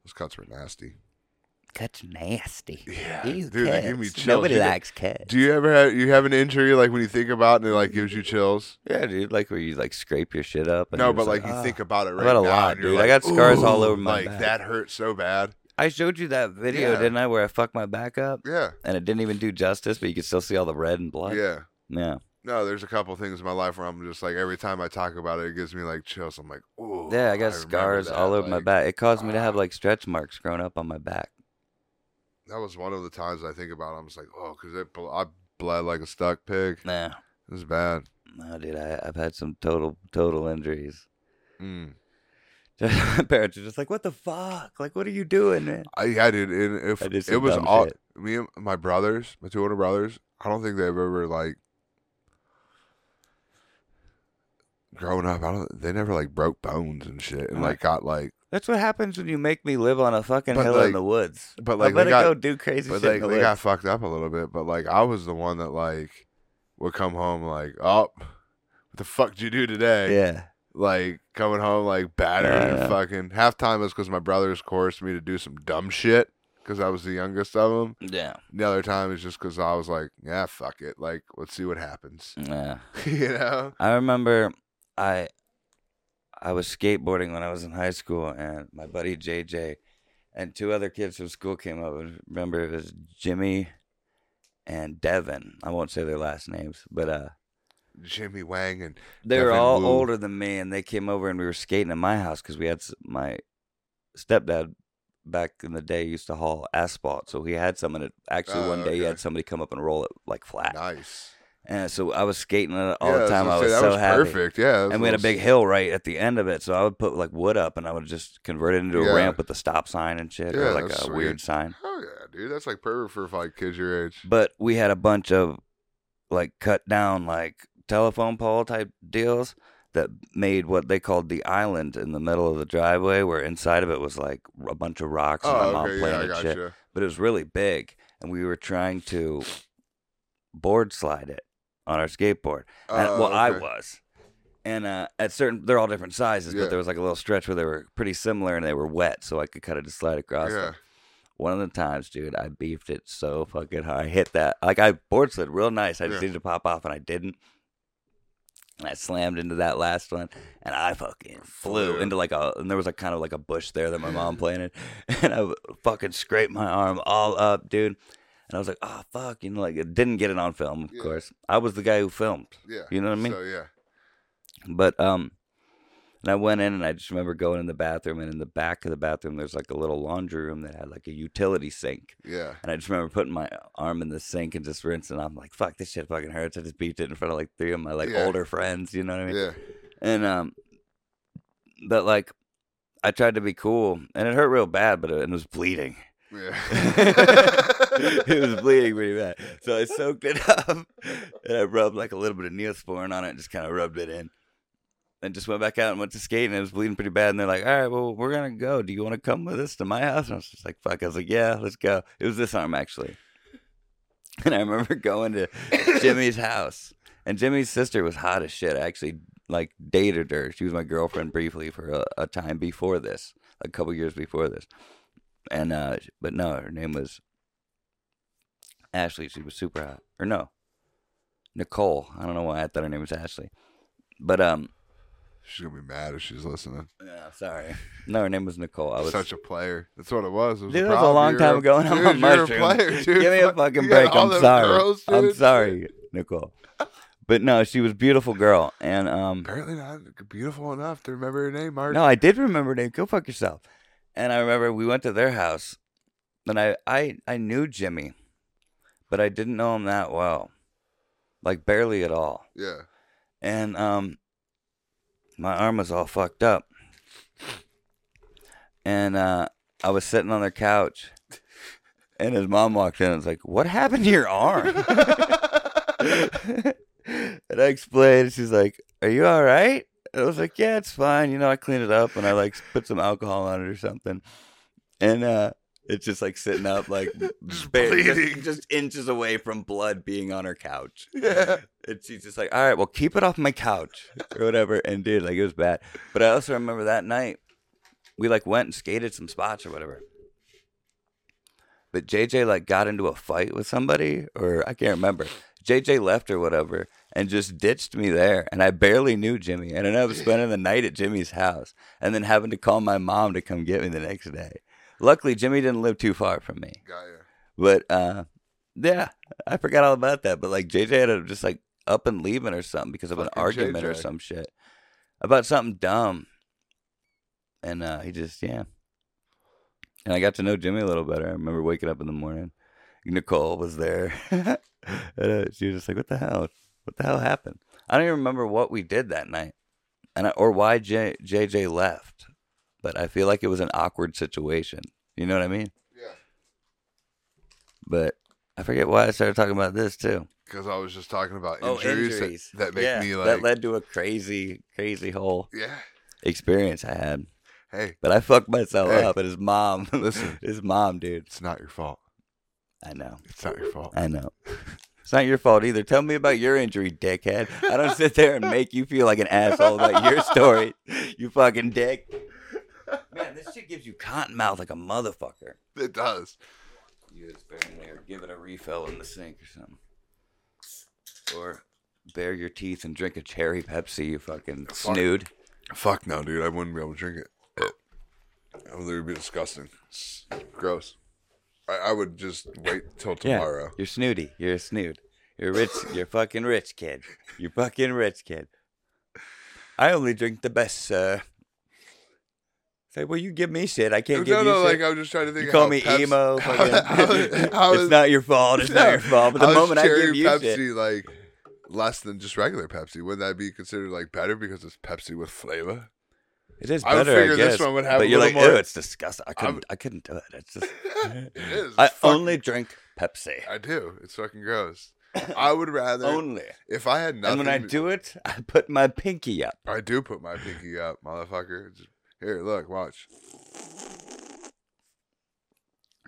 Speaker 1: Those cuts were nasty.
Speaker 2: That's nasty.
Speaker 1: Yeah,
Speaker 2: Ew,
Speaker 1: dude, they give me
Speaker 2: cats.
Speaker 1: chills.
Speaker 2: Nobody
Speaker 1: You know-
Speaker 2: likes cats.
Speaker 1: Do you ever have you have an injury like when you think about it and it like gives you chills?
Speaker 2: yeah, dude, like where you like scrape your shit up. And
Speaker 1: No,
Speaker 2: you're
Speaker 1: but
Speaker 2: just
Speaker 1: like you
Speaker 2: "Ah."
Speaker 1: think about it right
Speaker 2: about a
Speaker 1: now
Speaker 2: lot,
Speaker 1: and you're
Speaker 2: dude. I
Speaker 1: like,
Speaker 2: got scars all
Speaker 1: "Ooh,"
Speaker 2: over my
Speaker 1: like
Speaker 2: back.
Speaker 1: that hurt so bad.
Speaker 2: I showed you that video,
Speaker 1: Yeah.
Speaker 2: didn't I? Where I fucked my back up,
Speaker 1: Yeah,
Speaker 2: and it didn't even do justice, but you could still see all the red and blood.
Speaker 1: yeah.
Speaker 2: yeah.
Speaker 1: No, there's a couple things in my life where I'm just like every time I talk about it, it gives me like chills. I'm like, ooh.
Speaker 2: Yeah, I got
Speaker 1: remember
Speaker 2: scars
Speaker 1: that,"
Speaker 2: all over my
Speaker 1: like,
Speaker 2: back. It caused me to have
Speaker 1: ah.
Speaker 2: like stretch marks growing up on my back.
Speaker 1: That was one of the times I think about. it. I'm just like, oh, because bl- I bled like a stuck pig.
Speaker 2: Nah,
Speaker 1: It was bad.
Speaker 2: no, dude, I, I've had some total total injuries.
Speaker 1: Mm.
Speaker 2: my parents are just like, "What the fuck? Like, what are you doing, man?"
Speaker 1: I yeah, dude. And if
Speaker 2: I did
Speaker 1: it
Speaker 2: some
Speaker 1: was
Speaker 2: dumb
Speaker 1: all
Speaker 2: shit.
Speaker 1: me and my brothers, my two older brothers, I don't think they've ever like growing up. I don't. They never like broke bones and shit, and like got like.
Speaker 2: That's what happens when you make me live on a fucking
Speaker 1: But,
Speaker 2: hill
Speaker 1: like-
Speaker 2: in the woods.
Speaker 1: but,
Speaker 2: I
Speaker 1: like, they
Speaker 2: better
Speaker 1: got-
Speaker 2: go do crazy
Speaker 1: But
Speaker 2: shit
Speaker 1: like
Speaker 2: in the
Speaker 1: they
Speaker 2: woods.
Speaker 1: got fucked up a little bit. But like I was the one that like would come home like, oh, what the fuck did you do today?
Speaker 2: yeah,
Speaker 1: like coming home like battered
Speaker 2: Yeah.
Speaker 1: and fucking half time is because my brothers coerced me to do some dumb shit because I was the youngest of them.
Speaker 2: yeah,
Speaker 1: The other time is just because I was like, yeah, fuck it, like let's see what happens,
Speaker 2: yeah.
Speaker 1: you know?
Speaker 2: I remember I I was skateboarding when I was in high school, and my buddy JJ and two other kids from school came up. I remember it was Jimmy and Devin. I won't say their last names, but uh,
Speaker 1: Jimmy Wang and
Speaker 2: they were
Speaker 1: Devin
Speaker 2: all
Speaker 1: Wu.
Speaker 2: older than me, and they came over and we were skating at my house because we had s- my stepdad back in the day used to haul asphalt, so he had someone. that- Actually,
Speaker 1: Oh,
Speaker 2: one day he
Speaker 1: okay.
Speaker 2: had somebody come up and roll it like flat,
Speaker 1: nice.
Speaker 2: and so I was skating on it all
Speaker 1: Yeah,
Speaker 2: the time. I
Speaker 1: gonna
Speaker 2: was
Speaker 1: say, that
Speaker 2: so
Speaker 1: was
Speaker 2: happy
Speaker 1: perfect. Yeah, that was
Speaker 2: and we had a
Speaker 1: little-
Speaker 2: big hill right at the end of it. So I would put like wood up, and I would just convert it into
Speaker 1: Yeah.
Speaker 2: a ramp with a stop sign and shit,
Speaker 1: Yeah,
Speaker 2: or like a
Speaker 1: that's sweet.
Speaker 2: weird sign.
Speaker 1: Hell yeah, dude, that's like perfect for like kids your age.
Speaker 2: But we had a bunch of like cut down like telephone pole type deals that made what they called the island in the middle of the driveway, where inside of it was like a bunch of rocks and my
Speaker 1: Oh,
Speaker 2: mom
Speaker 1: okay, yeah, I
Speaker 2: planted shit.
Speaker 1: gotcha.
Speaker 2: But it was really big, and we were trying to board slide it on our skateboard. And,
Speaker 1: Oh,
Speaker 2: well, I
Speaker 1: okay.
Speaker 2: was. And uh, at certain, they're all different sizes,
Speaker 1: Yeah.
Speaker 2: but there was like a little stretch where they were pretty similar and they were wet, so I could kind of just slide across.
Speaker 1: Yeah,
Speaker 2: Them. One of the times, dude, I beefed it so fucking hard. I hit that, like I board slid real nice. I just
Speaker 1: Yeah.
Speaker 2: needed to pop off, and I didn't. And I slammed into that last one, and I fucking flew
Speaker 1: Flew.
Speaker 2: into like a, and there was like kind of like a bush there that my mom planted, and I fucking scraped my arm all up, dude. And I was like, oh fuck, you know, like it didn't get it on film, of
Speaker 1: Yeah.
Speaker 2: course. I was the guy who filmed.
Speaker 1: yeah.
Speaker 2: You know what I mean?
Speaker 1: So yeah,
Speaker 2: But um, and I went in and I just remember going in the bathroom and in the back of the bathroom there's like a little laundry room that had like a utility sink.
Speaker 1: yeah.
Speaker 2: And I just remember putting my arm in the sink and just rinsing. I'm like, fuck, this shit fucking hurts. I just beefed it in front of like three of my like
Speaker 1: Yeah.
Speaker 2: older friends. You know what I mean?
Speaker 1: Yeah,
Speaker 2: And um, but like, I tried to be cool and it hurt real bad, but it, and it was bleeding.
Speaker 1: yeah.
Speaker 2: it was bleeding pretty bad. So I soaked it up and I rubbed like a little bit of Neosporin on it and just kind of rubbed it in. And just went back out and went to skate and it was bleeding pretty bad. And they're like, all right, well, we're going to go. Do you want to come with us to my house? And I was just like, fuck. I was like, yeah, let's go. It was this arm actually. And I remember going to Jimmy's house. And Jimmy's sister was hot as shit. I actually like dated her. She was my girlfriend briefly for a, a time before this, a couple years before this. And uh but no, her name was Ashley. She was super hot. Or no. Nicole. I don't know why I thought her name was Ashley. But um
Speaker 1: She's gonna be mad if she's listening.
Speaker 2: yeah, sorry. No, her name was Nicole. I was
Speaker 1: such a player. That's what it was. It was
Speaker 2: Dude,
Speaker 1: a
Speaker 2: that was a
Speaker 1: problem.
Speaker 2: long
Speaker 1: You're
Speaker 2: time
Speaker 1: a-
Speaker 2: ago, and I'm
Speaker 1: dude,
Speaker 2: a mushroom.
Speaker 1: You're a player, dude.
Speaker 2: Give me a
Speaker 1: Fuck,
Speaker 2: fucking
Speaker 1: you got
Speaker 2: break.
Speaker 1: all
Speaker 2: I'm
Speaker 1: them
Speaker 2: sorry.
Speaker 1: girls,
Speaker 2: I'm
Speaker 1: dude.
Speaker 2: sorry, Nicole. But no, she was a beautiful girl, and um,
Speaker 1: Apparently not beautiful enough to remember her name, Mark.
Speaker 2: no, I did remember her name. Go fuck yourself. And I remember we went to their house, and I, I, I knew Jimmy, but I didn't know him that well, like barely at all.
Speaker 1: Yeah.
Speaker 2: And um, my arm was all fucked up, and uh, I was sitting on their couch, and his mom walked in and was like, "What happened to your arm?" and I explained. She's like, "Are you all right?" And I was like, "Yeah, it's fine. You know, I cleaned it up and I like put some alcohol on it or something." And uh, It's just like sitting up, like bare-
Speaker 1: bleeding.
Speaker 2: just, just inches away from blood being on her couch. Yeah. And she's just like, all right, well, keep it off my couch or whatever. And dude, like it was bad. But I also remember that night, we like went and skated some spots or whatever. But JJ like got into a fight with somebody, or I can't remember. JJ left or whatever and just ditched me there. And I barely knew Jimmy. And I ended up spending the night at Jimmy's house and then having to call my mom to come get me the next day. Luckily, Jimmy didn't live too far from me.
Speaker 1: Got you.
Speaker 2: But uh, yeah, I forgot all about that. But like JJ had to just like up and leaving or something because of an
Speaker 1: Fucking
Speaker 2: argument or
Speaker 1: JJ.
Speaker 2: some shit about something dumb. And uh, he just yeah. And I got to know Jimmy a little better. I remember waking up in the morning. Nicole was there. and, uh, she was just like, "What the hell? What the hell happened?" I don't even remember what we did that night, and I, or why J, JJ left. But I feel like it was an awkward situation. You know what I mean?
Speaker 1: Yeah.
Speaker 2: But I forget why I started talking about this too.
Speaker 1: Because I was just talking about injuries, that- That, make
Speaker 2: Oh, Yeah,
Speaker 1: me like.
Speaker 2: that led to a crazy, crazy whole
Speaker 1: yeah.
Speaker 2: experience I had.
Speaker 1: Hey,
Speaker 2: But I fucked myself
Speaker 1: Hey,
Speaker 2: up. And his mom,
Speaker 1: listen.
Speaker 2: his mom, dude.
Speaker 1: it's not your fault.
Speaker 2: I know,
Speaker 1: It's not your fault.
Speaker 2: I know. It's not your fault either. Tell me about your injury, dickhead. I don't sit there and make you feel like an asshole about your story. You fucking dick. Man, this shit gives you cotton mouth like a motherfucker.
Speaker 1: It does.
Speaker 2: You just bear in there, give it a refill in the sink or something. Or bare your teeth and drink a cherry Pepsi, you fucking snood.
Speaker 1: Fuck no, dude. I wouldn't be able to drink it. It would literally be disgusting. It's gross. I, I would just wait till tomorrow.
Speaker 2: You're snooty. You're a snood. You're rich. You're fucking rich, kid. You're fucking rich, kid. I only drink the best, sir. Say, well, you give me shit. I can't give
Speaker 1: No,
Speaker 2: you
Speaker 1: no,
Speaker 2: shit.
Speaker 1: like I'm just trying to think.
Speaker 2: you call
Speaker 1: how
Speaker 2: me
Speaker 1: Pepsi-
Speaker 2: emo.
Speaker 1: how-
Speaker 2: fucking-
Speaker 1: how- how
Speaker 2: it's
Speaker 1: is-
Speaker 2: not your fault. It's not your fault. But the
Speaker 1: How is
Speaker 2: moment I
Speaker 1: cherry
Speaker 2: give you
Speaker 1: Pepsi
Speaker 2: shit,
Speaker 1: like less than just regular Pepsi, wouldn't that be considered like better because it's Pepsi with flavor?
Speaker 2: It is
Speaker 1: I would
Speaker 2: better. I
Speaker 1: figure this
Speaker 2: guess,
Speaker 1: one would have
Speaker 2: but
Speaker 1: a
Speaker 2: you're like,
Speaker 1: little
Speaker 2: ew,
Speaker 1: more-
Speaker 2: it's disgusting. I couldn't.
Speaker 1: would-
Speaker 2: I couldn't do it. It's just.
Speaker 1: it is.
Speaker 2: I
Speaker 1: Fuck-
Speaker 2: only drink Pepsi.
Speaker 1: I do. It's fucking gross. I would rather
Speaker 2: Only.
Speaker 1: if I had nothing.
Speaker 2: And when I
Speaker 1: to-
Speaker 2: do it, I put my pinky up.
Speaker 1: I do put my pinky up, motherfucker. Just- Here, look, watch.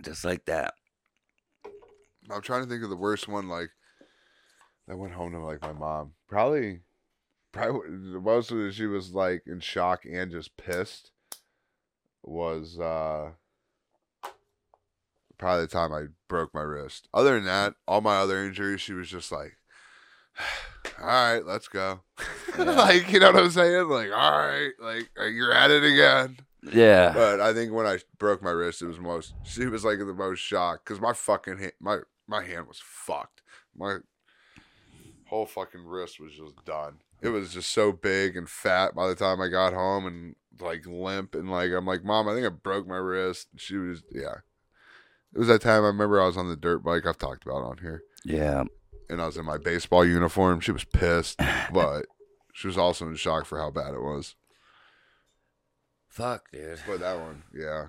Speaker 2: Just like that.
Speaker 1: I'm trying to think of the worst one. Like, I went home to like my mom. Probably, probably the most of it she was like in shock and just pissed. Was uh probably the time I broke my wrist. Other than that, all my other injuries, she was just like, "All right, let's go." like, you know what I'm saying? Like, all right, like you're at it again.
Speaker 2: Yeah.
Speaker 1: But I think when I broke my wrist, it was most. She was like in the most shock because my fucking hand, my my hand was fucked. My whole fucking wrist was just done. It was just so big and fat by the time I got home and like limp and like I'm like, mom, I think I broke my wrist. She was yeah. It was that time I remember I was on the dirt bike. I've talked about on here,
Speaker 2: yeah.
Speaker 1: and I was in my baseball uniform. She was pissed, but she was also in shock for how bad it was.
Speaker 2: Fuck, dude.
Speaker 1: But that one, yeah.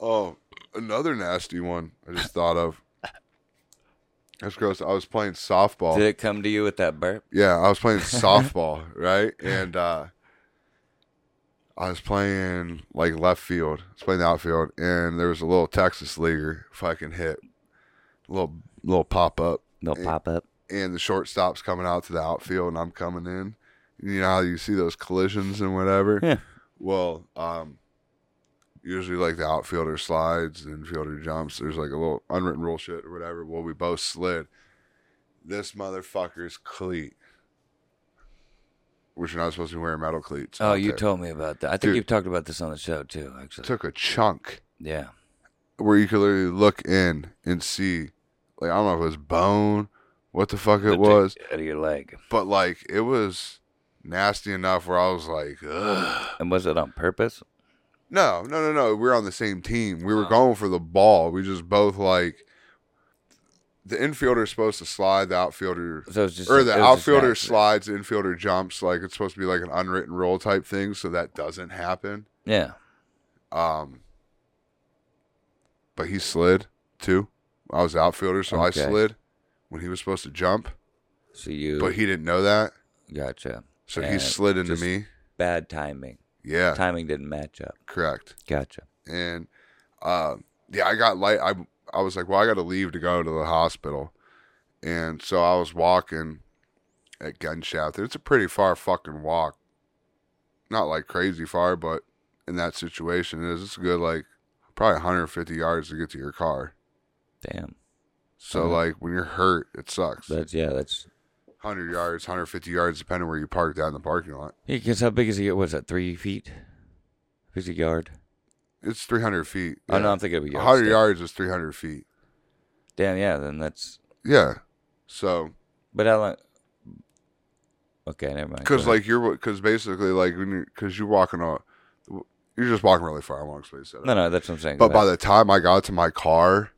Speaker 1: Oh, another nasty one I just thought of. That's gross. I was playing softball.
Speaker 2: Did it come to you with that burp?
Speaker 1: Yeah, I was playing softball, right? And uh I was playing like left field. I was playing the outfield, and there was a little Texas leaguer fucking hit, little little pop up,
Speaker 2: No pop up.
Speaker 1: and the shortstop's coming out to the outfield, and I'm coming in. You know how you see those collisions and whatever.
Speaker 2: Yeah.
Speaker 1: Well, um, usually like the outfielder slides, the infielder jumps. There's like a little unwritten rule shit or whatever. Well, we both slid. This motherfucker's cleat, which you're not supposed to be wearing metal cleats.
Speaker 2: Oh,
Speaker 1: out
Speaker 2: you
Speaker 1: there,
Speaker 2: told me about that. I think
Speaker 1: Dude.
Speaker 2: you've talked about this on the show too, actually.
Speaker 1: took a chunk
Speaker 2: yeah.
Speaker 1: where you could literally look in and see, like I don't know if it was bone, what the fuck it
Speaker 2: Took
Speaker 1: was,
Speaker 2: out of your leg.
Speaker 1: but like it was nasty enough where I was like, ugh.
Speaker 2: And was it on purpose?
Speaker 1: No, no, no, no. We were on the same team. We were
Speaker 2: Oh.
Speaker 1: going for the ball. We just both like the infielder is supposed to slide, the outfielder
Speaker 2: So it's just
Speaker 1: or the
Speaker 2: it was just an
Speaker 1: outfielder
Speaker 2: accident.
Speaker 1: slides, the infielder jumps. Like it's supposed to be like an unwritten rule type thing, so that doesn't happen.
Speaker 2: Yeah.
Speaker 1: Um, but he slid too. I was the outfielder, so
Speaker 2: Okay.
Speaker 1: I slid when he was supposed to jump,
Speaker 2: So you
Speaker 1: but he didn't know that,
Speaker 2: gotcha.
Speaker 1: so he
Speaker 2: And
Speaker 1: slid into
Speaker 2: just
Speaker 1: me.
Speaker 2: Bad timing.
Speaker 1: Yeah,
Speaker 2: Timing didn't match up.
Speaker 1: correct.
Speaker 2: Gotcha.
Speaker 1: and uh, yeah, I got light. I I was like, well, I got to leave to go to the hospital, and so I was walking at Gunshaft. It's a pretty far fucking walk, not like crazy far, but in that situation, it is it's a good like probably 150 yards to get to your car.
Speaker 2: Damn.
Speaker 1: So
Speaker 2: Uh-huh.
Speaker 1: like when you're hurt, it sucks.
Speaker 2: That's yeah. That's
Speaker 1: 100 yards, 150 yards, depending where you park down in the parking lot.
Speaker 2: because how big is he? What's that? Three feet? Is a yard?
Speaker 1: It's 300 feet.
Speaker 2: Oh no, I'm thinking of a yard.
Speaker 1: 100
Speaker 2: still.
Speaker 1: yards is 300 feet.
Speaker 2: Damn. Yeah. Then that's.
Speaker 1: Yeah. So
Speaker 2: But how long? Okay, never mind.
Speaker 1: because
Speaker 2: Go ahead.
Speaker 1: like you're because basically like when you because you're walking on, you're just walking really far. I won't explain that.
Speaker 2: no, no, that's what I'm saying. Go
Speaker 1: But by
Speaker 2: ahead.
Speaker 1: the time I got to my car,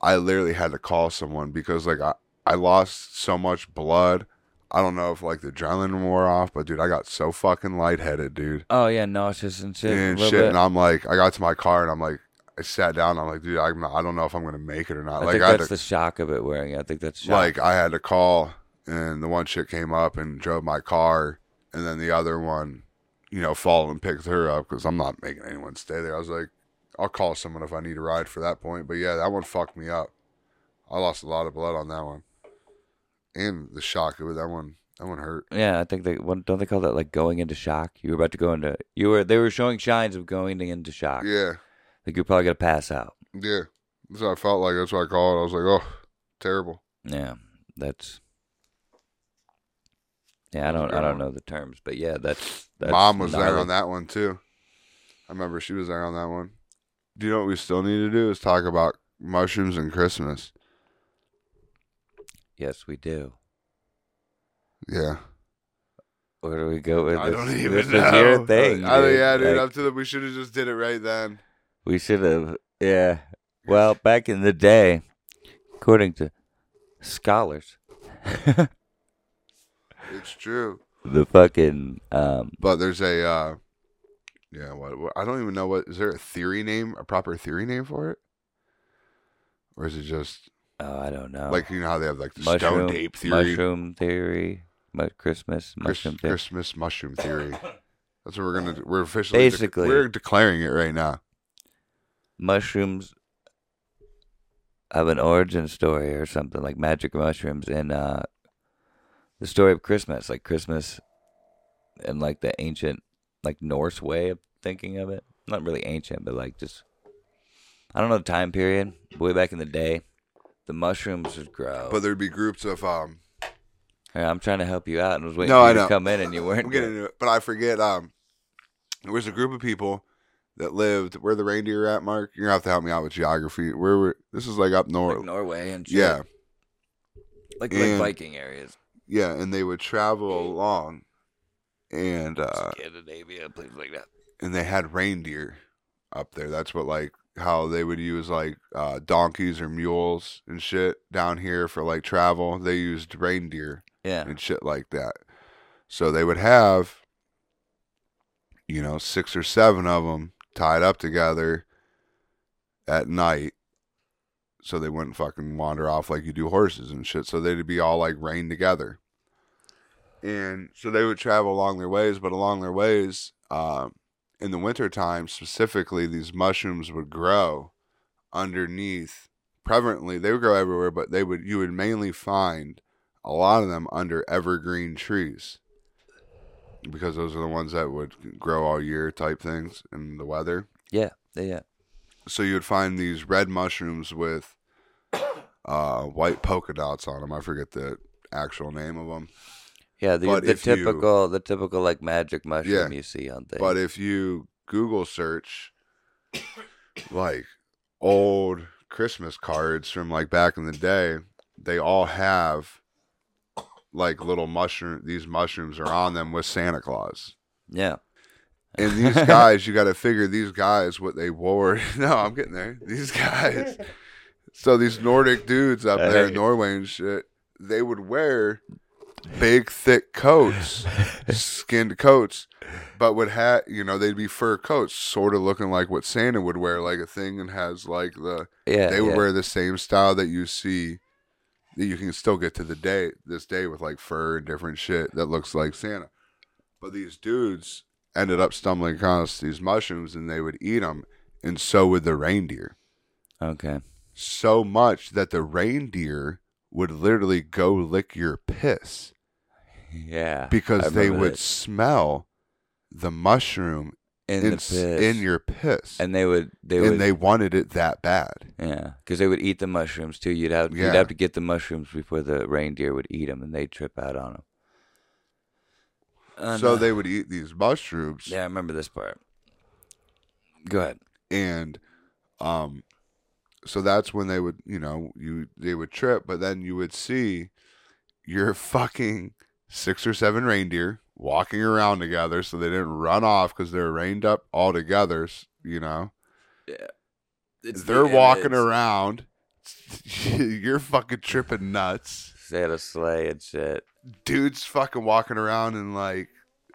Speaker 1: I literally had to call someone because like I I lost so much blood. I don't know if like the adrenaline wore off, but dude, I got so fucking lightheaded, dude.
Speaker 2: oh yeah, nauseous and shit. a
Speaker 1: and
Speaker 2: little
Speaker 1: shit.
Speaker 2: bit.
Speaker 1: And I'm like, I got to my car and I'm like, I sat down. I'm like, dude, I'm not, I don't know if I'm gonna make it or not.
Speaker 2: I
Speaker 1: like,
Speaker 2: think
Speaker 1: I had
Speaker 2: that's
Speaker 1: to,
Speaker 2: the shock of it wearing. it. I think that's shock.
Speaker 1: like I had to call, and the one chick came up and drove my car, and then the other one, you know, followed and picked her up because I'm not making anyone stay there. I was like, I'll call someone if I need a ride for that point. But yeah, that one fucked me up. I lost a lot of blood on that one, and the shock of it. That one, that one hurt.
Speaker 2: yeah, I think they what, don't they call that like going into shock. You were about to go into you were they were showing signs of going into shock.
Speaker 1: Yeah,
Speaker 2: like you're probably gonna pass out.
Speaker 1: yeah. That's what I felt like. That's what I called. I was like, oh, terrible.
Speaker 2: Yeah, that's. Yeah, I don't I don't know the terms, but yeah, that's. that's
Speaker 1: Mom was there
Speaker 2: gnarly.
Speaker 1: on that one too. I remember she was there on that one. Do you know what we still need to do is talk about mushrooms and Christmas.
Speaker 2: Yes, we do.
Speaker 1: Yeah.
Speaker 2: Where do we go with
Speaker 1: I
Speaker 2: this?
Speaker 1: don't even
Speaker 2: this
Speaker 1: know.
Speaker 2: is your thing.
Speaker 1: I,
Speaker 2: dude.
Speaker 1: yeah, dude.
Speaker 2: Like,
Speaker 1: up to the, we should have just did it right then.
Speaker 2: We should have. Yeah. Well, back in the day, according to scholars,
Speaker 1: It's true.
Speaker 2: the fucking um,
Speaker 1: But there's a, uh, yeah. What, what? I don't even know what is there a theory name, a proper theory name for it, or is it just
Speaker 2: oh, I don't know,
Speaker 1: like you know how they have like the
Speaker 2: mushroom,
Speaker 1: stone ape theory,
Speaker 2: mushroom theory, mu- Christmas
Speaker 1: Chris-
Speaker 2: mushroom theory.
Speaker 1: Christmas mushroom theory. That's what we're gonna. do. We're officially dec-
Speaker 2: Basically.
Speaker 1: we're declaring it right now.
Speaker 2: mushrooms of an origin story or something like magic mushrooms and uh the story of christmas like christmas and like the ancient like norse way of thinking of it not really ancient but like just i don't know the time period way back in the day the mushrooms would grow
Speaker 1: But there'd be groups of um.
Speaker 2: Hey, i'm trying to help you out and was waiting
Speaker 1: No,
Speaker 2: for
Speaker 1: I
Speaker 2: you
Speaker 1: know.
Speaker 2: to come in and you weren't
Speaker 1: I'm getting into it, but I forget. Um, there was a group of people that lived where the reindeer at, Mark. You're gonna have to help me out with geography. Where were this is like up north.
Speaker 2: like norway and shit.
Speaker 1: yeah,
Speaker 2: like
Speaker 1: and-
Speaker 2: like viking areas
Speaker 1: yeah, and they would travel along, and uh,
Speaker 2: scandinavia places like that
Speaker 1: and they had reindeer up there. That's what like how they would use like uh, donkeys or mules and shit down here for like travel. They used reindeer.
Speaker 2: yeah
Speaker 1: and shit like that. So they would have, you know, six or seven of them tied up together at night, so they wouldn't fucking wander off like you do horses and shit. So they'd be all like reined together, and so they would travel along their ways. But along their ways, uh, in the wintertime specifically, these mushrooms would grow underneath. Prevalently, they would grow everywhere, but they would you would mainly find a lot of them under evergreen trees because those are the ones that would grow all year type things in the weather.
Speaker 2: yeah yeah
Speaker 1: So you would find these red mushrooms with uh, white polka dots on them. I forget the actual name of them.
Speaker 2: Yeah, the,
Speaker 1: But
Speaker 2: the
Speaker 1: if you-
Speaker 2: typical, the typical like magic mushroom
Speaker 1: Yeah,
Speaker 2: you see on things.
Speaker 1: But if you Google search like old Christmas cards from like back in the day, they all have like little mushroom these mushrooms are on them with Santa Claus.
Speaker 2: yeah,
Speaker 1: And these guys, you got to figure these guys what they wore. No, I'm getting there. These guys. So these Nordic dudes up there in Norway and shit, they would wear big, thick coats, skinned coats, but would have, you know, they'd be fur coats, sort of looking like what Santa would wear, like a thing and has like the,
Speaker 2: yeah,
Speaker 1: they would
Speaker 2: yeah.
Speaker 1: wear the same style that you see, that you can still get to the day, this day with like fur and different shit that looks like Santa. But these dudes ended up stumbling across these mushrooms and they would eat them. and so would the reindeer.
Speaker 2: Okay.
Speaker 1: So much that the reindeer would literally go lick your piss
Speaker 2: Yeah. I
Speaker 1: because they
Speaker 2: remember
Speaker 1: would
Speaker 2: this.
Speaker 1: smell the mushroom
Speaker 2: in,
Speaker 1: in,
Speaker 2: the
Speaker 1: s-
Speaker 2: piss.
Speaker 1: in your piss.
Speaker 2: and they would they
Speaker 1: and
Speaker 2: would
Speaker 1: they wanted it that bad.
Speaker 2: yeah because they would eat the mushrooms too. You'd have
Speaker 1: Yeah.
Speaker 2: you'd have to get the mushrooms before the reindeer would eat them, and they'd trip out on them.
Speaker 1: so they would eat these mushrooms
Speaker 2: yeah, I remember this part. Go ahead.
Speaker 1: and um so that's when they would, you know, you they would trip, but then you would see your fucking six or seven reindeer walking around together so they didn't run off cuz they're reined up all together, s- you know. they're walking around you're fucking tripping nuts.
Speaker 2: They had a sleigh and shit.
Speaker 1: dudes fucking walking around in like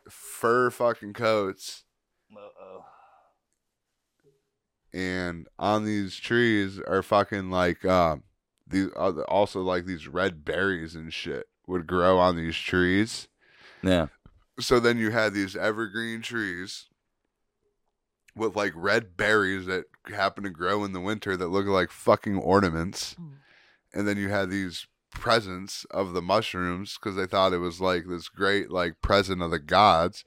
Speaker 1: fur fucking coats. And on these trees are fucking like um these other also like these red berries and shit would grow on these trees.
Speaker 2: Yeah.
Speaker 1: So then you had these evergreen trees with like red berries that happen to grow in the winter that look like fucking ornaments. And then you had these presents of the mushrooms because they thought it was like this great like present of the gods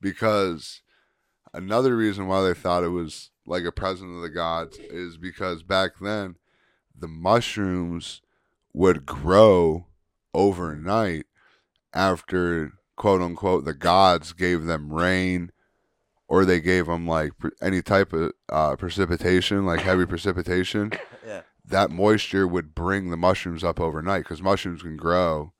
Speaker 1: because another reason why they thought it was like a present of the gods is because back then the mushrooms would grow overnight after quote unquote the gods gave them rain or they gave them like pr- any type of uh, precipitation like heavy precipitation that moisture would bring the mushrooms up overnight because mushrooms can grow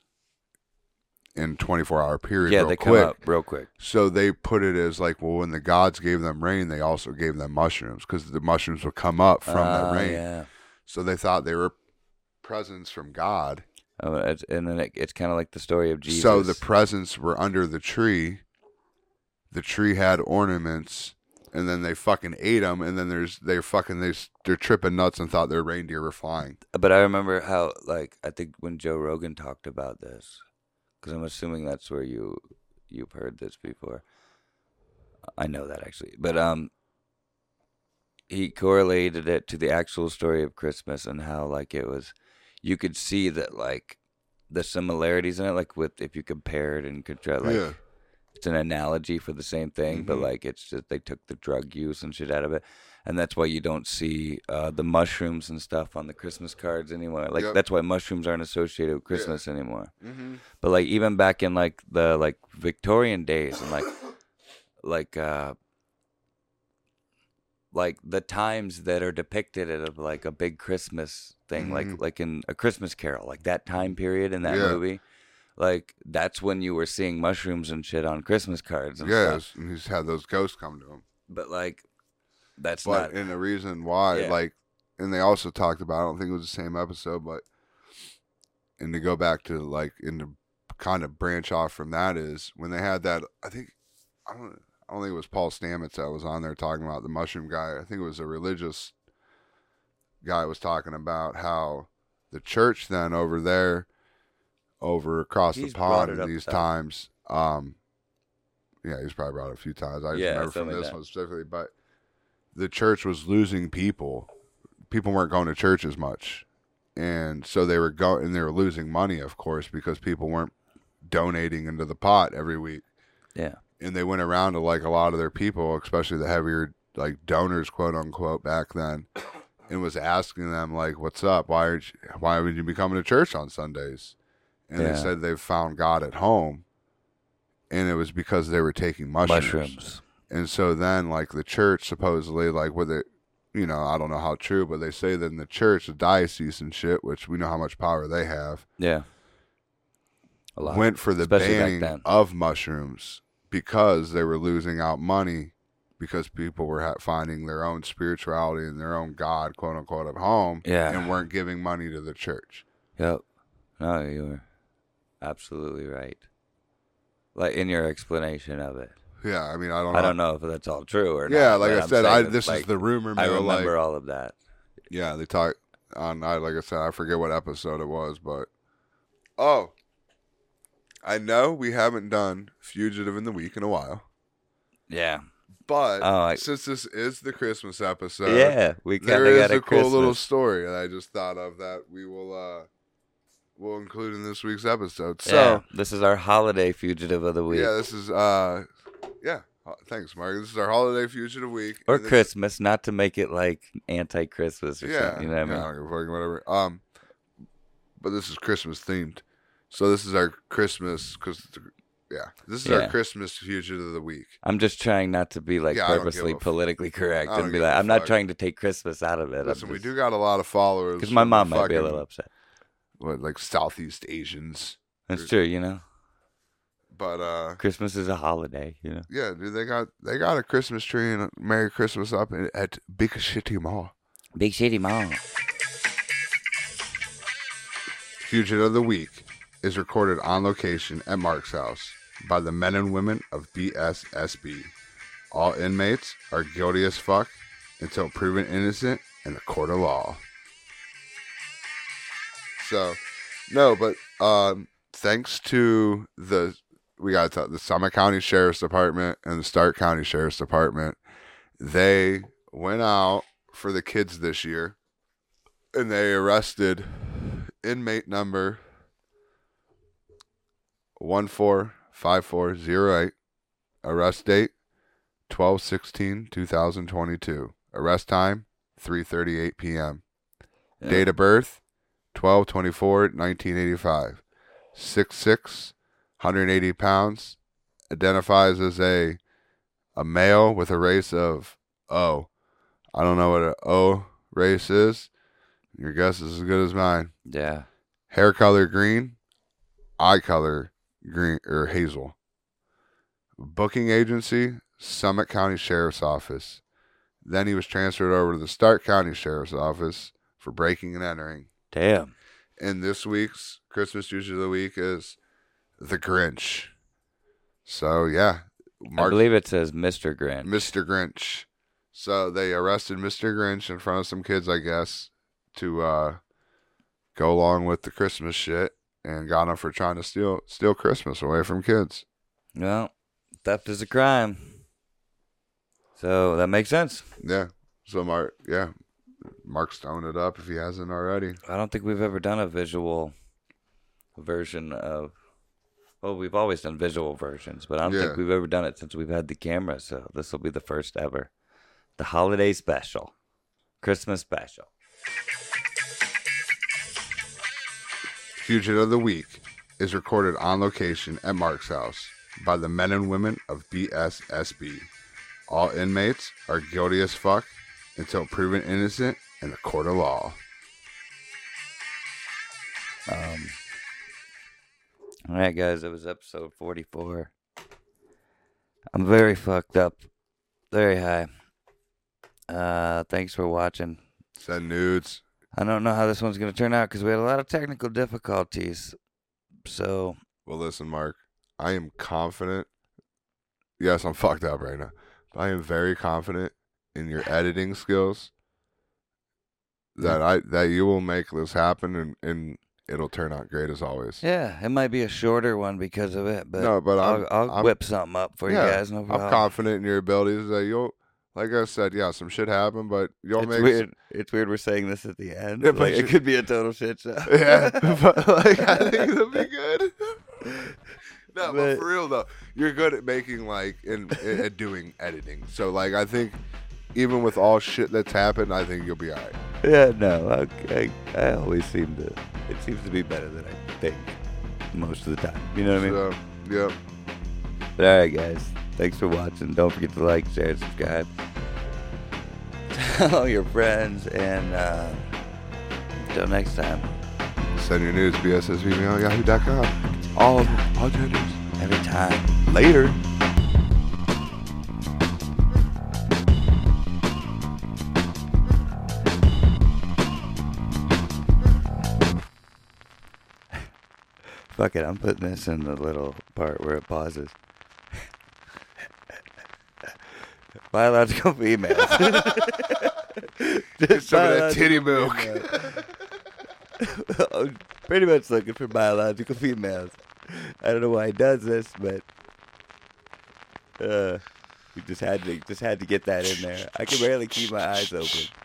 Speaker 1: in 24 hour period
Speaker 2: Yeah,
Speaker 1: real
Speaker 2: they come
Speaker 1: quick.
Speaker 2: up real quick.
Speaker 1: So they put it as like, well, when the gods gave them rain, they also gave them mushrooms because the mushrooms would come up from
Speaker 2: Ah,
Speaker 1: that rain.
Speaker 2: Yeah.
Speaker 1: So they thought they were presents from God.
Speaker 2: Oh, it's, and then it, it's kind of like the story of Jesus.
Speaker 1: So the presents were under the tree. The tree had ornaments, and then they fucking ate them. And then there's they're fucking they s- they're tripping nuts and thought their reindeer were flying.
Speaker 2: but I remember how like I think when Joe Rogan talked about this, because I'm assuming that's where you you've heard this before. I know that actually, but um, he correlated it to the actual story of Christmas and how like it was, you could see that like the similarities in it, like with if you compared and contrast, like
Speaker 1: Yeah.
Speaker 2: it's an analogy for the same thing,
Speaker 1: Mm-hmm.
Speaker 2: but like it's just they took the drug use and shit out of it, and that's why you don't see uh, the mushrooms and stuff on the Christmas cards anymore. Like
Speaker 1: Yep.
Speaker 2: that's why mushrooms aren't associated with Christmas anymore.
Speaker 1: Mm-hmm.
Speaker 2: But like even back in like the like Victorian days and like like uh like the times that are depicted at a, like a big Christmas thing, like like in a Christmas Carol, like that time period in that
Speaker 1: Mm-hmm. Yeah.
Speaker 2: movie, like that's when you were seeing mushrooms and shit on Christmas cards and stuff.
Speaker 1: Yes, and he's had those ghosts come to him.
Speaker 2: But like that's
Speaker 1: but
Speaker 2: not
Speaker 1: and the reason why
Speaker 2: Yeah.
Speaker 1: like and they also talked about i don't think it was the same episode but and to go back to like and to kind of branch off from that is when they had that i think i don't i don't think it was paul stamets that was on there talking about the mushroom guy i think it was a religious guy was talking about how the church then over there over across
Speaker 2: He's
Speaker 1: the
Speaker 2: brought
Speaker 1: pond
Speaker 2: it
Speaker 1: in
Speaker 2: up,
Speaker 1: these
Speaker 2: though.
Speaker 1: times um yeah he's probably brought it a few times i just
Speaker 2: Yeah,
Speaker 1: remember from
Speaker 2: something like
Speaker 1: this
Speaker 2: that.
Speaker 1: one specifically but the church was losing people people weren't going to church as much and so they were going and they were losing money of course because people weren't donating into the pot every week
Speaker 2: yeah.
Speaker 1: and they went around to like a lot of their people, especially the heavier like donors, quote unquote, back then, and was asking them like, "What's up? Why aren't you, why would you be coming to church on Sundays?" And
Speaker 2: Yeah.
Speaker 1: they said they found God at home, and it was because they were taking mushrooms.
Speaker 2: Mushrooms.
Speaker 1: And so then, like the church, supposedly, like with it, you know, I don't know how true, but they say that in the church, the diocese and shit, which we know how much power they have,
Speaker 2: Yeah. A lot.
Speaker 1: went for the
Speaker 2: Especially back
Speaker 1: banning
Speaker 2: then.
Speaker 1: of mushrooms because they were losing out money because people were ha- finding their own spirituality and their own God, quote unquote, at home,
Speaker 2: Yeah.
Speaker 1: and weren't giving money to the church.
Speaker 2: Yep. No, you were absolutely right. Like in your explanation of it,
Speaker 1: Yeah, I mean, I don't.
Speaker 2: I don't know if that's all true or
Speaker 1: Uh-huh. Yeah,
Speaker 2: not,
Speaker 1: like
Speaker 2: but
Speaker 1: I
Speaker 2: I'm
Speaker 1: said, I
Speaker 2: saying it's
Speaker 1: this is
Speaker 2: like-
Speaker 1: the rumor
Speaker 2: I
Speaker 1: mill.
Speaker 2: remember
Speaker 1: like,
Speaker 2: all of that.
Speaker 1: yeah, they talk on. I like I said, I forget what episode it was, but oh, I know we haven't done fugitive in the week in a while.
Speaker 2: Yeah,
Speaker 1: But
Speaker 2: Oh, I-
Speaker 1: since this is the Christmas episode,
Speaker 2: yeah, we kind
Speaker 1: there
Speaker 2: of
Speaker 1: is
Speaker 2: got
Speaker 1: a
Speaker 2: a
Speaker 1: cool little
Speaker 2: Christmas.
Speaker 1: story that I just thought of that we will uh will include in this week's episode. So
Speaker 2: Yeah, this is our holiday fugitive of the week,
Speaker 1: Yeah, this is uh yeah. ho- Thanks, Mark. This is our holiday fugitive week.
Speaker 2: or
Speaker 1: and this-
Speaker 2: Christmas, not to make it like anti-Christmas or
Speaker 1: Yeah,
Speaker 2: something. You know what
Speaker 1: yeah,
Speaker 2: I
Speaker 1: I
Speaker 2: mean?
Speaker 1: don't give a fuck, whatever. Um but this is Christmas themed. So this is our Christmas cuz yeah. This is
Speaker 2: Yeah.
Speaker 1: our Christmas fugitive of the week.
Speaker 2: I'm just trying not to be like
Speaker 1: Yeah, I don't give
Speaker 2: purposely
Speaker 1: a f-
Speaker 2: politically correct
Speaker 1: I don't
Speaker 2: and be
Speaker 1: give a
Speaker 2: like, I'm not
Speaker 1: fuck.
Speaker 2: trying to take Christmas out of it.
Speaker 1: Listen, we do got a lot of followers
Speaker 2: because my
Speaker 1: from
Speaker 2: mom might be a
Speaker 1: fucking,
Speaker 2: little upset.
Speaker 1: what, like Southeast Asians.
Speaker 2: That's true. You know,
Speaker 1: But uh
Speaker 2: Christmas is a holiday. You know,
Speaker 1: Yeah, dude, they got they got a Christmas tree and a Merry Christmas up in, at Big City Mall.
Speaker 2: big shitty mom.
Speaker 1: Fugitive of the Week is recorded on location at Mark's house by the men and women of BSSB. All inmates are guilty as fuck until proven innocent in a court of law. So, no, but um, thanks to the we got to- the Summit County Sheriff's Department and the Stark County Sheriff's Department. They went out for the kids this year, and they arrested inmate number one four five four zero eight. Arrest date 12-16-2022. Arrest time 3:38 p.m.
Speaker 2: Yeah.
Speaker 1: Date of birth 12-24-1985. 6'6", 180 pounds. Identifies as a a male with a race of O. I don't know what an O race is. Your guess is as good as mine
Speaker 2: Yeah,
Speaker 1: hair color green, eye color green or hazel. Booking agency, Summit County Sheriff's Office. Then he was transferred over to the Stark County Sheriff's Office for breaking and entering.
Speaker 2: damn.
Speaker 1: And this week's Christmas Usually of the Week is The Grinch. So, yeah.
Speaker 2: I believe it says Mr. Grant.
Speaker 1: Mr. Grinch. So they arrested Mr. Grinch in front of some kids, I guess, to uh, go along with the Christmas shit, and got him for trying to steal steal Christmas away from kids.
Speaker 2: Well, theft is a crime. So that makes sense.
Speaker 1: Yeah. So Mark, yeah, Mark's throwing it up if he hasn't already.
Speaker 2: I don't think we've ever done a visual version of. Well, we've always done visual versions, but I don't
Speaker 1: Yeah.
Speaker 2: think we've ever done it since we've had the camera. So this will be the first ever. The holiday special, Christmas special.
Speaker 1: Fugitive of the Week is recorded on location at Mark's house by the men and women of BSSB. All inmates are guilty as fuck until proven innocent in a court of law.
Speaker 2: Um, all right, guys, it was episode 44. I'm very fucked up, very high. Uh, thanks for watching.
Speaker 1: Send nudes.
Speaker 2: I don't know how this one's going to turn out because we had a lot of technical difficulties. So,
Speaker 1: Well, listen, Mark, I am confident. Yes, I'm fucked up right now. But I am very confident in your editing skills that I that you will make this happen and, and it'll turn out great as always.
Speaker 2: yeah, it might be a shorter one because of it, but,
Speaker 1: No, but I'm-
Speaker 2: I'll, I'll
Speaker 1: I'm-
Speaker 2: whip something up for you
Speaker 1: Yeah,
Speaker 2: guys. No problem.
Speaker 1: I'm confident in your abilities that you'll like I said, yeah, some shit happened, but you'll
Speaker 2: It's
Speaker 1: make
Speaker 2: weird. It's weird we're saying this at the end.
Speaker 1: Yeah, but
Speaker 2: Like,
Speaker 1: you-
Speaker 2: it could be a total shit show.
Speaker 1: Yeah. But like I think it'll be good. No, but,
Speaker 2: But-
Speaker 1: for real though, you're good at making like and and at doing editing. So like I think even with all shit that's happened, I think you'll be alright.
Speaker 2: Yeah, no, I, I, I always seem to. It seems to be better than I think most of the time. You know what I mean?
Speaker 1: So, yep.
Speaker 2: But all right, guys, thanks for watching. Don't forget to like, share, and subscribe. Tell your friends, and uh, until next time,
Speaker 1: Send your news, bssvmail, yahoo.com. All, all genders.
Speaker 2: every time.
Speaker 1: Later.
Speaker 2: Fuck it, I'm putting this in the little part where it pauses. Biological females.
Speaker 1: Get
Speaker 2: Just
Speaker 1: some of that
Speaker 2: biological
Speaker 1: titty milk.
Speaker 2: females. I'm pretty much looking for biological females. I don't know why he does this, but uh, We just had to just had to get that in there. I can barely keep my eyes open.